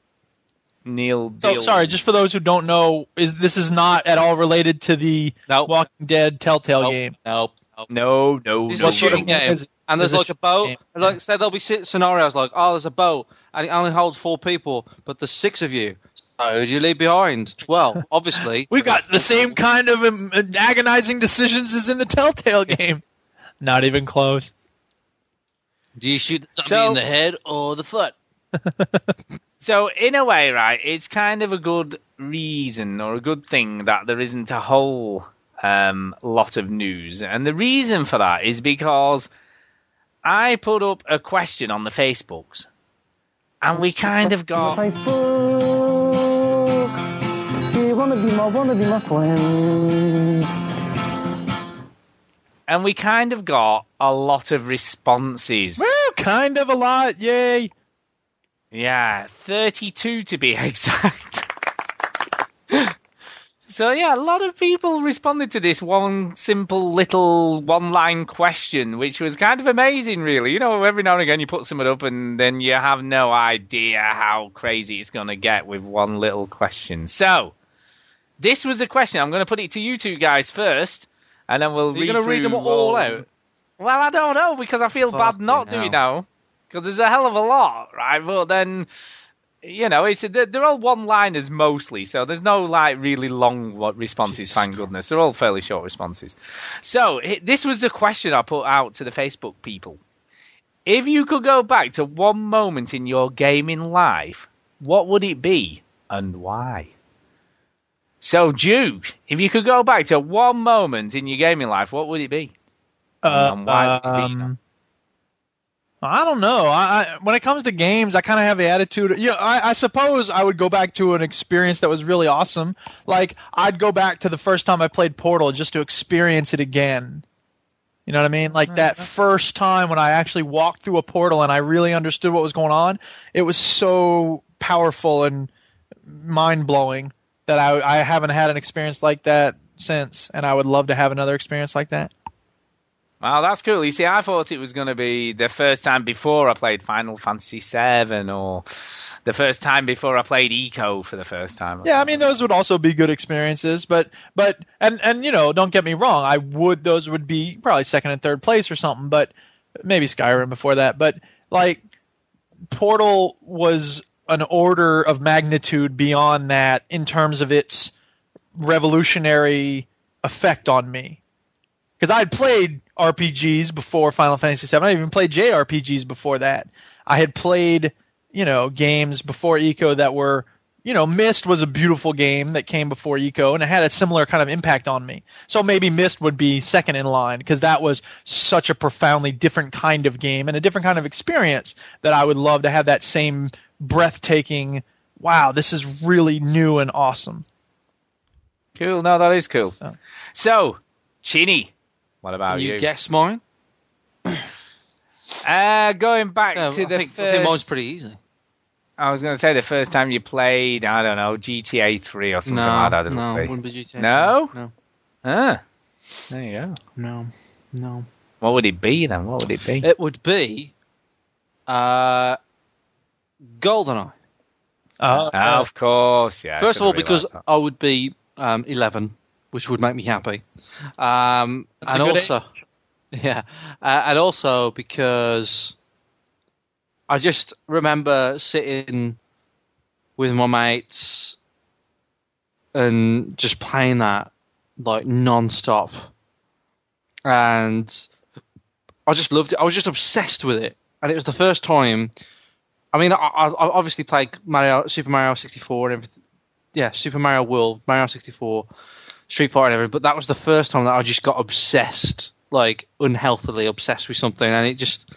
S1: Neil.
S3: So
S1: Deal.
S3: sorry, just for those who don't know, is this is not at all related to the
S1: Oh.
S3: Walking Dead Telltale game?
S2: Nope.
S1: No, no,
S2: This
S1: no.
S2: is a shooting
S1: no.
S2: game.
S3: Is it-
S2: And there's
S3: is it
S2: like a boat. and Like say there'll be si- scenarios like, oh, there's a boat, and it only holds four people, but there's six of you. So who do you leave behind? Well, obviously,
S3: We've got the same kind of um, agonizing decisions as in the Telltale game. Not even close.
S2: do you shoot somebody
S1: So-
S2: in the head or the foot?
S1: So in a way, right, it's kind of a good reason or a good thing that there isn't a whole um, lot of news, and the reason for that is because I put up a question on the Facebooks, and we kind of got
S13: Facebook. You wanna be my, wanna be my friend.
S1: and we kind of got a lot of responses.
S3: Well, Eh, kind of a lot. Yay.
S1: Yeah, 32 to be exact. so, yeah, a lot of people responded to this one simple little one line question, which was kind of amazing, really. You know, every now and again you put someone up and then you have no idea how crazy it's going to get with one little question. So, this was a question. I'm going to put it to you two guys first, and then we'll
S2: Are you
S1: going
S2: gonna
S1: to
S2: read them all out?
S1: Well, I don't know because I feel bad
S2: Fucking
S1: not doing now because there's a hell of a lot, right? But then, you know, it's they're, they're all one-liners mostly, so there's no like really long wa- responses. Thank goodness, they're all fairly short responses. So i this was the question I put out to the Facebook people: If you could go back to one moment in your gaming life, what would it be and why? So, Duke, if you could go back to one moment in your gaming life, what would it be?
S3: Uh,
S1: And why would it be?
S3: um, I don't know. I, I when it comes to games, I kind of have the attitude. Yeah, I, I suppose I would go back to an experience that was really awesome. Like I'd go back to the first time I played Portal just to experience it again. You know what I mean? Like that first time when I actually walked through a portal and I really understood what was going on. It was so powerful and mind blowing that I I haven't had an experience like that since, and I would love to have another experience like that.
S1: Wow, that's cool. You see, I thought it was going to be the first time before I played Final Fantasy VII, or the first time before I played Eco for the first time.
S3: Yeah, I mean those would also be good experiences, but but and and you know, don't get me wrong, I would those would be probably second and third place or something, but maybe Skyrim before that, but like Portal was an order of magnitude beyond that in terms of its revolutionary effect on me. Because I'd played RPGs before Final Fantasy VII. I even played JRPGs before that. I had played, you know, games before Eco that were you know, Mist was a beautiful game that came before Eco, and it had a similar kind of impact on me. So maybe Mist would be second in line because that was such a profoundly different kind of game and a different kind of experience that I would love to have that same breathtaking. Wow, this is really new and awesome.
S1: Cool. No, that is cool. So, Chini, what about you?
S2: Oh. you guess mine.
S1: Uh, going back
S2: No,
S1: to
S2: I
S1: the
S2: think- I
S1: first.
S2: think mine's pretty easy.
S1: I was going to say the first time you played, I don't know, GTA 3 or something
S2: No,
S1: like that.
S2: no,
S1: it
S2: wouldn't be GTA
S1: No?
S2: No.
S1: Ah, there you go.
S2: No, no.
S1: What would it be then? What would it be?
S2: It would be uh, GoldenEye.
S3: Uh,
S1: Oh, of course, yeah. I
S2: Uh, First of
S1: should've
S2: all, because
S1: realised that.
S2: I would be um, 11, which would make me happy. Um,
S1: That's
S2: and
S1: a good
S2: also, yeah, uh, and also because I just remember sitting with my mates and just playing that like non-stop and I just loved it. I was just obsessed with it, and it was the first time. I mean, I, I I obviously played Mario, Super Mario 64, and everything. Yeah, Super Mario World, Mario 64, Street Fighter, and everything. But that was the first time that I just got obsessed, like unhealthily obsessed with something, and it just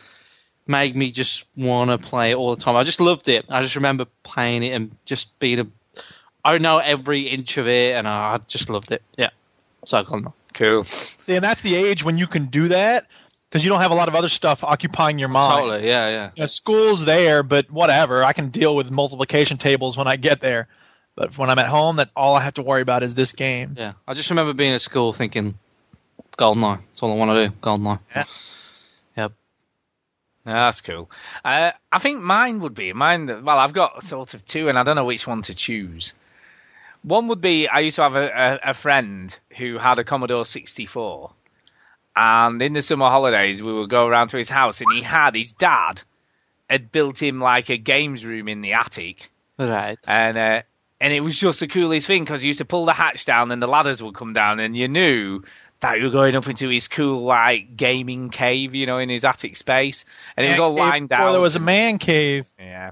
S2: made me just want to play it all the time. I just loved it. I just remember playing it and just being a. I know every inch of it, and I just loved it. Yeah, so I got
S1: Cool.
S3: See, and that's the age when you can do that because you don't have a lot of other stuff occupying your mind.
S2: Totally, yeah, yeah.
S3: You know, school's there, but whatever. I can deal with multiplication tables when I get there. But when I'm at home, that all I have to worry about is this game.
S2: Yeah, I just remember being at school thinking, GoldenEye. That's all I want to do. GoldenEye. Yeah. Yep.
S1: No, that's cool. Uh, I think mine would be mine. Well, I've got sort of two, and I don't know which one to choose. One would be I used to have a, a, a friend who had a Commodore 64, and in the summer holidays we would go around to his house, and he had his dad had built him like a games room in the attic,
S2: Right.
S1: and uh, and it was just the coolest thing because you used to pull the hatch down and the ladders would come down, and you knew that you were going up into his cool like gaming cave, you know, in his attic space, and it was all
S3: Man cave
S1: lined
S3: before
S1: out.
S3: There was a man cave.
S1: Yeah.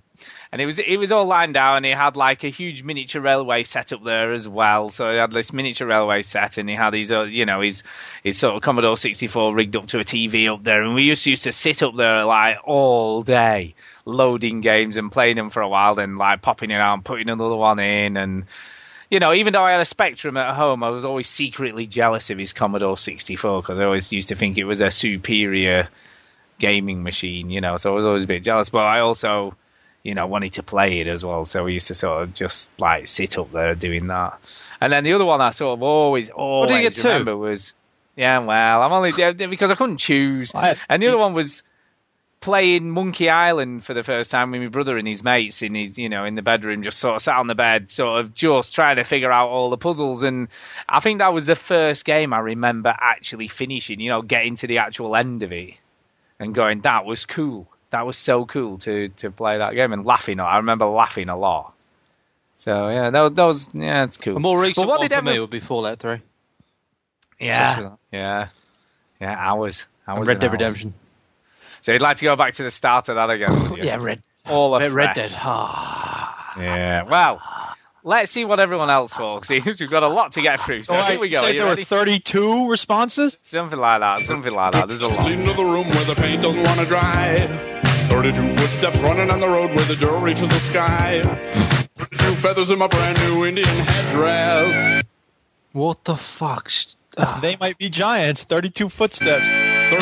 S1: And it was it was all lined out, and he had like a huge miniature railway set up there as well. So he had this miniature railway set, and he had his uh, you know his his sort of Commodore 64 rigged up to a TV up there, and we just used to sit up there like all day loading games and playing them for a while, then like popping it out and putting another one in, and you know even though I had a Spectrum at home, I was always secretly jealous of his Commodore 64 because I always used to think it was a superior gaming machine, you know, so I was always a bit jealous. But I also, you know, wanted to play it as well. So we used to sort of just like sit up there doing that. And then the other one I sort of always, always
S2: do you get two?
S1: remember was, yeah, well, I'm only yeah, because I couldn't choose. and the other one was playing Monkey Island for the first time with my brother and his mates in his, you know, in the bedroom, just sort of sat on the bed, sort of just trying to figure out all the puzzles. And I think that was the first game I remember actually finishing, you know, getting to the actual end of it and going, that was cool. That was so cool to, to play that game and laughing. I remember laughing a lot. So yeah, that, that was yeah, it's cool.
S2: A more recent
S1: But what
S2: one
S1: did
S2: for me
S1: ever-
S2: would be Fallout 3. Especially
S1: Yeah,
S2: that.
S1: yeah, yeah, hours, hours.
S2: Red
S1: and
S2: Dead
S1: hours.
S2: Redemption.
S1: So you'd like to go back to the start of that again? would you?
S2: Yeah, Red.
S1: All of
S2: Red, Red
S1: fresh.
S2: Dead. Ah.
S1: Yeah. Well, let's see what everyone else talks. We've got a lot to get through. So
S3: All right,
S1: here we
S3: you
S1: go. Are
S3: said
S1: you
S3: there
S1: ready?
S3: were 32 responses.
S1: Something like that. Something like that. There's a lot.
S14: Into the room where the paint doesn't want to dry. 32 footsteps running on the road where the door reaches the sky. 32 feathers in my brand new Indian headdress.
S2: What the fuck?
S1: Ah.
S3: They might be giants. 32 footsteps.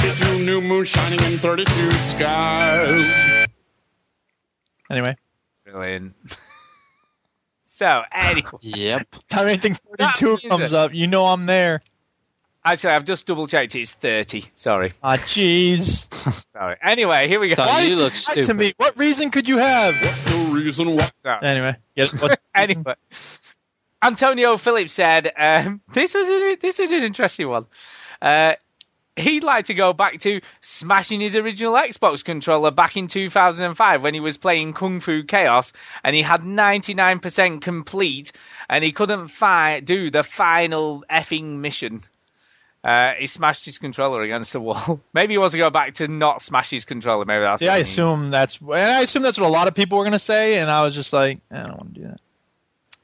S14: 32 new moon shining in 32 skies.
S3: Anyway,
S1: Brilliant. So anyway.
S2: yep.
S3: time anything 32
S1: music.
S3: comes up, you know I'm there.
S1: Actually, I've just double checked. It's thirty. Sorry.
S3: Ah, jeez.
S1: Sorry. Anyway, here we go.
S3: Don't Why you did you look lie to stupid. me? What reason could you have? What's
S14: the reason why?
S3: Anyway, get it? What's the reason?
S1: anyway, Antonio Phillips said um, this was a, this is an interesting one. Uh, he'd like to go back to smashing his original Xbox controller back in 2005 when he was playing Kung Fu Chaos and he had 99% complete and he couldn't fi- do the final effing mission. Uh, he smashed his controller against the wall. Maybe he wants to go back to not smash his controller. Maybe that's
S3: See,
S1: what
S3: I
S1: he means.
S3: assume that's and I assume that's what a lot of people were gonna say, and I was just like, I don't want to do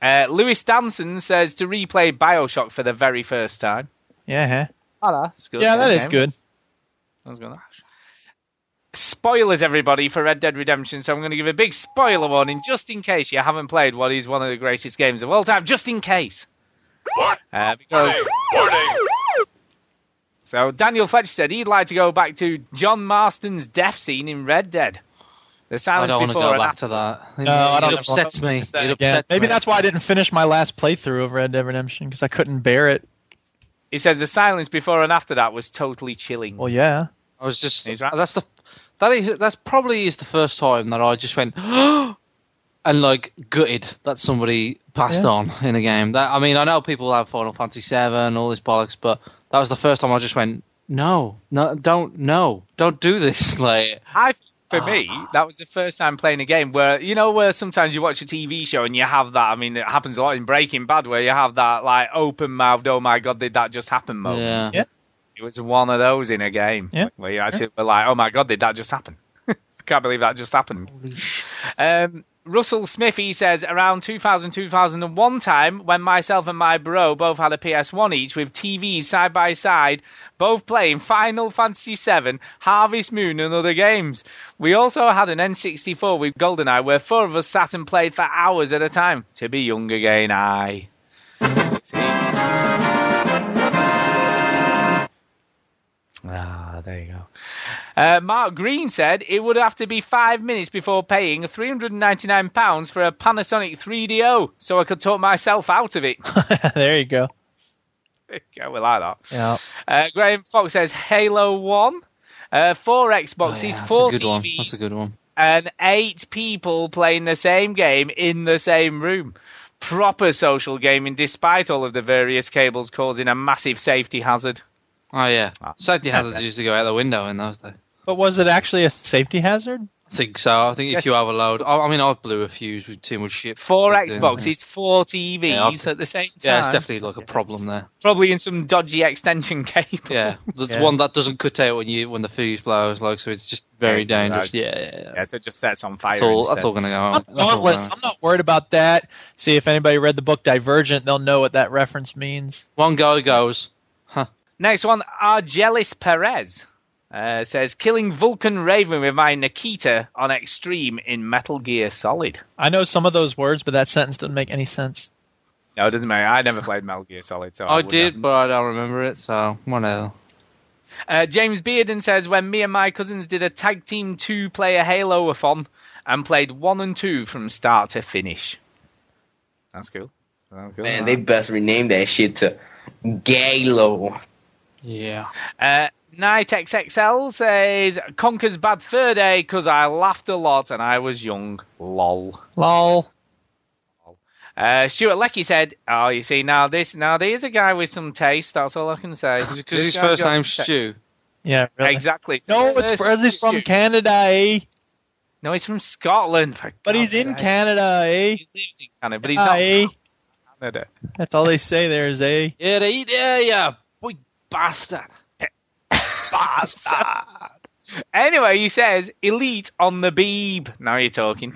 S3: that.
S1: Uh, Lewis Danson says to replay Bioshock for the very first time.
S3: Yeah, huh?
S1: Oh, that's good.
S3: Yeah, that
S1: Okay.
S3: is good.
S1: That's good. Spoilers, everybody, for Red Dead Redemption. So I'm going to give a big spoiler warning just in case you haven't played what is one of the greatest games of all time, just in case. What? Uh, because. So Daniel Fletcher said he'd like to go back to John Marston's death scene in Red Dead. The
S2: I
S1: silence
S2: don't want to
S1: before
S2: go
S1: and
S2: back
S1: after.
S2: to that.
S3: No, I don't
S2: It upsets me. It upsets
S3: Yeah, maybe
S2: me.
S3: that's why I didn't finish my last playthrough of Red Dead Redemption because I couldn't bear it.
S1: He says the silence before and after that was totally chilling.
S3: Well, yeah.
S2: I was just that's the that is that's probably is the first time that I just went and like gutted that somebody passed
S1: Yeah.
S2: on in a game. That I mean, I know people have Final Fantasy Seven, all this bollocks, but that was the first time I just went, no, no, don't, no, don't do this. Like,
S1: I for me that was the first time playing a game where you know where sometimes you watch a TV show and you have that. I mean, it happens a lot in Breaking Bad where you have that like open mouthed, oh my god, did that just happen moment.
S2: Yeah.
S1: It was one of those in a game where you actually were like, oh my god, did that just happen? I can't believe that just happened. Um, Russell Smith, he says, around 2000, 2001 time, when myself and my bro both had a PS1 each with TVs side by side, both playing Final Fantasy VII, Harvest Moon, and other games. We also had an N64 with GoldenEye where four of us sat and played for hours at a time. To be young again, I. Ah, there you go. Uh, Mark Green said it would have to be five minutes before paying £399 for a Panasonic 3DO so I could talk myself out of it.
S3: there you go.
S1: yeah, we like that.
S3: Yeah.
S1: Uh, Graham Fox says Halo 1, uh, four Xboxes, four
S2: Oh, that's a good one.
S1: TVs,
S2: That's a good one.
S1: and eight people playing the same game in the same room. Proper social gaming, despite all of the various cables causing a massive safety hazard.
S2: Oh yeah,
S1: Ah.
S2: safety hazards used to go out the window in those days.
S3: But was it actually a safety hazard?
S2: I think so. I think
S1: Yes.
S2: if you overload, I, I mean, I blew a fuse with too much shit.
S1: Four
S2: But, uh,
S1: Xboxes, four TVs
S2: Yeah, I've-
S1: at the same time.
S2: Yeah, it's definitely like a problem there.
S1: probably in some dodgy extension cable.
S2: Yeah, there's
S1: Yeah.
S2: one that doesn't cut out when you when the fuse blows, like so it's just very
S1: Yeah,
S2: dangerous.
S1: right.
S2: Yeah, yeah, yeah.
S1: so it just sets on fire.
S2: That's all.
S1: instead.
S2: That's all gonna go. out. That's all
S3: Dauntless.
S2: gonna-
S3: I'm not worried about that. See if anybody read the book Divergent, they'll know what that reference means.
S2: One guy goes. Huh.
S1: Next one, Argelis Perez uh, says, "Killing Vulcan Raven with my Nikita on Extreme in Metal Gear Solid."
S3: I know some of those words, but that sentence doesn't make any sense.
S1: No, it doesn't matter. I never played Metal Gear Solid, so I,
S2: I
S1: wouldn't
S2: did, but I don't remember it. So whatever.
S1: Uh, James Bearden says, when me and my cousins did a tag team two player Halo a thon and played one and two from start to finish. That's cool.
S6: Man, they best rename that shit to Galo.
S2: Yeah.
S1: Uh, Night XXL says, Conker's Bad Fur Day because I laughed a lot and I was young. Lol.
S3: Lol.
S1: Uh, Stuart Leckie said, "Oh, you see now this now there's a guy with some taste. That's all I can say
S2: Because his first name's Stu.
S3: Yeah, really.
S1: Exactly. So
S3: No,
S1: his
S3: it's
S1: first
S3: where's
S1: name's
S3: he's from
S1: Stu.
S3: Canada, eh?
S1: No, he's from Scotland. for
S3: But
S1: God's
S3: he's in
S1: sake.
S3: Canada, eh?
S1: He lives in Canada, but he's
S3: Ah,
S1: not
S3: eh?
S1: from Canada.
S3: That's all they say there is, eh?
S2: Yeah, they, yeah, yeah, boy, bastard.
S1: Bastard. anyway, he says, Elite on the Beeb. Now you're talking.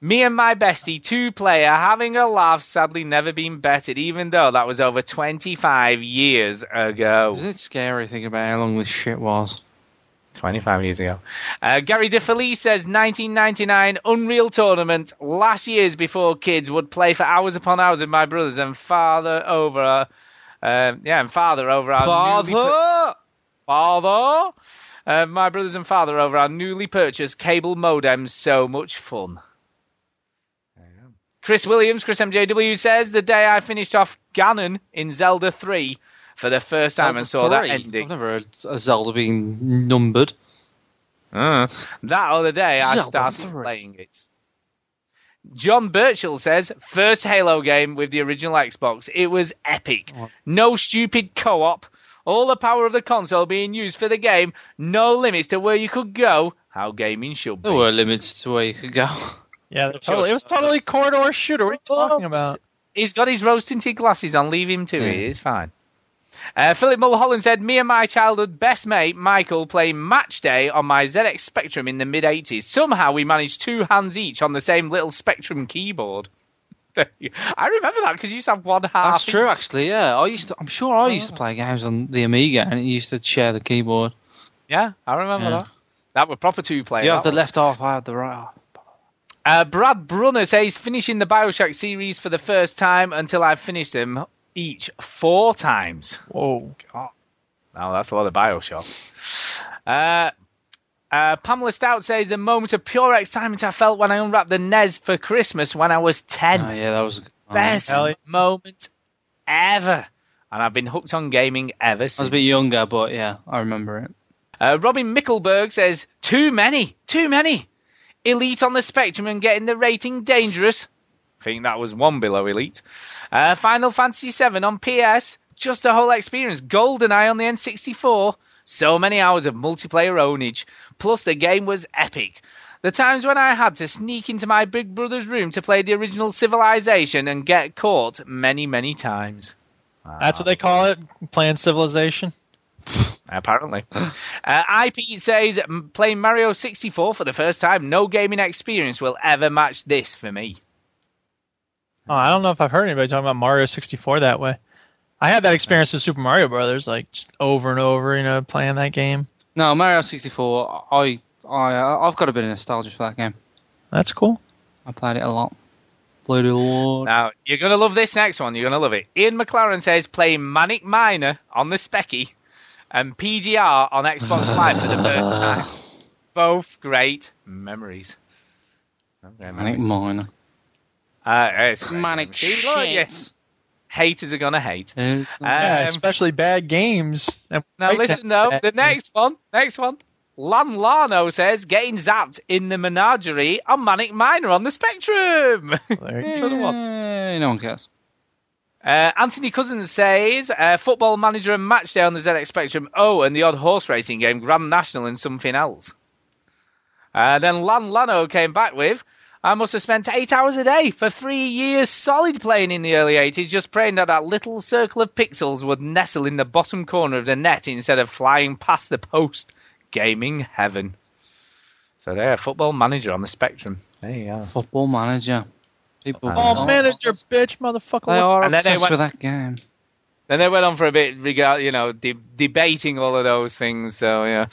S1: Me and my bestie, two player, having a laugh, sadly never been bettered, even though that was over 25 years ago.
S2: Isn't it scary thinking about how long this shit was?
S1: 25 years ago. Uh, Gary DeFelice says 1999 Unreal Tournament. Last year's before kids would play for hours upon hours with my brothers and father over. Uh, um, yeah, and father over our newly pur-
S2: Father.
S1: father. Uh, my brothers and father over our newly purchased cable modems. So much fun. Chris Williams, Chris MJW says the day I finished off Ganon in Zelda 3 for the first time and saw that
S2: Three.
S1: ending.
S2: I've never heard a Zelda being numbered.
S1: That other day, I
S2: Zelda
S1: started playing it. John Birchall says, first Halo game with the original Xbox. It was epic. No stupid co op. All the power of the console being used for the game. No limits to where you could go. How gaming should be.
S2: There were limits to where you could go.
S3: Yeah, they're totally, it was totally corridor shooter. What are you talking about?
S1: He's got his rose tinted glasses on. Leave him to it. It's fine. Uh, Philip Mulholland said, Me and my childhood best mate, Michael, playing match day on my ZX Spectrum in the mid 80s. Somehow we managed two hands each on the same little Spectrum keyboard. I remember that because you used to have one half.
S2: That's true, actually. Yeah, I used. To, I'm sure I used to play games on the Amiga, and it used to share the keyboard.
S1: Yeah, I remember
S2: Yeah.
S1: that. That were proper two player.
S2: you have the left half, I have the right half.
S1: Uh, Brad Brunner says finishing the Bioshock series for the first time until I've finished them each four times.
S3: Whoa.
S1: God. Now that's a lot of Bioshock. Uh, uh, Pamela Stout says the moment of pure excitement I felt when I unwrapped the NES for Christmas when I was 10.
S2: Oh, yeah, that was a good one.
S1: Best
S2: I
S1: moment ever. And I've been hooked on gaming ever since.
S2: was a bit younger, but yeah, I remember it.
S1: Uh, Robin Mickelberg says, too many, too many. Elite on the spectrum and getting the rating dangerous. I think that was one below Elite. Uh, Final Fantasy VII on PS, just a whole experience. GoldenEye on the N64, so many hours of multiplayer ownage. Plus, the game was epic. The times when I had to sneak into my big brother's room to play the original Civilization and get caught many, many times.
S3: That's what they call it, playing Civilization.
S1: Apparently. Uh, IP says "M- playing Mario 64 for the first time. No gaming experience will ever match this for me.
S3: Oh, I don't know if I've heard anybody talking about Mario 64 that way. I had that experience with Super Mario Brothers, like just over and over, you know, playing that game.
S2: No, Mario 64. I, I, uh, I've got a bit of nostalgia for that game.
S3: That's cool.
S2: I played it a lot. Played it a lot.
S1: Now, you're going to love this next one. You're going to love it. Ian McLaren says playing Manic Miner on the Specky and PGR on Xbox Live for the first time. Both great memories. Okay,
S2: Manic
S1: memories.
S2: Miner.
S1: Uh, it's
S2: Manic shit. Eh,
S1: Yes. Haters are going to hate.
S3: yeah,
S1: Um,
S3: especially bad games. And
S1: Now
S3: Right
S1: listen
S3: down
S1: though,
S3: to
S1: the
S3: that.
S1: next one, next one. Lan Lano says getting zapped in the menagerie on Manic Miner on the Spectrum. Another one.
S2: Eh, no one cares.
S1: Uh, Anthony Cousins says uh, football manager and match day on the ZX Spectrum. Oh, and the odd horse racing game, Grand National, and something else. Uh, then Lan Lano came back with. I must have spent eight hours a day for three years solid playing in the early 80s, just praying that that little circle of pixels would nestle in the bottom corner of the net instead of flying past the post. Gaming heaven. So there, football manager on the spectrum. There you go.
S2: Football manager. People.
S3: Oh, manager, bitch, motherfucker.
S2: They are
S1: And then they
S2: obsessed
S1: went-
S2: with that game.
S1: Then they went on for a bit, regard, you know, de- debating all of those things. So yeah.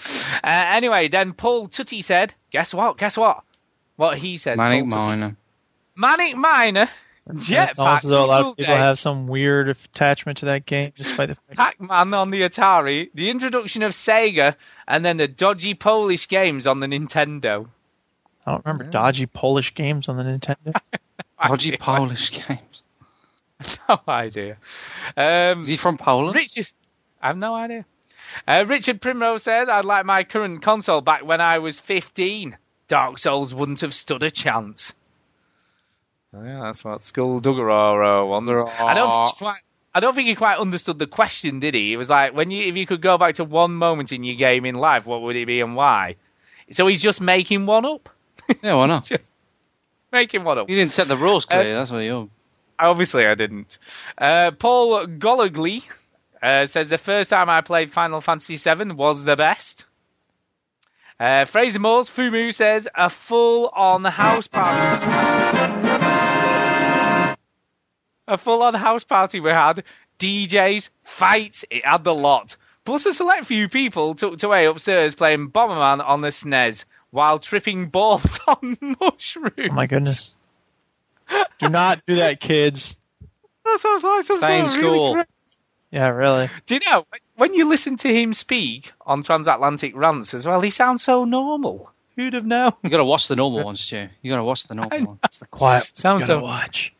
S1: Uh, anyway, then Paul Tutty said, "Guess what? Guess what? What he said?
S2: Manic
S1: Paul Tutty.
S2: Miner.
S1: Manic Miner.
S3: It's
S1: Jetpack.
S3: also a lot
S1: School
S3: of people
S1: Days,
S3: have some weird attachment to that game, despite the fact
S1: Pac-Man on the Atari, the introduction of Sega, and then the dodgy Polish games on the Nintendo.
S3: I don't remember dodgy Polish games on the Nintendo.
S2: Dodgy Polish games.
S1: No idea. Um,
S2: Is he from Poland?
S1: Richard, I have no idea. Uh, Richard Primrose says, I'd like my current console back when I was 15. Dark Souls wouldn't have stood a chance. Oh, yeah, that's what Skull Duggeraro wonders. I don't, think he quite, I don't think he quite understood the question, did he? It was like, when you, if you could go back to one moment in your game in life, what would it be and why? So he's just making one up.
S2: yeah, why not?
S1: Just making one up.
S2: You didn't set the rules
S1: Uh,
S2: clearly. that's what you're.
S1: Obviously, I didn't. Uh, Paul Golligly uh, says the first time I played Final Fantasy VII was the best. Uh, Fraser Moores Fumu says a full-on house party. A full-on house party we had DJs, fights, it had the lot. Plus a select few people tucked away upstairs playing Bomberman on the SNES while tripping balls on mushrooms.
S3: Oh my goodness. Do not do that, kids.
S1: That sounds like some
S2: Stay in
S1: sort of really
S2: school.
S1: great-
S3: Yeah, really.
S1: Do you know when you listen to him speak on transatlantic rants as well? He sounds so normal. Who'd have known?
S2: You gotta watch the normal ones, Stu. You gotta watch the normal ones.
S3: It's the quiet.
S1: Sounds
S3: Sounds
S1: so-
S3: so watch.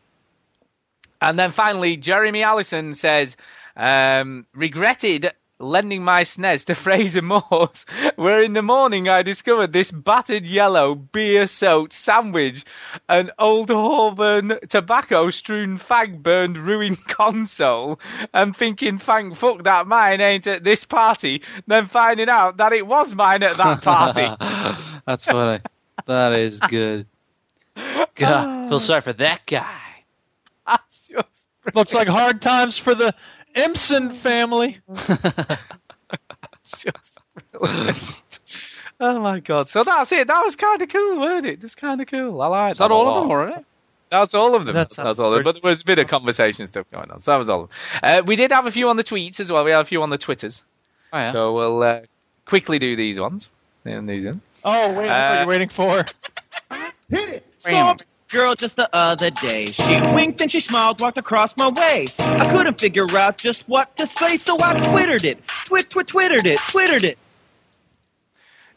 S1: And then finally, Jeremy Allison says, um, regretted lending my SNES to Fraser Morse, where in the morning I discovered this battered yellow beer soaked sandwich, an old Auburn tobacco strewn fag burned ruined console, and thinking, thank fuck that mine ain't at this party, then finding out that it was mine at that party.
S2: That's funny. that is good. God, feel sorry for that guy.
S1: That's just.
S3: Looks like hard times for the Empson family.
S1: It's just brilliant. oh my god! So that's it. That was kind of cool, weren't it? That's kind of cool. I like
S2: Is that all of them already?
S1: That's all of them. That's, all of them. But there was a bit of conversation stuff going on, so that was all of them. Uh, we did have a few on the tweets as well. We had a few on the Twitters.
S2: Oh, yeah.
S1: So we'll uh, quickly do these ones. And these in.
S3: Oh wait, that's what
S1: Uh,
S3: you're waiting for.
S15: Hit it! Saw a girl just the other day. She winked and she smiled, walked across my way. I couldn't figure out just what to say, so I twittered it. Twit, twit, twittered it, twittered it.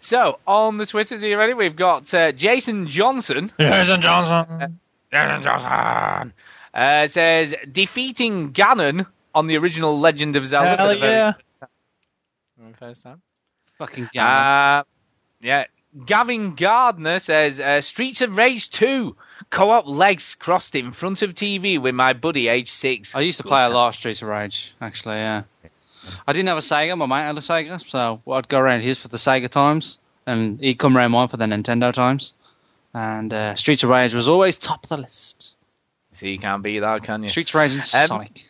S1: So on the Twitters, are you ready? We've got uh, Jason Johnson.
S3: Jason Johnson.
S1: Jason Johnson uh, says defeating Ganon on the original Legend of Zelda. for
S3: Hell
S1: the very
S3: yeah.
S1: First time.
S2: Fucking
S1: Uh, yeah. Gavin Gardner says uh, Streets of Rage 2 co op legs crossed in front of TV with my buddy, age six.
S2: I used to play a lot of Streets of Rage, actually, yeah. I didn't have a Sega, my mate had a Sega, so I'd go around his for the Sega times, and he'd come around mine for the Nintendo times. And uh, Streets of Rage was always top of the list.
S1: So you can't beat that, can you?
S2: Streets of Rage and
S1: Um,
S2: Sonic.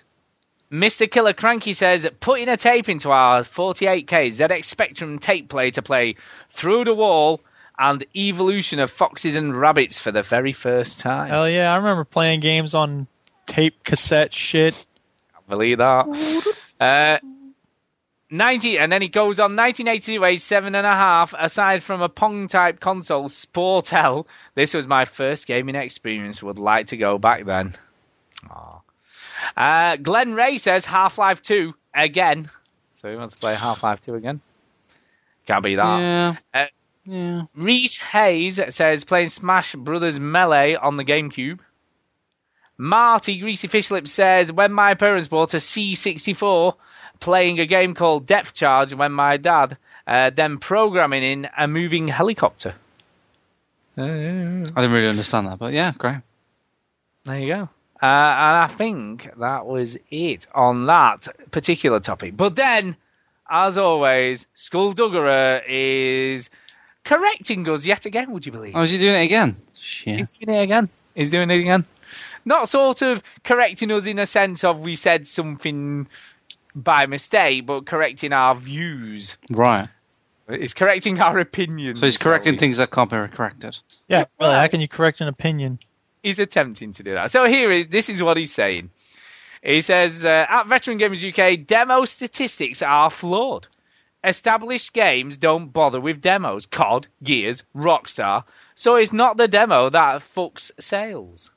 S1: Mr. Killer Cranky says, putting a tape into our 48K ZX Spectrum tape play to play Through the Wall and Evolution of Foxes and Rabbits for the very first time.
S3: Hell yeah, I remember playing games on tape cassette shit.
S1: Believe that. Uh, 90, and then he goes on 1982, age seven and a half. Aside from a Pong type console, Sportel, this was my first gaming experience. Would like to go back then. Aw. Uh, Glenn Ray says Half Life 2 again. So he wants to play Half Life 2 again. Can't be that.
S2: Yeah.
S1: Uh,
S2: yeah.
S1: Reese Hayes says playing Smash Brothers Melee on the GameCube. Marty Greasy Fishlips says when my parents bought a C64, playing a game called Depth Charge when my dad, uh, then programming in a moving helicopter.
S2: I didn't really understand that, but yeah, great.
S1: There you go. Uh, and I think that was it on that particular topic. But then, as always, Skullduggerer is correcting us yet again, would you believe?
S2: Oh, is he doing it again?
S1: He's doing it again. He's doing it again. Not sort of correcting us in a sense of we said something by mistake, but correcting our views.
S2: Right.
S1: He's correcting our opinions.
S2: So he's correcting things that can't be corrected.
S3: Yeah, well, how can you correct an opinion?
S1: He's attempting to do that. So here is this is what he's saying. He says uh, at Veteran Gamers UK, demo statistics are flawed. Established games don't bother with demos. COD, Gears, Rockstar. So it's not the demo that fucks sales.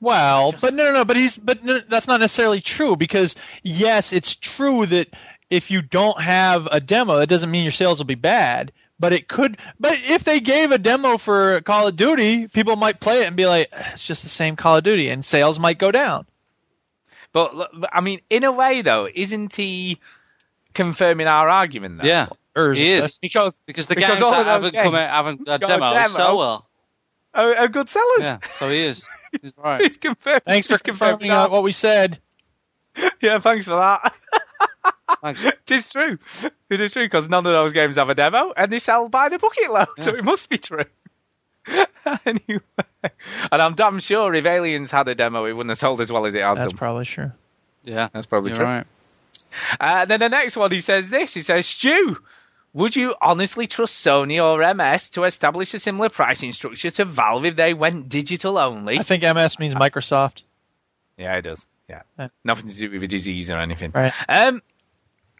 S3: Well, but no, no, no. But he's, but no, that's not necessarily true because yes, it's true that if you don't have a demo, it doesn't mean your sales will be bad. But it could. But if they gave a demo for Call of Duty, people might play it and be like, "Eh, it's just the same Call of Duty, and sales might go down.
S1: But look, but, I mean, in a way, though, isn't he confirming our argument? Though?
S2: Yeah.
S3: Urs
S2: He is.
S1: because
S2: Because the
S1: because
S2: games
S1: all
S2: that
S1: of those
S2: haven't come
S1: games
S2: out, haven't uh,
S1: got a
S2: demo,
S1: demo.
S2: so well.
S1: are, are good sellers.
S2: Yeah, so he is. He's right.
S1: He's confirmed.
S3: Thanks for
S1: he's confirmed
S3: confirming uh, what we said.
S1: Yeah, thanks for that.
S2: Thanks.
S1: it is true. It is true because none of those games have a demo and they sell by the bucket load, so it must be true. anyway, and I'm damn sure if Aliens had a demo, it wouldn't have sold as well as it has
S3: That's
S1: done.
S3: probably true.
S2: Yeah,
S1: that's probably
S2: you're
S1: true.
S2: right.
S1: Uh, then the next one, he says this. He says, Stu, would you honestly trust Sony or MS to establish a similar pricing structure to Valve if they went digital only?
S3: I think MS means Microsoft.
S1: Yeah, it does. Yeah.
S3: Yeah.
S1: Nothing to do with a disease or anything.
S3: Right.
S1: Um,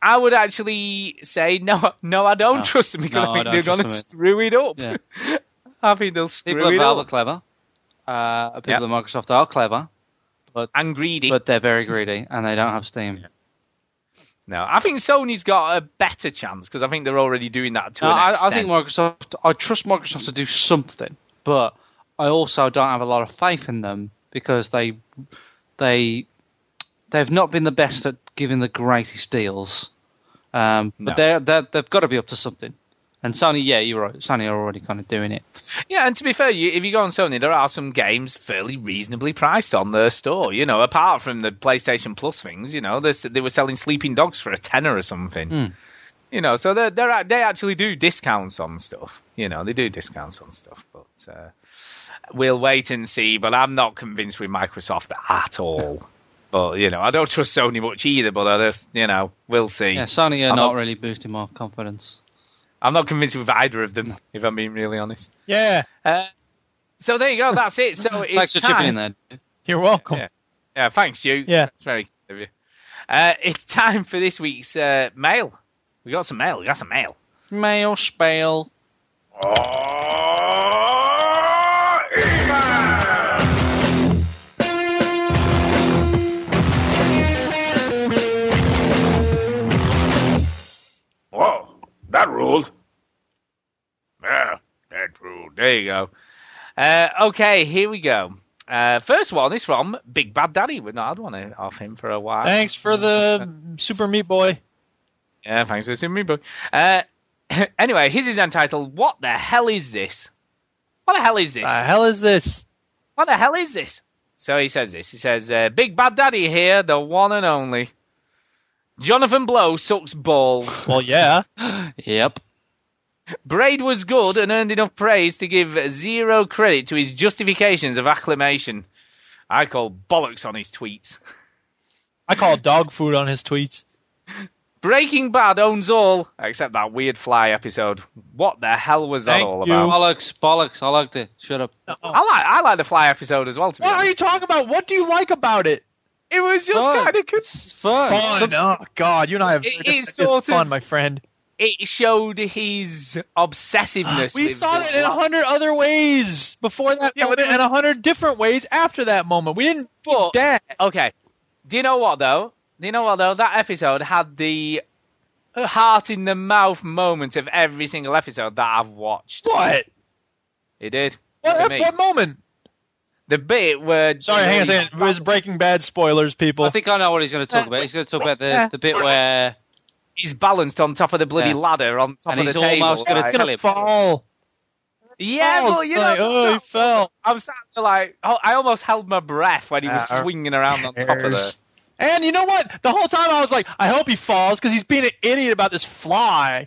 S1: I would actually say no, no, I don't
S2: No.
S1: trust them because I
S2: No, I
S1: think
S2: don't
S1: they're going to
S2: trust
S1: screw it up.
S2: Yeah.
S1: I think they'll screw
S2: People
S1: it
S2: at Valve are
S1: up.
S2: clever. Uh, people at Microsoft are clever, but
S1: and greedy.
S2: But they're very greedy, and they don't have Steam.
S1: No, I think Sony's got a better chance because I think they're already doing that to
S2: No,
S1: an
S2: I, I
S1: extent.
S2: think Microsoft. I trust Microsoft to do something, but I also don't have a lot of faith in them because they they they've not been the best at giving the greatest deals. Um, but they're, they're they've got to be up to something. And Sony, yeah, you're right. Sony are already kind of doing it.
S1: Yeah, and to be fair, you, if you go on Sony, there are some games fairly reasonably priced on their store. You know, apart from the PlayStation Plus things, you know, they s- they were selling Sleeping Dogs for a tenner or something.
S2: Hmm.
S1: You know, so they they they actually do discounts on stuff. You know, they do discounts on stuff, but uh, we'll wait and see. But I'm not convinced with Microsoft at all. but you know, I don't trust Sony much either. But I just, you know, we'll see.
S2: Yeah, Sony are
S1: I'm
S2: not really boosting my confidence.
S1: I'm not convinced with either of them, if I'm being really honest.
S3: Yeah.
S1: Uh, So there you go. That's it. So it's
S2: Thanks for
S1: time.
S2: chipping in there.
S3: You're welcome.
S1: Yeah, yeah thanks, you. Yeah, that's very kind of you. Uh, it's time for this week's uh, mail. We got some mail. We got some mail.
S2: Mail spell.
S1: Oh,
S14: Whoa, that ruled.
S1: Yeah, that ruled. There you go. Uh, okay, here we go. Uh, first one is from Big Bad Daddy. We've not had one off him for a while.
S3: Thanks for the Super Meat Boy.
S1: Yeah, thanks for listening to me, book. Uh, anyway, his is entitled "What the hell is this? What the hell is this?
S3: The hell is this?
S1: what the hell is this?" So he says this. He says, uh, "Big Bad Daddy here, the one and only. Jonathan Blow sucks balls.
S3: Well, yeah.
S2: Yep.
S1: Braid was good and earned enough praise to give zero credit to his justifications of acclamation. I call bollocks on his tweets."
S3: I call dog food on his tweets.
S1: Breaking Bad owns all except that weird fly episode. What the hell was that
S3: Thank
S1: all
S3: you.
S1: about?
S2: Bollocks, bollocks. I liked it. Shut up.
S3: Oh,
S1: I like I like the fly episode as well. To be
S3: What are
S1: honest.
S3: you talking about? What do you like about it?
S1: it was just
S2: Fun.
S1: kind of
S2: Oh, It's fun.
S3: Fun. Oh God, you and I have
S1: It
S3: very
S1: is
S3: different- it's
S1: sort of-
S3: fun, my friend.
S1: it showed his obsessiveness.
S3: We
S1: with
S3: saw
S1: the
S3: that in a
S1: plot.
S3: hundred other ways before that
S1: Yeah, but
S3: moment,
S1: it was-
S3: and a hundred different ways after that moment. We didn't
S1: But-
S3: that.
S1: Okay. Do you know what though? Do you know what though? That episode had the heart in the mouth moment of every single episode that I've watched.
S3: What?
S1: It did.
S3: What,
S1: For me.
S3: what moment?
S1: The bit where
S3: Sorry, hang on a second. It was Breaking Bad spoilers, people.
S2: I think I know what he's going to talk about. He's going to talk about the, the bit where
S1: He's balanced on top of the bloody
S2: Yeah.
S1: ladder on top
S2: and
S1: of
S2: he's
S1: the table.
S2: almost going to
S1: like-
S2: tell him.
S3: fall.
S1: Yeah,
S3: falls,
S1: but you
S3: like,
S1: know,
S3: oh, he fell.
S1: I'm sat there like oh, I almost held my breath when he was
S3: Uh,
S1: swinging around on top of the.
S3: cares? And you know what? The whole time I was like, I hope he falls because he's being an idiot about this fly.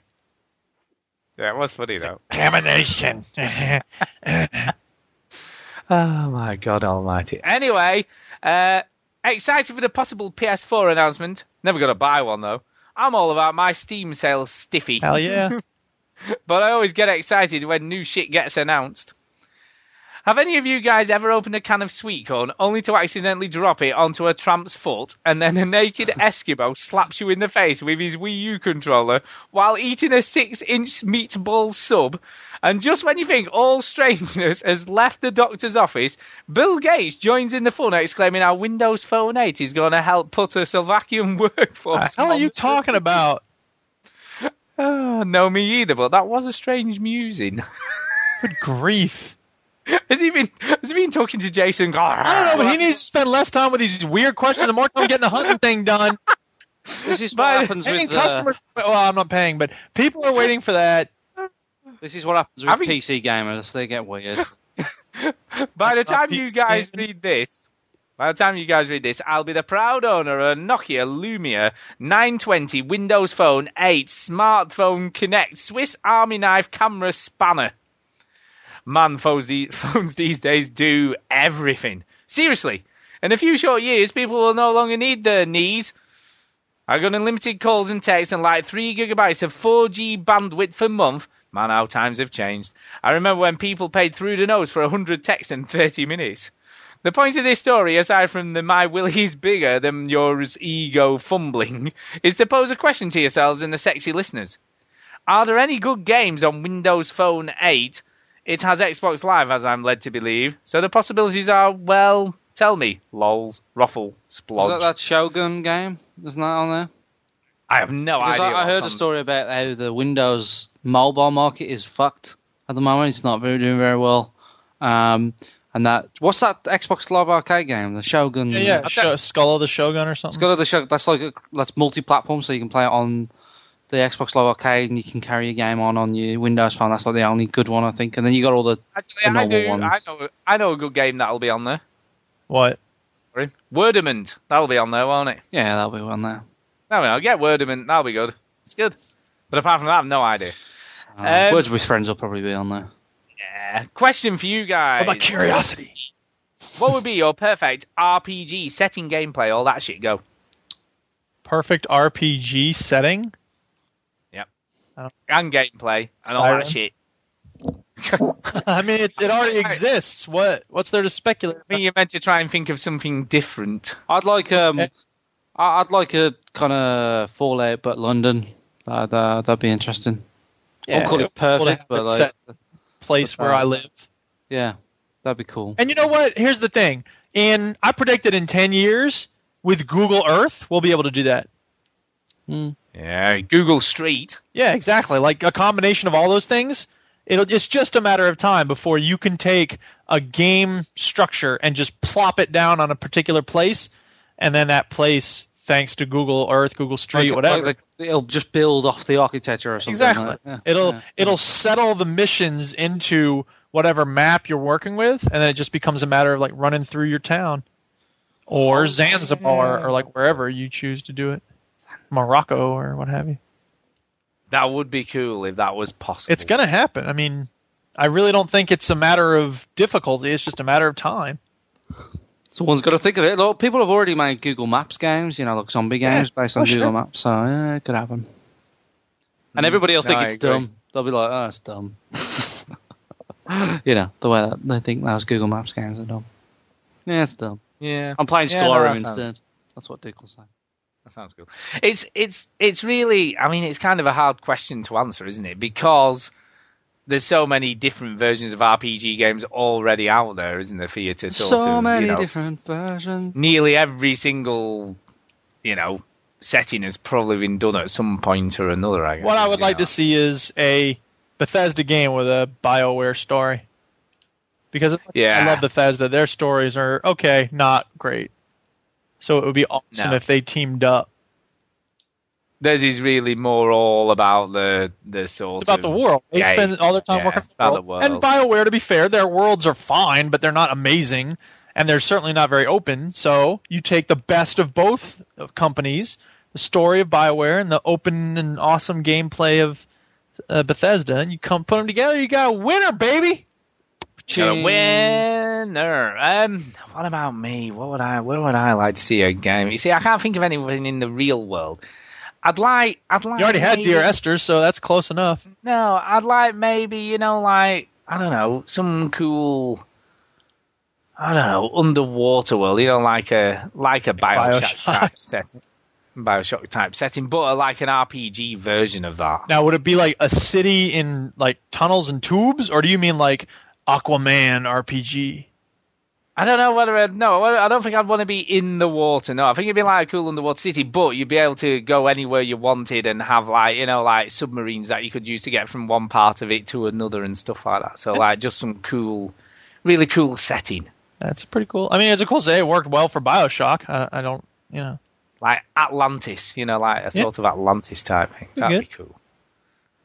S1: Yeah, it was funny though.
S3: Damnation.
S1: Oh my God Almighty! Anyway, uh, excited for the possible PS4 announcement. Never gonna buy one though. I'm all about my Steam sales stiffy.
S3: Hell yeah.
S1: but I always get excited when new shit gets announced. Have any of you guys ever opened a can of sweet corn only to accidentally drop it onto a tramp's foot and then a naked Eskimo slaps you in the face with his Wii U controller while eating a six inch meatball sub? And just when you think all strangeness has left the doctor's office, Bill Gates joins in the fun, exclaiming how Windows Phone 8 is going to help put a Slovakian workforce.
S3: the hell are
S1: on
S3: you
S1: the-
S3: talking about?
S1: Ah, no, me either, but that was a strange musing.
S3: Good grief.
S1: has he been has he been talking to Jason?
S3: I don't know, but he needs to spend less time with these weird questions and more time getting the hunting thing done.
S2: This is
S1: But-
S2: what happens
S3: Paying
S2: with uh,
S3: customers. Well, I'm not paying, but people are waiting for that.
S2: this is what happens with
S1: Having-
S2: PC gamers. They get weird.
S1: By the time you
S3: Pete's
S1: guys
S3: gaming.
S1: read this, by the time you guys read this, I'll be the proud owner of a Nokia Lumia 920 Windows Phone 8 smartphone Connect Swiss Army knife camera spanner. Man, phones, the, phones these days do everything. Seriously, in a few short years, people will no longer need their knees. I got unlimited calls and texts and like 3 gigabytes of 4G bandwidth per month. Man, how times have changed. I remember when people paid through the nose for 100 texts in 30 minutes. The point of this story, aside from the my will is bigger than yours ego fumbling, is to pose a question to yourselves and the sexy listeners. Are there any good games on Windows Phone 8? It has Xbox Live, as I'm led to believe, so the possibilities are, well, tell me. Lols, Ruffle,
S2: Is
S1: Splodge.
S2: that that Shogun game? Isn't that on there?
S1: I have no
S2: Because
S1: idea.
S2: I, I
S1: what's
S2: heard
S1: on-
S2: a story about how the Windows mobile market is fucked at the moment. It's not very, doing very well. Um, and that what's that Xbox Live Arcade game? The Shogun.
S3: Yeah, yeah. Sho- Skull of the Shogun or something.
S2: It's got the Shogun. That's like a, that's multi-platform, so you can play it on the Xbox Live Arcade, and you can carry your game on on your Windows phone. That's like the only good one, I think. And then you got all the
S1: Actually,
S2: the
S1: I
S2: normal
S1: do. I
S2: ones.
S1: know. I know a good game that'll be on there.
S3: What?
S1: Sorry. Wordament. That'll be on there, won't it?
S2: yeah, that'll be one there.
S1: No, no. Get Wordament. That'll be good. It's good. But apart from that, I've no idea.
S2: Um,
S1: Um,
S2: Words with Friends will probably be on there.
S1: Yeah. Question for you guys.
S3: What about curiosity?
S1: What would be your perfect RPG setting gameplay? All that shit. Go.
S3: Perfect RPG setting.
S1: And gameplay and all that
S3: Skyrim.
S1: shit.
S3: I mean, it, it already exists. What what's there to speculate? I
S1: think you're meant to try and think of something different.
S2: I'd like um,
S3: Uh,
S2: I- I'd like a kind of Fallout but London. That that that'd be interesting. I'll call it
S3: Well, to
S2: perfect,
S3: have
S2: but
S3: it
S2: like
S3: set place where I live.
S2: yeah, that'd be cool.
S3: And you know what? Here's the thing. In I predicted in ten years with Google Earth, we'll be able to do that.
S1: Yeah, Google Street.
S3: Yeah, exactly. Like a combination of all those things. It'll, it's just a matter of time before you can take a game structure and just plop it down on a particular place, and then that place, thanks to Google Earth, Google Street,
S2: Like-
S3: whatever,
S2: like the- it'll just build off the architecture or something.
S3: exactly.
S2: like- yeah,
S3: it'll
S2: yeah.
S3: it'll settle the missions into whatever map you're working with, and then it just becomes a matter of like running through your town,
S2: Oh,
S3: or Zanzibar, or like wherever you choose to do it, Morocco or what have you.
S1: That would be cool if that was possible.
S3: It's gonna happen. I mean, I really don't think it's a matter of difficulty. It's just a matter of time.
S2: Someone's got to think of it. Look, people have already made Google Maps games, you know, like zombie games based on
S3: oh,
S2: Google
S3: sure.
S2: Maps. So yeah, it could happen. And everybody will
S1: Mm. no,
S2: think
S1: I
S2: it's
S1: agree.
S2: dumb. They'll be like, "Oh, it's dumb." you know, the way that they think those Google Maps games are dumb. Yeah, it's dumb.
S1: Yeah.
S2: I'm playing
S1: Yeah, no,
S2: Skyrim
S1: that sounds-
S2: instead. That's what Dick was saying.
S1: That sounds cool. It's it's it's really I mean it's kind of a hard question to answer, isn't it? Because there's so many different versions of RPG games already out there, isn't there, for you to sort
S2: So
S1: of you
S2: many
S1: know,
S2: different versions.
S1: nearly every single you know setting has probably been done at some point or another. I guess.
S3: What I would like to see is a Bethesda game with a BioWare story. Because
S1: Yeah.
S3: I love Bethesda, their stories are okay, not great. So it would be awesome
S1: No.
S3: if they teamed up.
S1: Theirs is really more all about the the sort
S3: It's about
S1: of
S3: the world. They
S1: game.
S3: spend all their time
S1: Yeah,
S3: working
S1: it's
S3: on
S1: about the world.
S3: And BioWare, to be fair, their worlds are fine, but they're not amazing, and they're certainly not very open. So you take the best of both of companies, the story of BioWare and the open and awesome gameplay of uh, Bethesda, and you come put them together. You got a winner, baby.
S1: Got a
S3: Hmm.
S1: winner. Um, what about me? What would I? Where would I like to see a game? You see, I can't think of anything in the real world. I'd like. I'd like.
S3: You already had
S1: maybe-
S3: Dear Esther, so that's close enough.
S1: No, I'd like maybe you know, like I don't know, some cool. I don't know, underwater world. You know, like a like a Bioshock,
S3: Bioshock.
S1: type setting. Bioshock type setting, but like an RPG version of that.
S3: Now, would it be like a city in like tunnels and tubes, or do you mean like Aquaman RPG?
S1: I don't know whether I'd, no, I don't think I'd want to be in the water. No, I think it'd be like a cool underwater city, but you'd be able to go anywhere you wanted and have like you know like submarines that you could use to get from one part of it to another and stuff like that. So like just some cool, really cool setting,
S3: That's pretty cool. I mean, it's a cool say. It worked well for Bioshock. I, I don't, you know.
S1: like Atlantis, you know, like a
S3: Yeah.
S1: sort of Atlantis type thing.
S3: Pretty
S1: That'd be cool.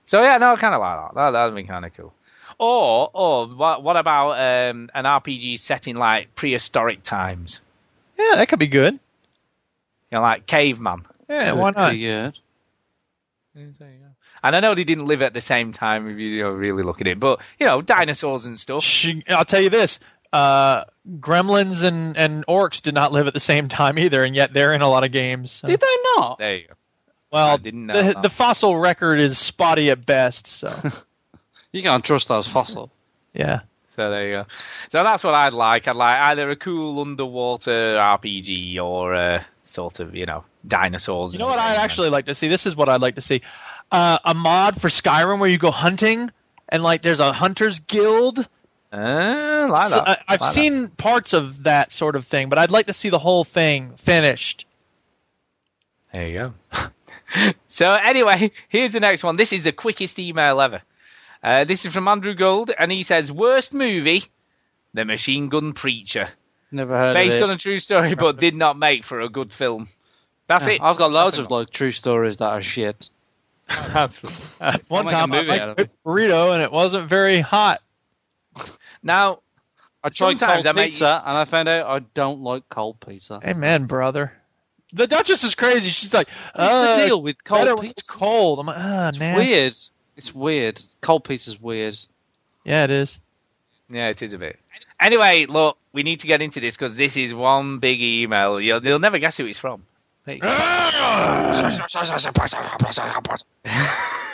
S1: So yeah, no, I kind of like that. that. That'd be kind of cool. Or or what, what about um, an RPG setting like prehistoric times?
S3: Yeah, that could be good.
S1: You know, like caveman.
S3: Yeah, why
S2: Pretty
S3: not?
S2: good.
S1: And I know they didn't live at the same time if you know, really look at it, but you know, dinosaurs and stuff.
S3: She, I'll tell you this: uh, Gremlins and, and orcs did not live at the same time either, and yet they're in a lot of games. so-
S2: Did they not?
S1: There you go.
S3: well,
S1: I didn't know
S3: the,
S1: that.
S3: the fossil record is spotty at best. So
S2: You can't trust those fossils.
S3: yeah,
S1: So there you go. So that's what I'd like. I'd like either a cool underwater RPG or uh, sort of you know dinosaurs.
S3: you know what I'd actually like to see? This is what I'd like to see: uh, a mod for Skyrim where you go hunting, and like there's a hunters guild.
S1: Uh, like
S3: So,
S1: that.
S3: I,
S1: Like
S3: I've
S1: that.
S3: seen parts of that sort of thing, but I'd like to see the whole thing finished.
S1: There you go. so anyway, here's the next one. This is the quickest email ever. Uh, this is from Andrew Gold, and he says, "Worst movie, The Machine Gun Preacher."
S2: Never heard
S1: based
S2: of
S1: on
S2: it.
S1: a true story, but did not make for a good film. That's it.
S2: I've got loads of like true stories that are shit.
S1: That's, that's
S3: One
S2: I'll make a
S3: time I
S2: movie out
S3: liked
S2: of it.
S3: a burrito and it wasn't very hot.
S1: now.
S2: I tried
S1: Sometimes
S2: cold
S1: I make-
S2: pizza and I found out I don't like cold pizza.
S3: Amen, brother. The Duchess is crazy. She's like, uh,
S2: the deal with cold
S3: better when
S2: pizza?
S3: It's cold. I'm like, ah, man.
S2: Weird. It's weird. Cold pizza's weird.
S3: Yeah, it is.
S1: Yeah, it is a bit. Anyway, look, we need to get into this because this is one big email. You'll, you'll never guess who it's from. There you go.
S3: Ah,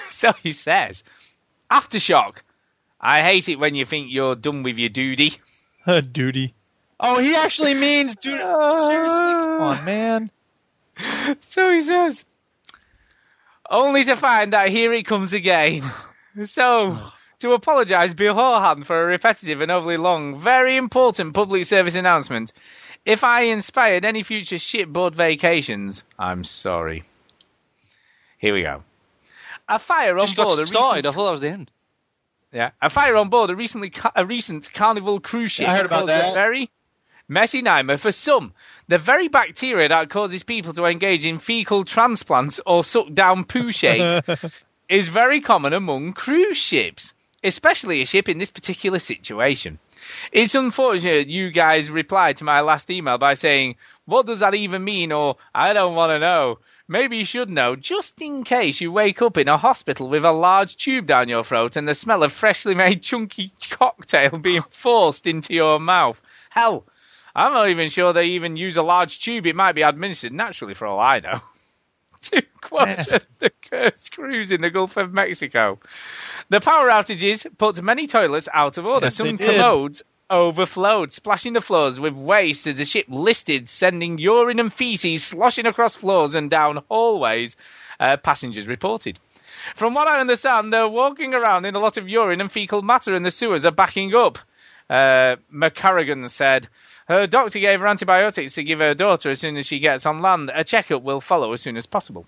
S1: so he says, Aftershock. I hate it when you think you're done with your duty.
S3: duty. Oh, he actually means dude. Seriously, come on, man.
S1: So he says, only to find that here it comes again. So, to apologise beforehand for a repetitive and overly long, very important public service announcement. If I inspired any future shipboard vacations, I'm sorry. Here we go. A fire on
S2: Just got
S1: board a
S2: started.
S1: recent,
S2: I thought that was Oh the end.
S1: yeah, a fire on board a recently ca- a recent Carnival cruise ship
S2: I heard about
S1: caused
S2: that.
S1: a very messy nightmare for some. The very bacteria that causes people to engage in fecal transplants or suck down poo shakes is very common among cruise ships, especially a ship in this particular situation. It's unfortunate you guys replied to my last email by saying, What does that even mean? or I don't want to know. Maybe you should know, just in case you wake up in a hospital with a large tube down your throat and the smell of freshly made chunky cocktail being forced into your mouth. Hell, I'm not even sure they even use a large tube. It might be administered naturally, for all I know. Two quarters of the cursed cruise in the Gulf of Mexico. The power outages put many toilets out of order.
S16: Yes, they
S1: Some
S16: did.
S1: commodes overflowed, splashing the floors with waste as the ship listed, sending urine and feces sloshing across floors and down hallways. Uh, passengers reported. From what I understand, they're walking around in a lot of urine and fecal matter, and the sewers are backing up. Uh, McCarrigan said. Her doctor gave her antibiotics to give her daughter as soon as she gets on land. A checkup will follow as soon as possible.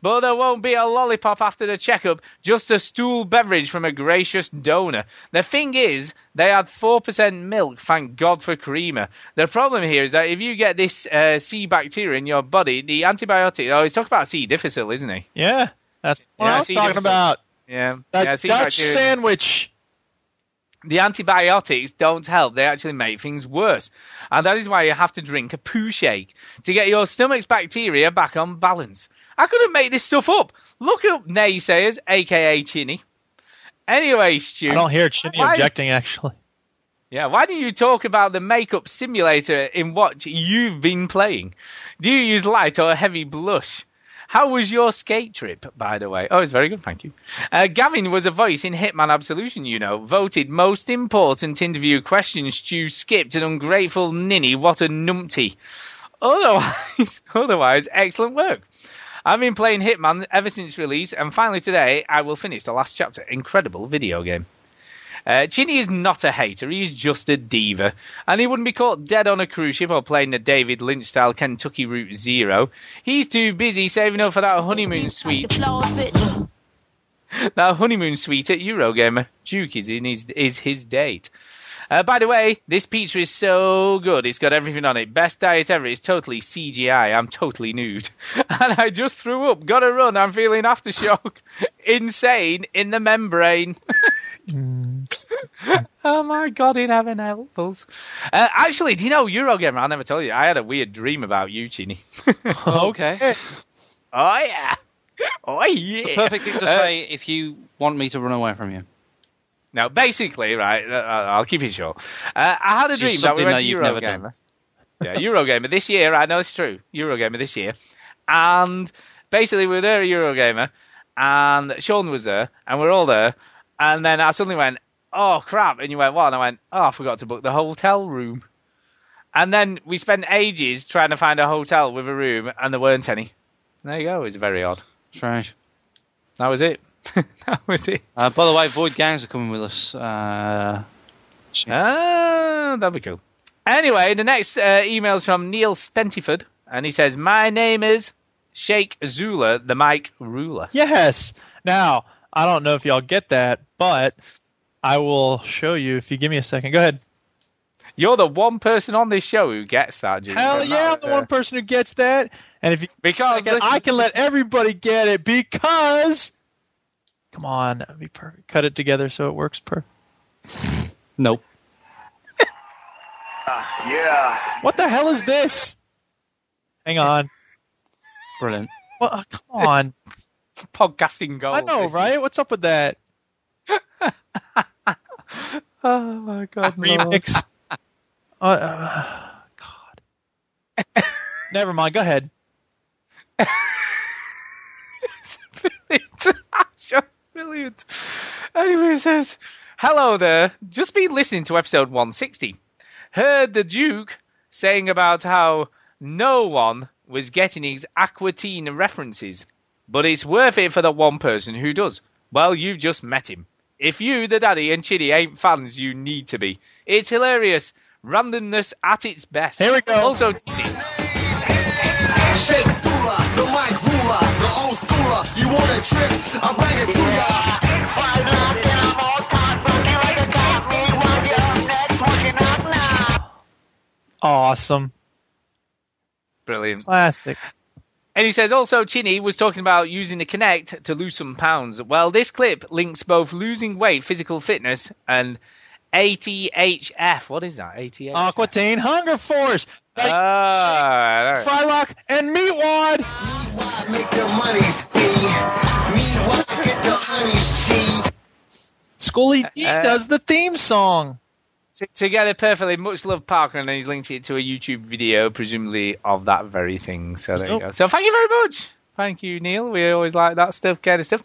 S1: But there won't be a lollipop after the checkup, just a stool beverage from a gracious donor. The thing is, they had 4% milk, thank God for creamer. The problem here is that if you get this uh, C bacteria in your body, the antibiotic. Oh, he's talking about C. difficile, isn't he?
S3: Yeah, that's what
S1: Yeah,
S3: I
S1: I
S3: was
S1: see
S3: talking
S1: difference.
S3: about.
S1: Yeah.
S3: That
S1: yeah, C.
S3: Dutch
S1: bacteria.
S3: sandwich.
S1: The antibiotics don't help, they actually make things worse. And that is why you have to drink a poo shake to get your stomach's bacteria back on balance. I couldn't make this stuff up. Look up naysayers, aka Chinny. Anyway, Stu.
S3: I don't hear Chinny
S1: why-
S3: objecting. Actually,
S1: Yeah, why don't you talk about the makeup simulator in what you've been playing? Do you use light or heavy blush? How was your skate trip, by the way? Oh, it's very good, thank you. Uh, Gavin was a voice in Hitman Absolution, you know. Voted most important interview question, Stu skipped an ungrateful ninny. What a numpty. Otherwise, otherwise, excellent work. I've been playing Hitman ever since release, and finally today I will finish the last chapter. Incredible video game. Uh, Chinny is not a hater, he is just a diva. And he wouldn't be caught dead on a cruise ship or playing the David Lynch style Kentucky Route Zero. He's too busy saving up for that honeymoon suite. That honeymoon suite at Eurogamer. Duke is, in his, is his date. Uh, by the way, this pizza is so good. It's got everything on it. Best diet ever. It's totally CGI. I'm totally nude. And I just threw up. Got to run. I'm feeling aftershock. Insane in the membrane. oh my god, in heaven help us. Uh, actually, do you know Eurogamer? I never told you. I had a weird dream about you, Chini.
S2: okay.
S1: Oh yeah. Oh yeah.
S2: The perfect thing to
S1: Uh,
S2: say if you want me to run away from you.
S1: Now, basically, right, uh, I'll keep it short. Uh, I had a
S2: Which
S1: dream
S2: is
S1: that we
S2: something
S1: went
S2: that
S1: to
S2: you've never done.
S1: Eurogamer. Yeah, Eurogamer this year. I know it's true. Eurogamer this year, and basically we were there at Eurogamer, and Sean was there, and we are all there, and then I suddenly went, "Oh crap!" and you went, "What?" and I went, "Oh, I forgot to book the hotel room," and then we spent ages trying to find a hotel with a room, and there weren't any. There you go. It was very odd.
S2: Trash.
S1: That was it. that was it.
S2: Uh, by the way, Void Gangs are coming with us. Uh,
S1: Ah, that'd be cool. Anyway, the next uh, email's from Neil Stentiford, and he says, "My name is Sheikh Zula, the mic ruler."
S3: yes. Now I don't know if y'all get that, but I will show you if you give me a second. Go ahead.
S1: You're the one person on this show who gets that. Jimmy.
S3: Hell
S1: And
S3: yeah, I'm
S1: that's,
S3: the
S1: uh,
S3: one person who gets that. And if you
S1: Because
S3: second,
S1: listen-
S3: I can let everybody get it because. Come on, that would be perfect. Cut it together so it works per.
S2: Nope.
S3: yeah. What the hell is this? Hang on.
S2: Brilliant.
S3: Well, uh, come on.
S1: podcasting gold.
S3: Oh, I know,
S1: this
S3: right? What's up with that?
S1: Oh my god.
S3: Remix. uh, uh, God. Never mind. Go ahead.
S1: is Brilliant. Anyway, it says, Hello there. Just been listening to episode 160. Heard the Duke saying about how no one was getting his Aquatine references, but it's worth it for the one person who does. Well, you've just met him. If you, the daddy, and Chitty ain't fans, you need to be. It's hilarious. Randomness at its best. Here we go. Also, Chitty,
S7: Shake Sula, the mic ruler, the old schooler. You want a trick? I'll bring it to ya. Find out that I'm all time funky like a cop. Me want ya next, working up now.
S3: Awesome.
S1: brilliant.
S3: Classic.
S1: And he says also Chinny was talking about using the Kinect to lose some pounds. Well, this clip links both losing weight, physical fitness, and ATHF. What is that? ATHF.
S3: Aquatine Hunger Force.
S1: Ah, all right.
S3: Frylock and Meatwad.
S7: Make the money, see. Me what? Get the honey, see.
S3: Schooly D
S1: Uh,
S3: E does the theme song.
S1: T- Together perfectly, much love Parker, and then he's linked it to a YouTube video, presumably of that very thing. So there you go. So thank you very much. Thank you, Neil. We always like that stuff, kind of stuff.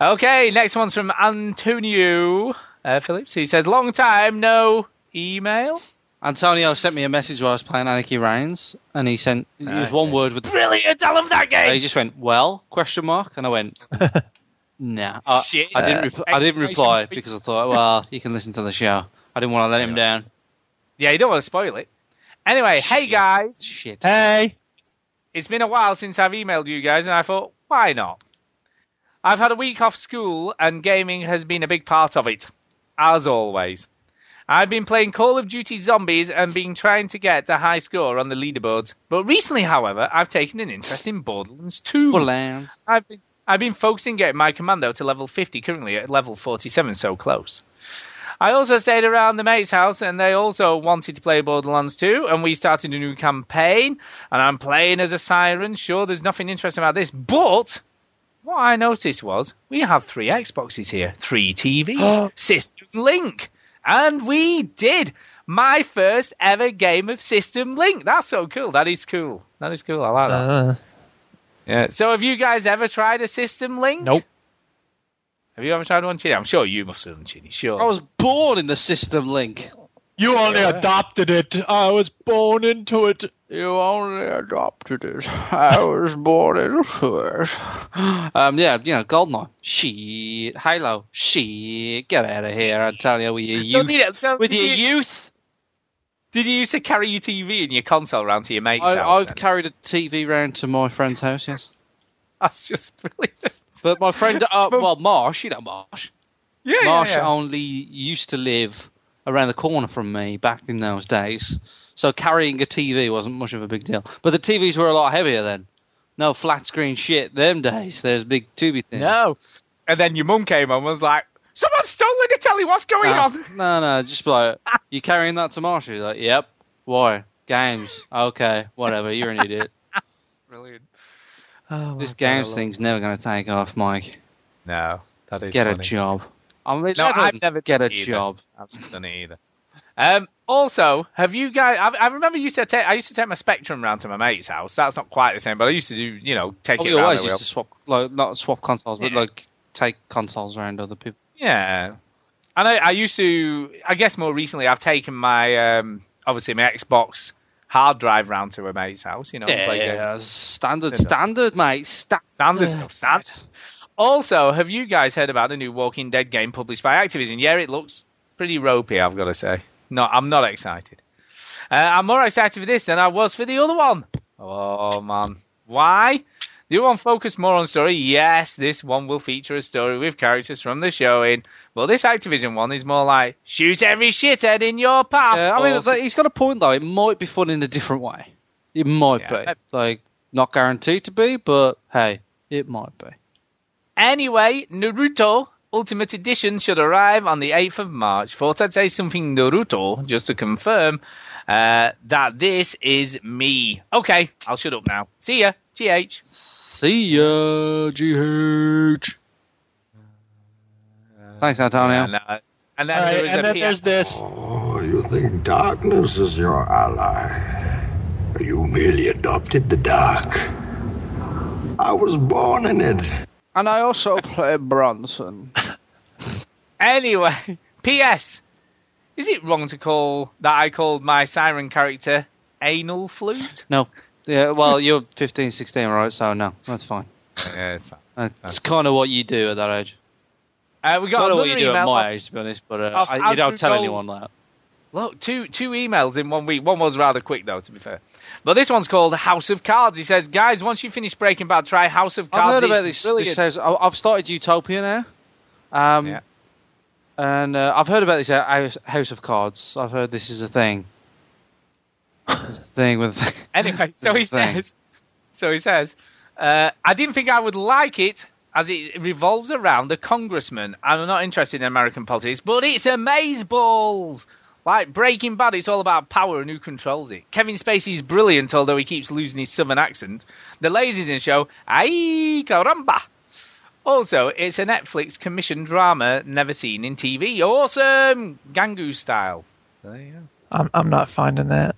S1: Okay, next one's from Antonio uh, Phillips, who says, "Long time no email."
S2: Antonio sent me a message while I was playing Anarchy Reigns, and he sent it was
S1: Nice,
S2: one
S1: nice.
S2: word with
S1: Brilliant! I love that
S2: And he
S1: game.
S2: just went, "Well?" question mark, and I went, "Nah." I,
S1: Shit.
S2: I didn't. Rep- I
S1: Exclamation
S2: didn't reply
S1: point.
S2: because I thought, well, you can listen to the show. I didn't want to let him down.
S1: Yeah, you don't want to spoil it. Anyway, hey guys,
S2: Shit.
S3: Hey.
S1: it's been a while since I've emailed you guys, and I thought, why not? I've had a week off school, and gaming has been a big part of it, as always. I've been playing Call of Duty Zombies and been trying to get a high score on the leaderboards. But recently, however, I've taken an interest in Borderlands 2.
S2: Borderlands.
S1: I've been, I've been focusing getting my commando to level 50, currently at level 47, so close. I also stayed around the mate's house, and they also wanted to play Borderlands 2, and we started a new campaign, and I'm playing as a siren. Sure, there's nothing interesting about this, but what I noticed was we have three Xboxes here, three TVs, System Link, and we did my first ever game of System Link. That's so cool. That is cool. That is cool. I like that.
S3: Uh,
S1: Yeah. So have you guys ever tried a System Link?
S3: Nope.
S1: Have you ever tried one, Chini? I'm sure you must have done, Chini. Sure.
S2: I was born in the system link.
S3: you only adopted it. I was born into it.
S2: You only adopted it. I was born into it. Um, yeah, you know, Goldeneye. Shit. Halo. Shit. Get out of here, Antonio, with your
S1: So
S2: youth.
S1: did- so
S2: With
S1: did
S2: your
S1: you-
S2: youth.
S1: Did you used to carry your TV and your console around to your mate's
S2: I,
S1: house?
S2: I've
S1: then?
S2: carried a TV round to my friend's house, yes.
S1: That's just brilliant.
S2: But my friend, uh, well, Marsh, you know Marsh.
S1: Yeah, yeah,
S2: Marsh oh,
S1: yeah.
S2: only used to live around the corner from me back in those days. So carrying a TV wasn't much of a big deal. But the TVs were a lot heavier then. No flat screen shit them days. There's big tubey things.
S1: No. And then your mum came on and was like, someone's stolen the telly, what's going
S2: no,
S1: on?
S2: no, no, just like, you carrying that to Marsh? He's like, yep. Why? Games. Okay, whatever. You're an idiot.
S1: Brilliant. Oh,
S2: this games thing's never going to take off, Mike.
S1: No, that is
S2: Get
S1: funny.
S2: a job. I'm
S1: No, I've never
S2: get a
S1: either.
S2: job.
S1: I've done it either. Um, also, have you guys? I, I remember you used to take. I used to take my Spectrum round to my mate's house. That's not quite the same, but I used to do. You know, take
S2: Oh,
S1: it
S2: we
S1: round.
S2: always
S1: the wheel.
S2: used to swap, like, not swap consoles, but
S1: Yeah.
S2: like take consoles around other people.
S1: Yeah, and I, I used to. I guess more recently, I've taken my um, obviously my Xbox hard drive round to a mate's house. You know, and
S2: Yeah,
S1: play
S2: yeah,
S1: games.
S2: that's standard,
S1: Didn't I?
S2: standard, mate. Sta-
S1: Standard stuff, standard. Also, have you guys heard about the new Walking Dead game published by Activision? Yeah, it looks pretty ropey, I've got to say. No, I'm not excited. Uh, I'm more excited for this than I was for the other one. Oh, man. Why? The other one focused more on story. Yes, this one will feature a story with characters from the show in. Well, this Activision one is more like shoot every shithead in your path.
S2: Yeah, I mean,
S1: Or-
S2: it's like, he's got a point though. It might be fun in a different way. It might
S1: Yeah.
S2: be like not guaranteed to be, but hey, it might be.
S1: Anyway, Naruto Ultimate Edition should arrive on the 8th of March. Thought I'd say something Naruto just to confirm uh, that this is me. Okay, I'll shut up now. See ya. GH.
S2: See ya, GH. Thanks, Antonio.
S1: And, uh, and then
S3: All
S1: there
S3: right,
S1: was
S3: and
S1: a
S3: then
S1: P-
S3: there's this.
S16: Oh, you think darkness is your ally? You merely adopted the dark. I was born in it.
S2: And I also play Bronson.
S1: Anyway, P.S. Is it wrong to call that I called my siren character anal flute?
S2: No. Yeah, well, you're 15, 16, right? So no, that's fine.
S1: Yeah, it's fine.
S2: That's kind of what you do at that age.
S1: Uh, we got
S2: Kinda
S1: another
S2: what you do
S1: email
S2: at my
S1: off-
S2: age, to be honest. But uh,
S1: off
S2: I, you don't
S1: Andrew
S2: tell
S1: Gold.
S2: anyone that.
S1: Look, two two emails in one week. One was rather quick though, to be fair. But this one's called House of Cards. He says, guys, once you finish Breaking Bad, try House of Cards.
S2: I've heard
S1: It's
S2: about this.
S1: brilliant."
S2: this house. I- I've started Utopia now. Um, And uh, I've heard about this house, house of Cards. I've heard this is a thing. It's a thing with.
S1: Anyway, so he
S2: This thing.
S1: says, so he says, uh, I didn't think I would like it as it revolves around a congressman. I'm not interested in American politics, but it's amazeballs. Like Breaking Bad, it's all about power and who controls it. Kevin Spacey is brilliant, although he keeps losing his southern accent. The ladies in the show, ay caramba. Also, it's a Netflix commissioned drama never seen in TV. Awesome! Gangu style. There you go.
S3: I'm I'm not finding that.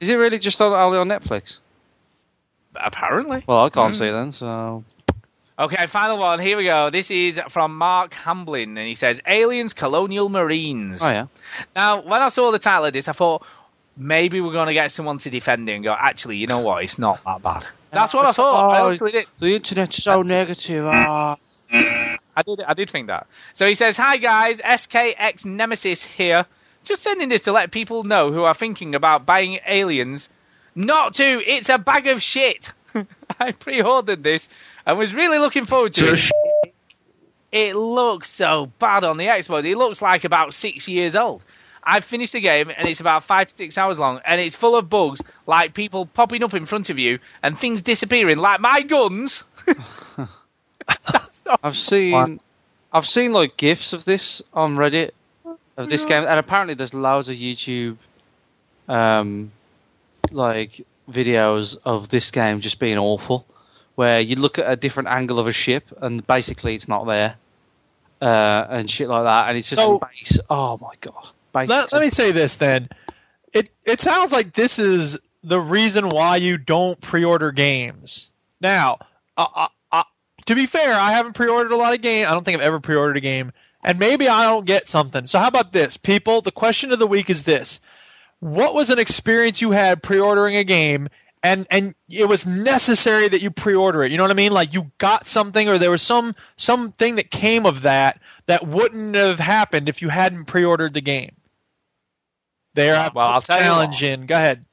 S2: Is it really just on, only on Netflix?
S1: Apparently.
S2: Well, I can't
S1: Hmm.
S2: see then, so. oh,
S1: Okay, final one. Here we go. This is from Mark Hamblin, and he says Aliens Colonial Marines.
S2: Oh, yeah.
S1: Now, when I saw the title of this, I thought maybe we're going to get someone to defend it and go, actually, you know what? It's not that bad. That's what I thought. I honestly did.
S2: The internet's so negative. ah.
S1: I did, I did think that. So he says, Hi guys, SKX Nemesis here. Just sending this to let people know who are thinking about buying aliens. Not to, it's a bag of shit. I pre ordered this and was really looking forward to it. It looks so bad on the Xbox. It looks like about six years old. I've finished the game and it's about five to six hours long and it's full of bugs like people popping up in front of you and things disappearing like my guns.
S2: I've seen, I've seen like gifs of this on Reddit of this game, and apparently there's loads of YouTube, um, like videos of this game just being awful, where you look at a different angle of a ship and basically it's not there, uh, and shit like that, and it's just
S3: So-
S2: base. Oh my god, base.
S3: Let, let me say this then. It it sounds like this is the reason why you don't pre-order games. Now, uh, uh, uh, to be fair, I haven't pre-ordered a lot of game. I don't think I've ever pre-ordered a game, and maybe I don't get something. So how about this, people? The question of the week is this: What was an experience you had pre-ordering a game? And, and it was necessary that you pre-order it. You know what I mean? Like you got something, or there was some something that came of that that wouldn't have happened if you hadn't pre-ordered the game. There, I
S1: Well, I'll
S3: put
S1: tell you
S3: challenge in. Go ahead.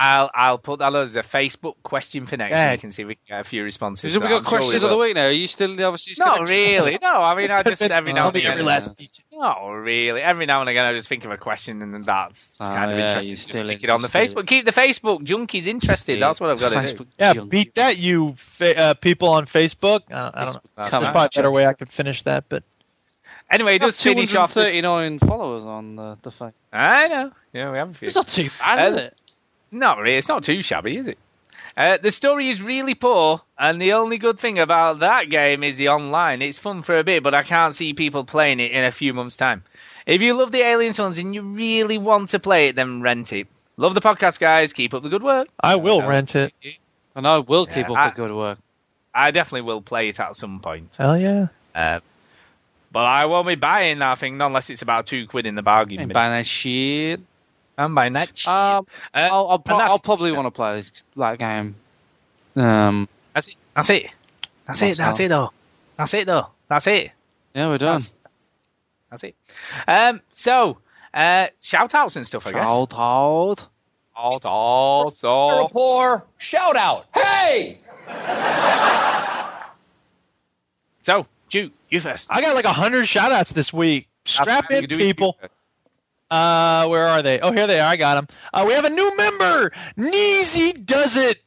S1: I'll I'll put that as a Facebook question for next
S3: Yeah.
S1: week and see if we can get a few responses.
S2: So
S1: to
S2: we
S1: that.
S2: got
S1: I'm sure we
S2: questions of the
S1: will.
S2: week now. Are you still obviously? still-
S1: Not really. No, I mean I just
S2: Convince
S1: every
S2: me.
S1: now
S2: Tell
S1: and
S2: me
S1: again.
S2: every last
S1: Not really. Every now and again, I just think of a question, and then that's it's
S2: Oh,
S1: kind of
S2: yeah,
S1: interesting.
S2: you
S1: Just
S2: still-
S1: stick it on
S2: you
S1: the
S2: still-
S1: Facebook. Keep the Facebook junkies interested. That's what I've got to do.
S3: Yeah, beat that, you fa- uh, people on Facebook. I don't, I don't know. There's
S1: Come on.
S3: probably a better way I could finish that, but
S1: Anyway, it
S2: We have
S1: does finish off. This...
S2: 239 followers on the, the face.
S1: I know. Yeah, we have a few.
S2: It's not too bad, is
S1: Uh,
S2: it?
S1: Not really. It's not too shabby, is it? Uh, the story is really poor, and the only good thing about that game is the online. It's fun for a bit, but I can't see people playing it in a few months' time. If you love the Alien Sons and you really want to play it, then rent it. Love the podcast, guys. Keep up the good work.
S3: I will rent it.
S2: And I will keep
S1: Yeah,
S2: up
S1: I-
S2: the good work.
S1: I definitely will play it at some point.
S3: Hell yeah.
S1: Uh, but I won't be buying that thing unless it's about two quid in the bargain.
S2: Ain't
S1: bin.
S2: buying that shit.
S1: I'm buying that Oh, shit.
S2: Um, I'll, I'll, pro-
S1: and that's-
S2: I'll probably want to play this that game. Um,
S1: That's it. That's it. That's it. That's
S2: myself.
S1: it, though. That's it, though. That's it.
S2: Yeah, we're done.
S1: That's, that's it. Um, so, uh, shout outs and stuff, I guess.
S2: Hold, hold.
S1: Out, out, out.
S17: Rapport, shout out. Hey!
S1: So, Duke, you first.
S3: I got like a hundred shout outs this week. Strap
S1: fine,
S3: in,
S1: you do it,
S3: people. Uh, where are they? Oh, here they are. I got them. Uh, we have a new member. Neasy does it.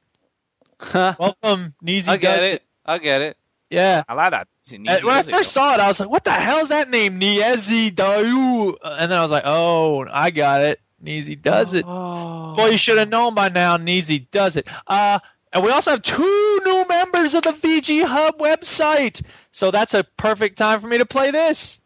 S3: Welcome, Neasy.
S2: I get
S3: does
S2: it. I get it.
S3: Yeah.
S1: I like that. It's
S3: Uh,
S1: Neasy
S3: when I
S1: Does It,
S3: first saw it, I was like, "What the hell's that name, Niezi Dayu?" Uh, And then I was like, "Oh, I got it. Niezi does it. Boy, you should have known by now. Niezi does it." Uh, and we also have two new members of the VG Hub website, so that's a perfect time for me to play this.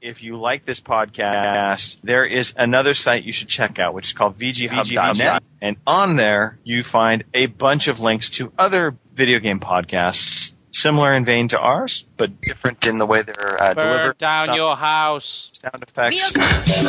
S18: If you like this podcast, there is another site you should check out, which is called VGHub.net. And on there, you find a bunch of links to other video game podcasts similar in vein to ours, but different in the way they're uh,
S2: Burn
S18: delivered.
S2: down
S18: Some-
S2: your house.
S18: Sound effects.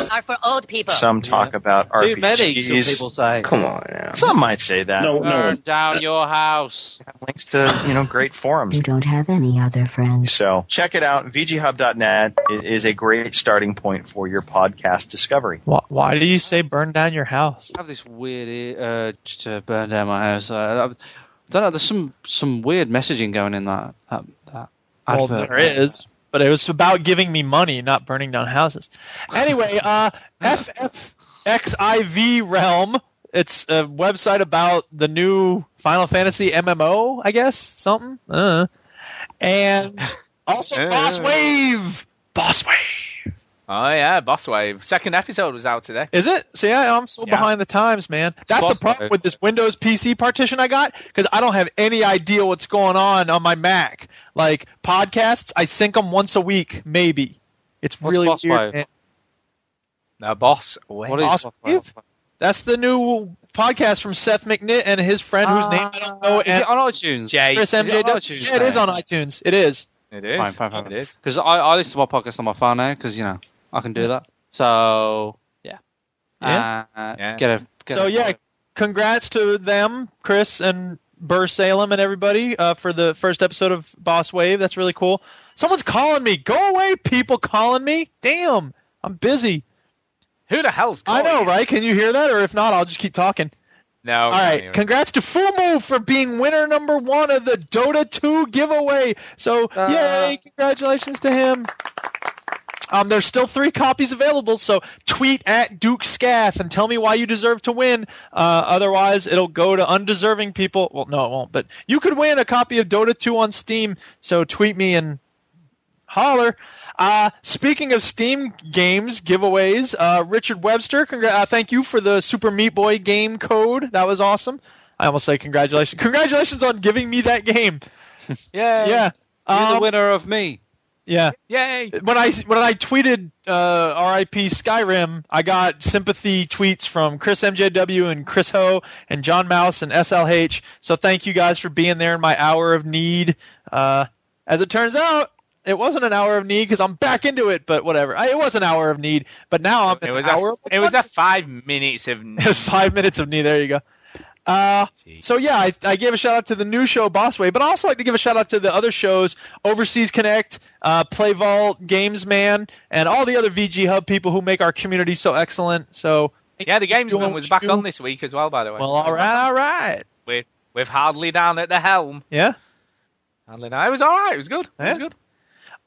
S19: are for old people.
S18: Some talk about RPGs.
S2: Too many, some people say.
S18: Come on, now. Some might say that.
S2: Burn down your house.
S18: Links to you know great forums.
S11: You don't have any other friends.
S18: So check it out. VGHub.net i- is a great starting point for your podcast discovery.
S3: Why, why do you say burn down your house?
S2: I have this weird urge to burn down my house. Uh, I don't know. There's some some weird messaging going in that that, that
S3: Well,
S2: advert.
S3: there is, but it was about giving me money, not burning down houses. Anyway, uh, FFXIV Realm. It's a website about the new Final Fantasy MMO, I guess, something. Uh, and also Boss Wave. Boss Wave.
S1: Oh yeah, Boss Wave. Second episode was out today.
S3: Is it? See, I, I'm so
S1: Yeah.
S3: behind the times, man. That's the
S1: Boss
S3: problem
S1: Wave.
S3: with this Windows PC partition I got because I don't have any idea what's going on on my Mac. Like podcasts, I sync them once a week, maybe. It's really
S1: Boss
S3: weird.
S1: Wave?
S3: man.
S1: No, Boss Wave.
S3: Boss Wave? That's the new podcast from Seth McNitt and his friend whose name I don't know.
S2: Uh, Is
S3: oh, And
S2: it on iTunes?
S1: Jay.
S3: Chris
S2: Is it
S3: MJW.
S2: on iTunes?
S3: Yeah, it is on iTunes. It is.
S1: It is.
S2: Fine, fine, fine.
S1: It is.
S2: Because I, I listen to my podcast on my phone now because you know I can do that. So yeah,
S3: Yeah.
S2: Uh,
S1: Yeah.
S2: Get a get
S3: so
S2: a-
S3: yeah, congrats to them, Chris and Burr Salem and everybody uh, for the first episode of Boss Wave. That's really cool. Someone's calling me. Go away, people calling me. Damn, I'm busy.
S1: Who the hell's
S3: I
S1: calling?
S3: know, right? Can you hear that? Or if not, I'll just keep talking.
S1: No.
S3: All right. Congrats to Fumu for being winner number one of the Dota 2 giveaway. So yay! Congratulations to him. Um, there's still three copies available, so tweet at Duke Scath and tell me why you deserve to win. Uh, otherwise, it'll go to undeserving people. Well, no, it won't. But you could win a copy of Dota 2 on Steam. So tweet me and holler. Uh, speaking of Steam games giveaways, uh, Richard Webster, congra- uh, thank you for the Super Meat Boy game code. That was awesome. I almost say congratulations. Congratulations on giving me that game.
S1: Yeah.
S3: Yeah.
S2: You're the
S3: Um,
S2: winner of me.
S3: yeah.
S1: Yay.
S3: When I when I tweeted uh, RIP Skyrim, I got sympathy tweets from Chris MJW and Chris Ho and John Mouse and SLH. So thank you guys for being there in my hour of need. Uh, as it turns out, it wasn't an hour of need because I'm back into it. But whatever, I, it was an hour of need. But now I'm
S1: It
S3: an
S1: was
S3: hour.
S1: a,
S3: of
S1: it was a five minutes of
S3: it was five minutes of knee. There you go. Uh, so yeah, I, I gave a shout out to the new show Boss Way, but I also like to give a shout out to the other shows Overseas Connect, uh, Play Vault, Games Man, and all the other VG Hub people who make our community so excellent. So
S1: Yeah, the games
S3: Doing
S1: one
S3: what
S1: was
S3: you
S1: back
S3: do.
S1: on this week as well, by the way.
S3: well, all right, all right,
S1: With with hardly down at the helm.
S3: yeah.
S1: Hardly down. It was all right. It was good. It was
S3: Yeah.
S1: good.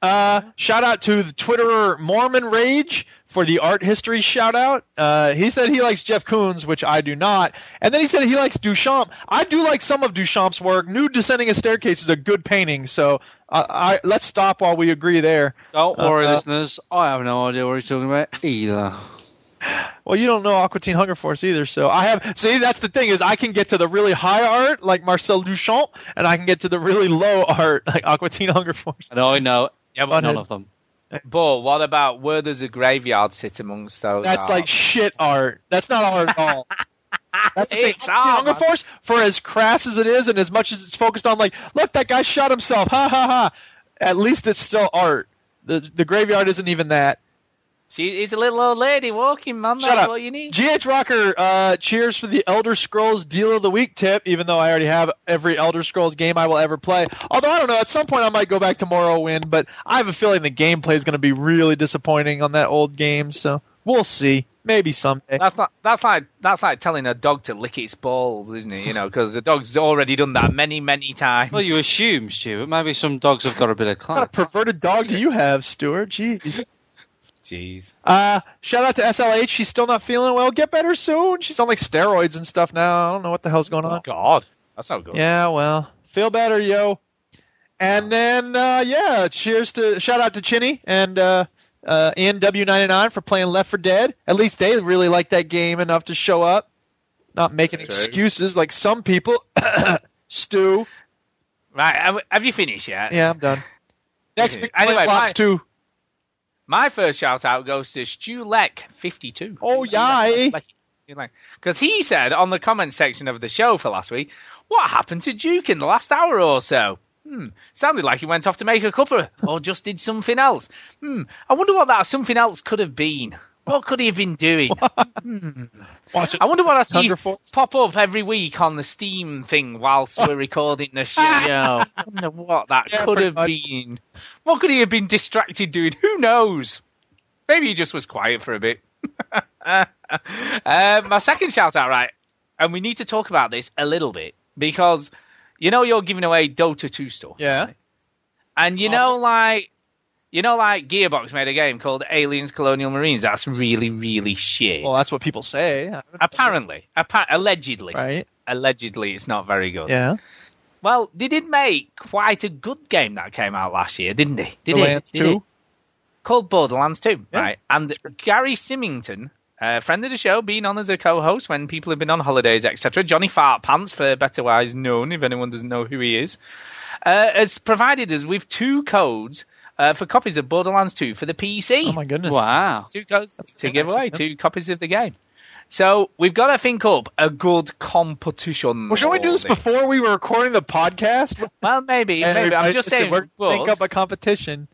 S3: Uh, shout out to the Twitterer Mormon Rage for the art history shout out. Uh, he said he likes Jeff Koons, which I do not. And then he said he likes Duchamp. I do like some of Duchamp's work. Nude Descending a Staircase is a good painting, so uh, I, let's stop while we agree there.
S2: Don't
S3: Uh,
S2: worry,
S3: uh,
S2: listeners. I have no idea what he's talking about either.
S3: Well, you don't know Aqua Teen Hunger Force either, so I have. See, that's the thing is I can get to the really high art like Marcel Duchamp, and I can get to the really low art like Aqua Teen Hunger Force.
S2: And I know none
S3: Butthead.
S2: of them.
S1: But what about where does a graveyard sit amongst those?
S3: That's
S1: arts?
S3: like shit art. That's not art at all. That's the thing.
S1: It's
S3: Hunger
S1: art,
S3: Hunger
S1: man.
S3: Force, for as crass as it is, and as much as it's focused on like, look, that guy shot himself, ha ha ha. At least it's still art. The the graveyard isn't even that.
S1: She is a little old lady walking, man.
S3: Shut
S1: That's
S3: up.
S1: what you need.
S3: GH Rocker, uh, cheers for the Elder Scrolls Deal of the Week tip. Even though I already have every Elder Scrolls game I will ever play, although I don't know, at some point I might go back to Morrowind, but I have a feeling the gameplay is going to be really disappointing on that old game. So we'll see. Maybe someday.
S1: That's like that's like that's like telling a dog to lick its balls, isn't it? You know, because the dog's already done that many, many times.
S2: Well, you assume, Stuart. Maybe some dogs have got a bit of
S3: What kind
S2: class.
S3: of perverted dog do you have, Stuart? Jeez.
S1: Jeez.
S3: Uh, shout out to SLH. She's still not feeling well. Get better soon. She's on like steroids and stuff now. I don't know what the hell's going on.
S1: Oh, God, that's not good.
S3: Yeah, well, feel better, yo. And then, uh, yeah, cheers to shout out to Chinny and uh, uh, Ian W99 for playing Left for Dead. At least they really like that game enough to show up, not making
S1: That's right.
S3: excuses like some people. Stu,
S1: Right, have, have you finished yet?
S3: yeah, I'm done. Next week,
S1: Anyway,
S3: anyway,
S1: my-
S3: 2.
S1: My first shout out goes to Stu Leck fifty two.
S3: Oh, yay.
S1: Because he said on the comment section of the show for last week, what happened to Duke in the last hour or so? Hmm. Sounded like he went off to make a cover or just did something else. Hmm. I wonder what that something else could have been. What could he have been doing? Hmm. I wonder what I see pop up every week on the Steam thing whilst we're recording the show. I wonder what that
S7: Yeah,
S1: could
S7: pretty
S1: have
S7: much.
S1: been. What could he have been distracted doing? Who knows? Maybe he just was quiet for a bit. Uh, my second shout out, right? And we need to talk about this a little bit because you know you're giving away Dota 2 stuff.
S3: Yeah.
S1: And
S7: Oh.
S1: you know, like, you know, like Gearbox made a game called Aliens Colonial Marines. That's really, really shit.
S3: Well, that's what people say. yeah.
S1: Apparently, appa- allegedly,
S3: right?
S1: Allegedly, it's not very good.
S3: Yeah.
S1: Well, they did make quite a good game that came out last year, didn't they? Did
S3: Borderlands
S1: it? Did
S3: 2?
S1: it? Called Borderlands Two, right? And Gary Symington, a friend of the show, been on as a co-host when people have been on holidays, etc. Johnny Fartpants, for better wise known, if anyone doesn't know who he is, uh, has provided us with two codes. Uh, for copies of Borderlands 2 for the PC. Oh my
S3: goodness!
S1: Wow, two codes to give
S3: nice
S1: away,
S3: of them.
S1: two copies of the game. So we've got to think up a good competition.
S3: Well, should we do this
S1: for
S3: before we were recording the podcast?
S1: Well, maybe. maybe. I'm just saying.
S3: We're
S1: but,
S3: think up a competition.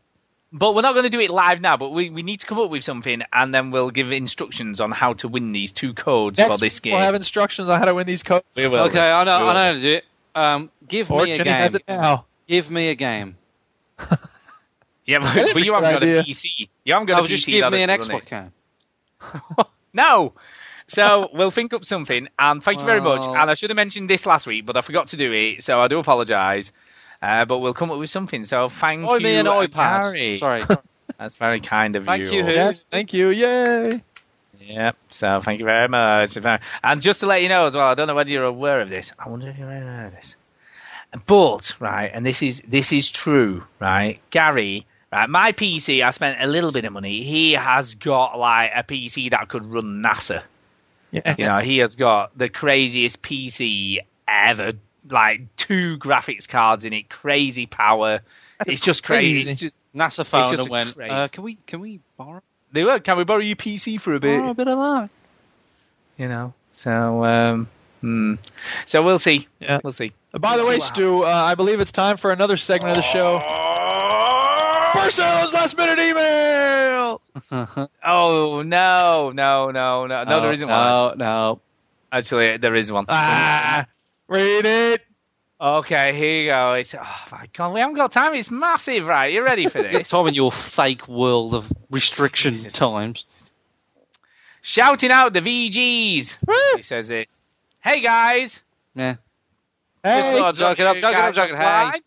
S1: but we're not going to do it live now. But we, we need to come up with something, and then we'll give instructions on how to win these two codes
S3: Next
S1: for this
S3: week
S1: game.
S3: We'll have instructions on how to win these codes.
S1: We will.
S2: Okay, I know,
S1: Sure.
S2: I know how to do it. Um, give
S3: Or
S2: me a
S3: Jenny
S2: game.
S3: has it now.
S2: Give me a game.
S1: yeah, but,
S2: That is
S1: but
S2: a
S1: you
S2: good
S1: haven't got
S2: idea.
S1: a PC. You haven't got
S2: No,
S1: a PC.
S2: just give
S1: that'll
S2: me an
S1: run
S2: Xbox
S1: it.
S2: game.
S1: No. So we'll think up something, and thank you very much.
S2: Well-
S1: And I should have mentioned this last week, but I forgot to do it, so I do apologise. Uh, but we'll come up with something. So thank
S2: Buy
S1: you, uh,
S2: me an iPad.
S1: Gary.
S2: Sorry.
S1: That's very kind of
S2: Thank
S1: you.
S2: you,
S1: all.
S2: Who.
S3: Yes, thank you. Yay!
S1: Yep. So thank you very much. And just to let you know as well, I don't know whether you're aware of this. I wonder if you're aware of this. But right, and this is this is true, right? Gary, right? My PC, I spent a little bit of money. He has got like a PC that could run NASA.
S3: Yeah.
S1: You know, he has got the craziest PC ever. Like two graphics cards in it, crazy power. It's just crazy. It's just,
S2: NASA phone
S1: just
S2: and
S1: a
S2: went.
S1: crazy-
S2: Uh, can we can we borrow?
S1: they were. Can we borrow your PC for a bit?
S2: borrow Oh, a bit of that.
S1: You know. So um, hmm. so we'll see.
S3: Yeah.
S1: We'll see.
S3: By the way, Stu, uh, I believe it's time for another segment of the show. First Arrow's last minute email.
S1: Oh no, no, no, no, no!
S3: Oh,
S1: there isn't
S3: no,
S1: one. No, actually, there is one.
S3: Ah, read it.
S1: Okay, here you go. It's oh my god, we haven't got time. It's massive, right? You ready for this?
S2: Tom in your fake world of restriction times.
S1: Shouting out the VGs. he says this. Hey guys.
S2: Yeah.
S1: Just thought I'd
S2: Joke it
S1: drop
S2: up,
S1: you
S2: joke it up,
S1: guys
S2: joke it,
S1: a
S2: hey.
S1: line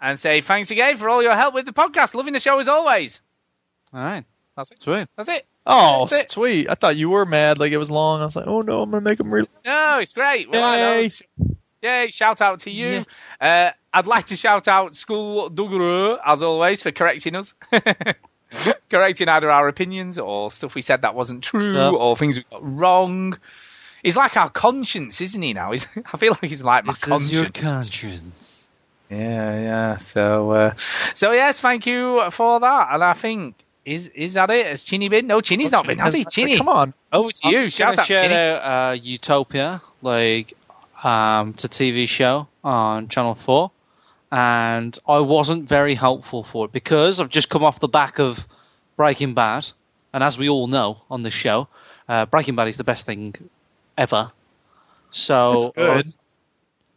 S1: And say thanks again for all your help with the podcast. Loving the show as always.
S2: All right.
S1: That's it.
S2: Sweet.
S1: That's it.
S3: Oh,
S1: That's it.
S3: sweet! I thought you were mad. Like it was long. I was like, oh no, I'm gonna make him read.
S1: No, Oh, it's great. Well, I know.
S3: Yay.
S1: Yay, shout out to you. Uh, I'd like to shout out School Dugru, as always, for correcting us. correcting either our opinions or stuff we said that wasn't true
S2: Stuff.
S1: or things we got wrong. He's like our conscience, isn't he now? He's, I feel like he's like my conscience.
S2: your conscience.
S1: Yeah, yeah. So, uh, so yes, thank you for that. And I think is is that it? Has Chinny been? No, Chinny's not been. Has he? Chinny,
S3: Come on.
S1: over to you.
S2: I'm
S1: Shout
S2: gonna
S1: out,
S2: shout
S1: Chinny.
S2: out, uh, Utopia, like um, to TV show on Channel Four, and I wasn't very helpful for it because I've just come off the back of Breaking Bad, and as we all know on this show, uh, Breaking Bad is the best thing ever. So
S1: That's good.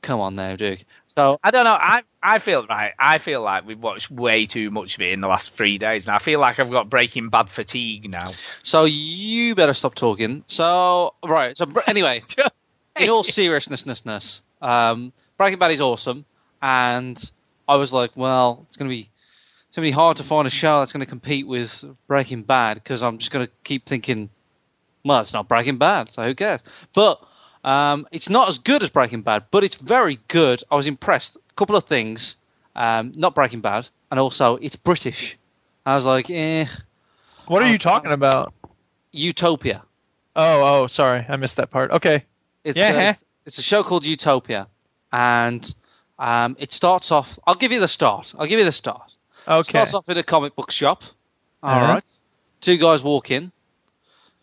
S2: come on now, Duke. So
S1: I don't know. I I feel right. I feel like we've watched way too much of it in the last three days, and I feel like I've got Breaking Bad fatigue now.
S2: so you better stop talking. So right. So br- anyway, in all seriousness, um, Breaking Bad is awesome, and I was like, well, it's gonna be it's gonna be hard to find a show that's gonna compete with Breaking Bad because I'm just gonna keep thinking, well, it's not Breaking Bad, so who cares? But um, it's not as good as Breaking Bad, but it's very good. I was impressed. A couple of things, um, not Breaking Bad, and also it's British. I was like, eh,
S3: What are you talking about?
S2: Utopia.
S3: Oh, oh, sorry, I missed that part. Okay.
S2: It's, a,
S3: Yeah.
S2: it's, it's a show called Utopia, and um, it starts off. I'll give you the start. I'll give you the start.
S3: Okay.
S2: starts off in a comic book shop. All right.
S3: Uh-huh.
S2: Two guys walk in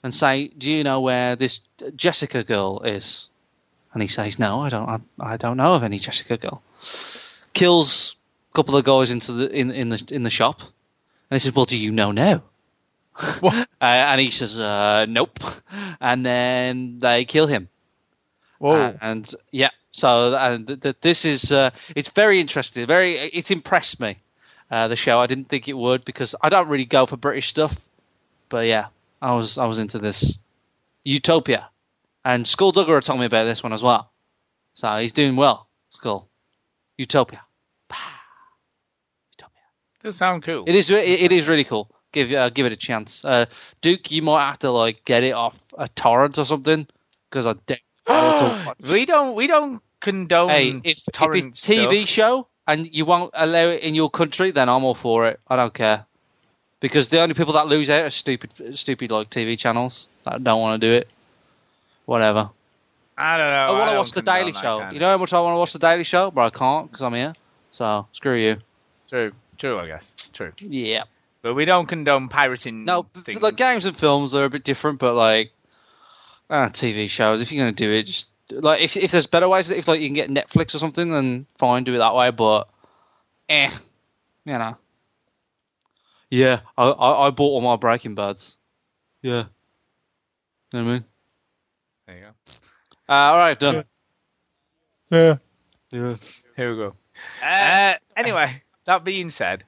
S2: and say, "Do you know where this Jessica girl is?" And he says, "No, I don't. I, I don't know of any Jessica girl." Kills couple of guys into the in in the in the shop, and he says, "Well, do you know now?" uh, and he says, uh, "Nope," and then they kill him.
S3: Whoa!
S2: Uh, and yeah, so uh, th- th- this is uh, it's very interesting. Very, it impressed me. Uh, the show. I didn't think it would because I don't really go for British stuff, but yeah, I was I was into this Utopia, and Skull Duggar told me about this one as well. So he's doing well. Skull Utopia.
S1: Does sound cool.
S2: It is. re- It, it is really cool. Give uh, give it a chance. Uh, Duke, you might have to like get it off a torrent or something because I doubt. I will
S1: we don't we don't condone
S2: Hey, if, if
S1: Mm, torrent
S2: it's TV
S1: stuff.
S2: show and you won't allow it in your country, then I'm all for it. I don't care because the only people that lose out are stupid stupid like TV channels that don't want to do it. Whatever.
S1: Oh, I don't know.
S2: I want
S1: don't
S2: to watch the
S1: condone
S2: Daily
S1: that
S2: Show.
S1: kind
S2: You
S1: of-
S2: know how much I want to watch the Daily Show, but I can't because I'm here. So screw you.
S1: True, true, I guess. True.
S2: Yeah.
S1: But we don't condone pirating. No, things.
S2: Like games and films are a bit different, but like uh, TV shows, if you're gonna do it, just like if if there's better ways, if like you can get Netflix or something, then fine, do it that way. But eh, you know. Yeah, I I, I bought all my Breaking Bads. Yeah. You know what I mean?
S1: There you go.
S2: Uh, all right, done.
S3: Yeah.
S2: Yeah.
S1: Here we go. Uh, anyway, that being said,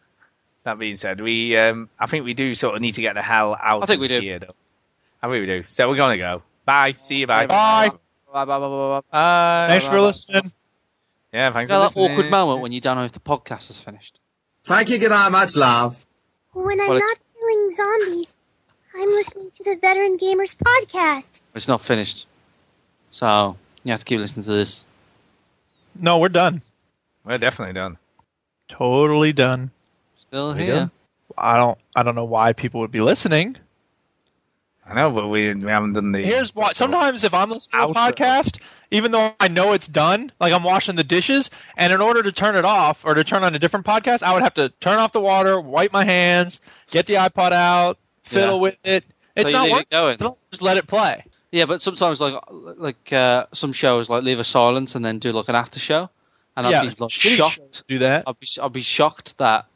S1: that being said, we um, I think we do sort of need to get the hell out. I think we do. Here, though. I think we do. So we're gonna go. Bye. See you. Bye.
S3: Bye.
S2: Bye, bye, bye, bye, bye.
S1: Bye.
S3: Thanks for listening.
S1: Yeah, thanks
S2: You know
S1: for
S2: that
S1: listening.
S2: awkward moment when you don't know if the podcast is finished.
S20: Thank you very much, love.
S21: When I'm
S2: Well,
S21: not
S2: it's-
S21: killing zombies, I'm listening to the Veteran Gamers podcast.
S2: It's not finished, so you have to keep listening to this.
S3: No, we're done.
S1: We're definitely done.
S3: Totally done.
S2: Still
S1: We
S2: here.
S1: done?
S3: I don't. I don't know why people would be listening.
S1: I know, but we, we haven't done the.
S3: Here's why. Sometimes if I'm listening to a podcast, even though I know it's done, like I'm washing the dishes, and in order to turn it off or to turn on a different podcast, I would have to turn off the water, wipe my hands, get the iPod out, fiddle
S2: Yeah.
S3: with it. It's
S2: you
S3: not
S2: leave it
S3: working.
S2: going.
S3: So don't Just let it play.
S2: Yeah, but sometimes like like uh, some shows like leave a silence and then do like an after show, and I'd
S3: Yeah,
S2: be like
S3: shitty
S2: shocked.
S3: Do that.
S2: I'd be I'd be shocked that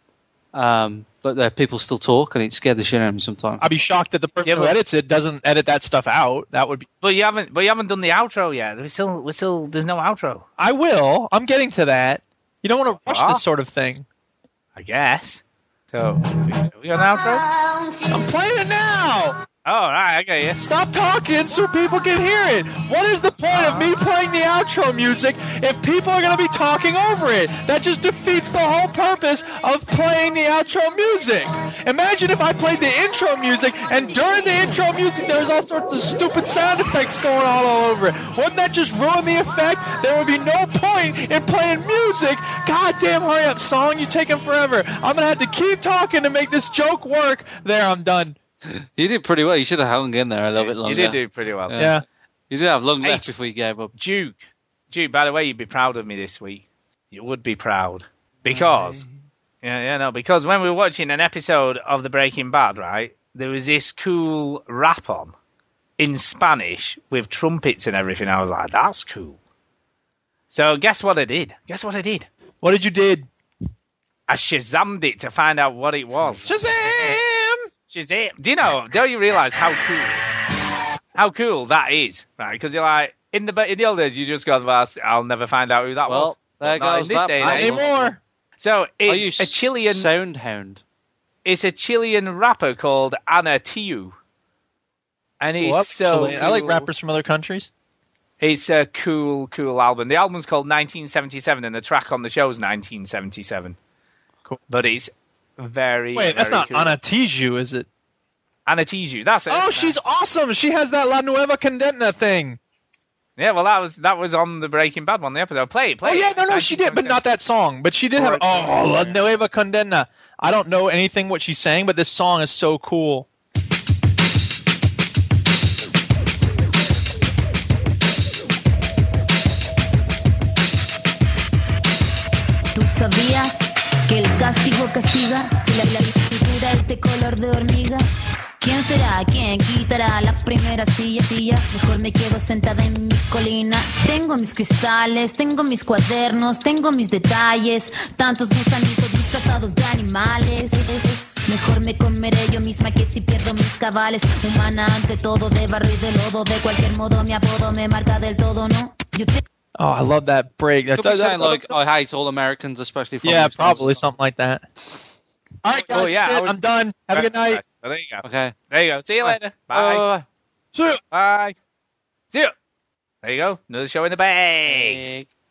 S2: um that there people still talk and it scared the shit out of me sometimes.
S3: I'd be shocked that the person
S1: Yeah,
S3: who
S1: but-
S3: edits it doesn't edit that stuff out. That would be.
S1: But you haven't. But you haven't done the outro yet. We're still. We're still. There's no outro.
S3: I will. I'm getting to that. You don't want to rush
S1: Ah.
S3: this sort of thing.
S1: I guess. So we got an outro.
S3: I'm playing it now.
S1: Oh, all right. I got you.
S3: Stop talking so people can hear it. What is the point of me playing the outro music if people are going to be talking over it? That just defeats the whole purpose of playing the outro music. Imagine if I played the intro music and during the intro music there's all sorts of stupid sound effects going on all over it. Wouldn't that just ruin the effect? There would be no point in playing music. God damn, hurry up, song. You're taking forever. I'm going to have to keep talking to make this joke work. There, I'm done.
S2: You did pretty well. You should have hung in there a little bit
S1: You
S2: longer.
S1: did do pretty well.
S3: yeah.
S2: You did have long
S1: Hey,
S2: left before you gave up.
S1: Duke, Duke. By the way, you'd be proud of me this week. You would be proud because, yeah, yeah, no, because when we were watching an episode of The Breaking Bad, right, there was this cool rap on in Spanish with trumpets and everything. I was like, that's cool. So guess what I did? Guess what I did?
S3: What did you did?
S1: I shazammed it to find out what it was.
S3: Shazam!
S1: Shazam! Do you know? Do you realise how cool? How cool that is, right? Because you're like in the in the old days, you just go, "Well, I'll never find out who that
S2: Well,
S1: was."
S2: there
S1: But not
S2: goes
S1: in this
S2: that
S1: day and
S2: problem.
S1: age. So
S2: Are you
S1: it's a Chilean
S2: sound hound?
S1: it's a Chilean rapper called Ana Tiu, and it's so
S3: I like
S1: cool.
S3: rappers from other countries.
S1: It's a cool, cool album. The album's called 1977, and the track on the show is 1977.
S3: Cool.
S1: But it's very
S3: Wait, that's
S1: very
S3: not
S1: cool.
S3: Ana Tiju, is it?
S1: Ana Tijoux, That's it.
S3: Oh, she's awesome. She has that La Nueva Condemna thing.
S1: Yeah, well, that was that was on the Breaking Bad one, the episode. Play it, play
S3: oh
S1: it.
S3: yeah, no, no, she did, but not that song. But she did have. Oh, La Nueva Condemna. I don't know anything what she's saying, but this song is so cool.
S22: ¿Tú sabías que el castigo castiga? ¿Que la, la escritura es de color de hormiga? ¿Quién ¿Quién será? ¿Quién quitará la primera silla, silla? Mejor me quedo sentada en mi colina. Tengo mis cristales, tengo mis cuadernos, tengo mis detalles. Tantos gusanitos disfrazados de animales. Es, es, es. Mejor me comeré yo misma que si pierdo mis cabales. Humana ante todo, de barro y de lodo. De cualquier modo, mi apodo me marca del todo, ¿no? Yo te...
S3: Oh, I love that break.
S2: Could be saying like,
S1: uh,
S2: "I hate all Americans, especially from
S3: yeah,
S2: these
S3: probably something like that. All right, guys.
S1: Oh, yeah,
S3: that's
S1: I
S3: it.
S1: would-
S3: I'm done. Have a good night.
S1: Oh, there you go.
S2: Okay.
S1: There you go. See you later. Bye.
S2: Uh,
S1: Bye. See you. There you go. Another show in the bag.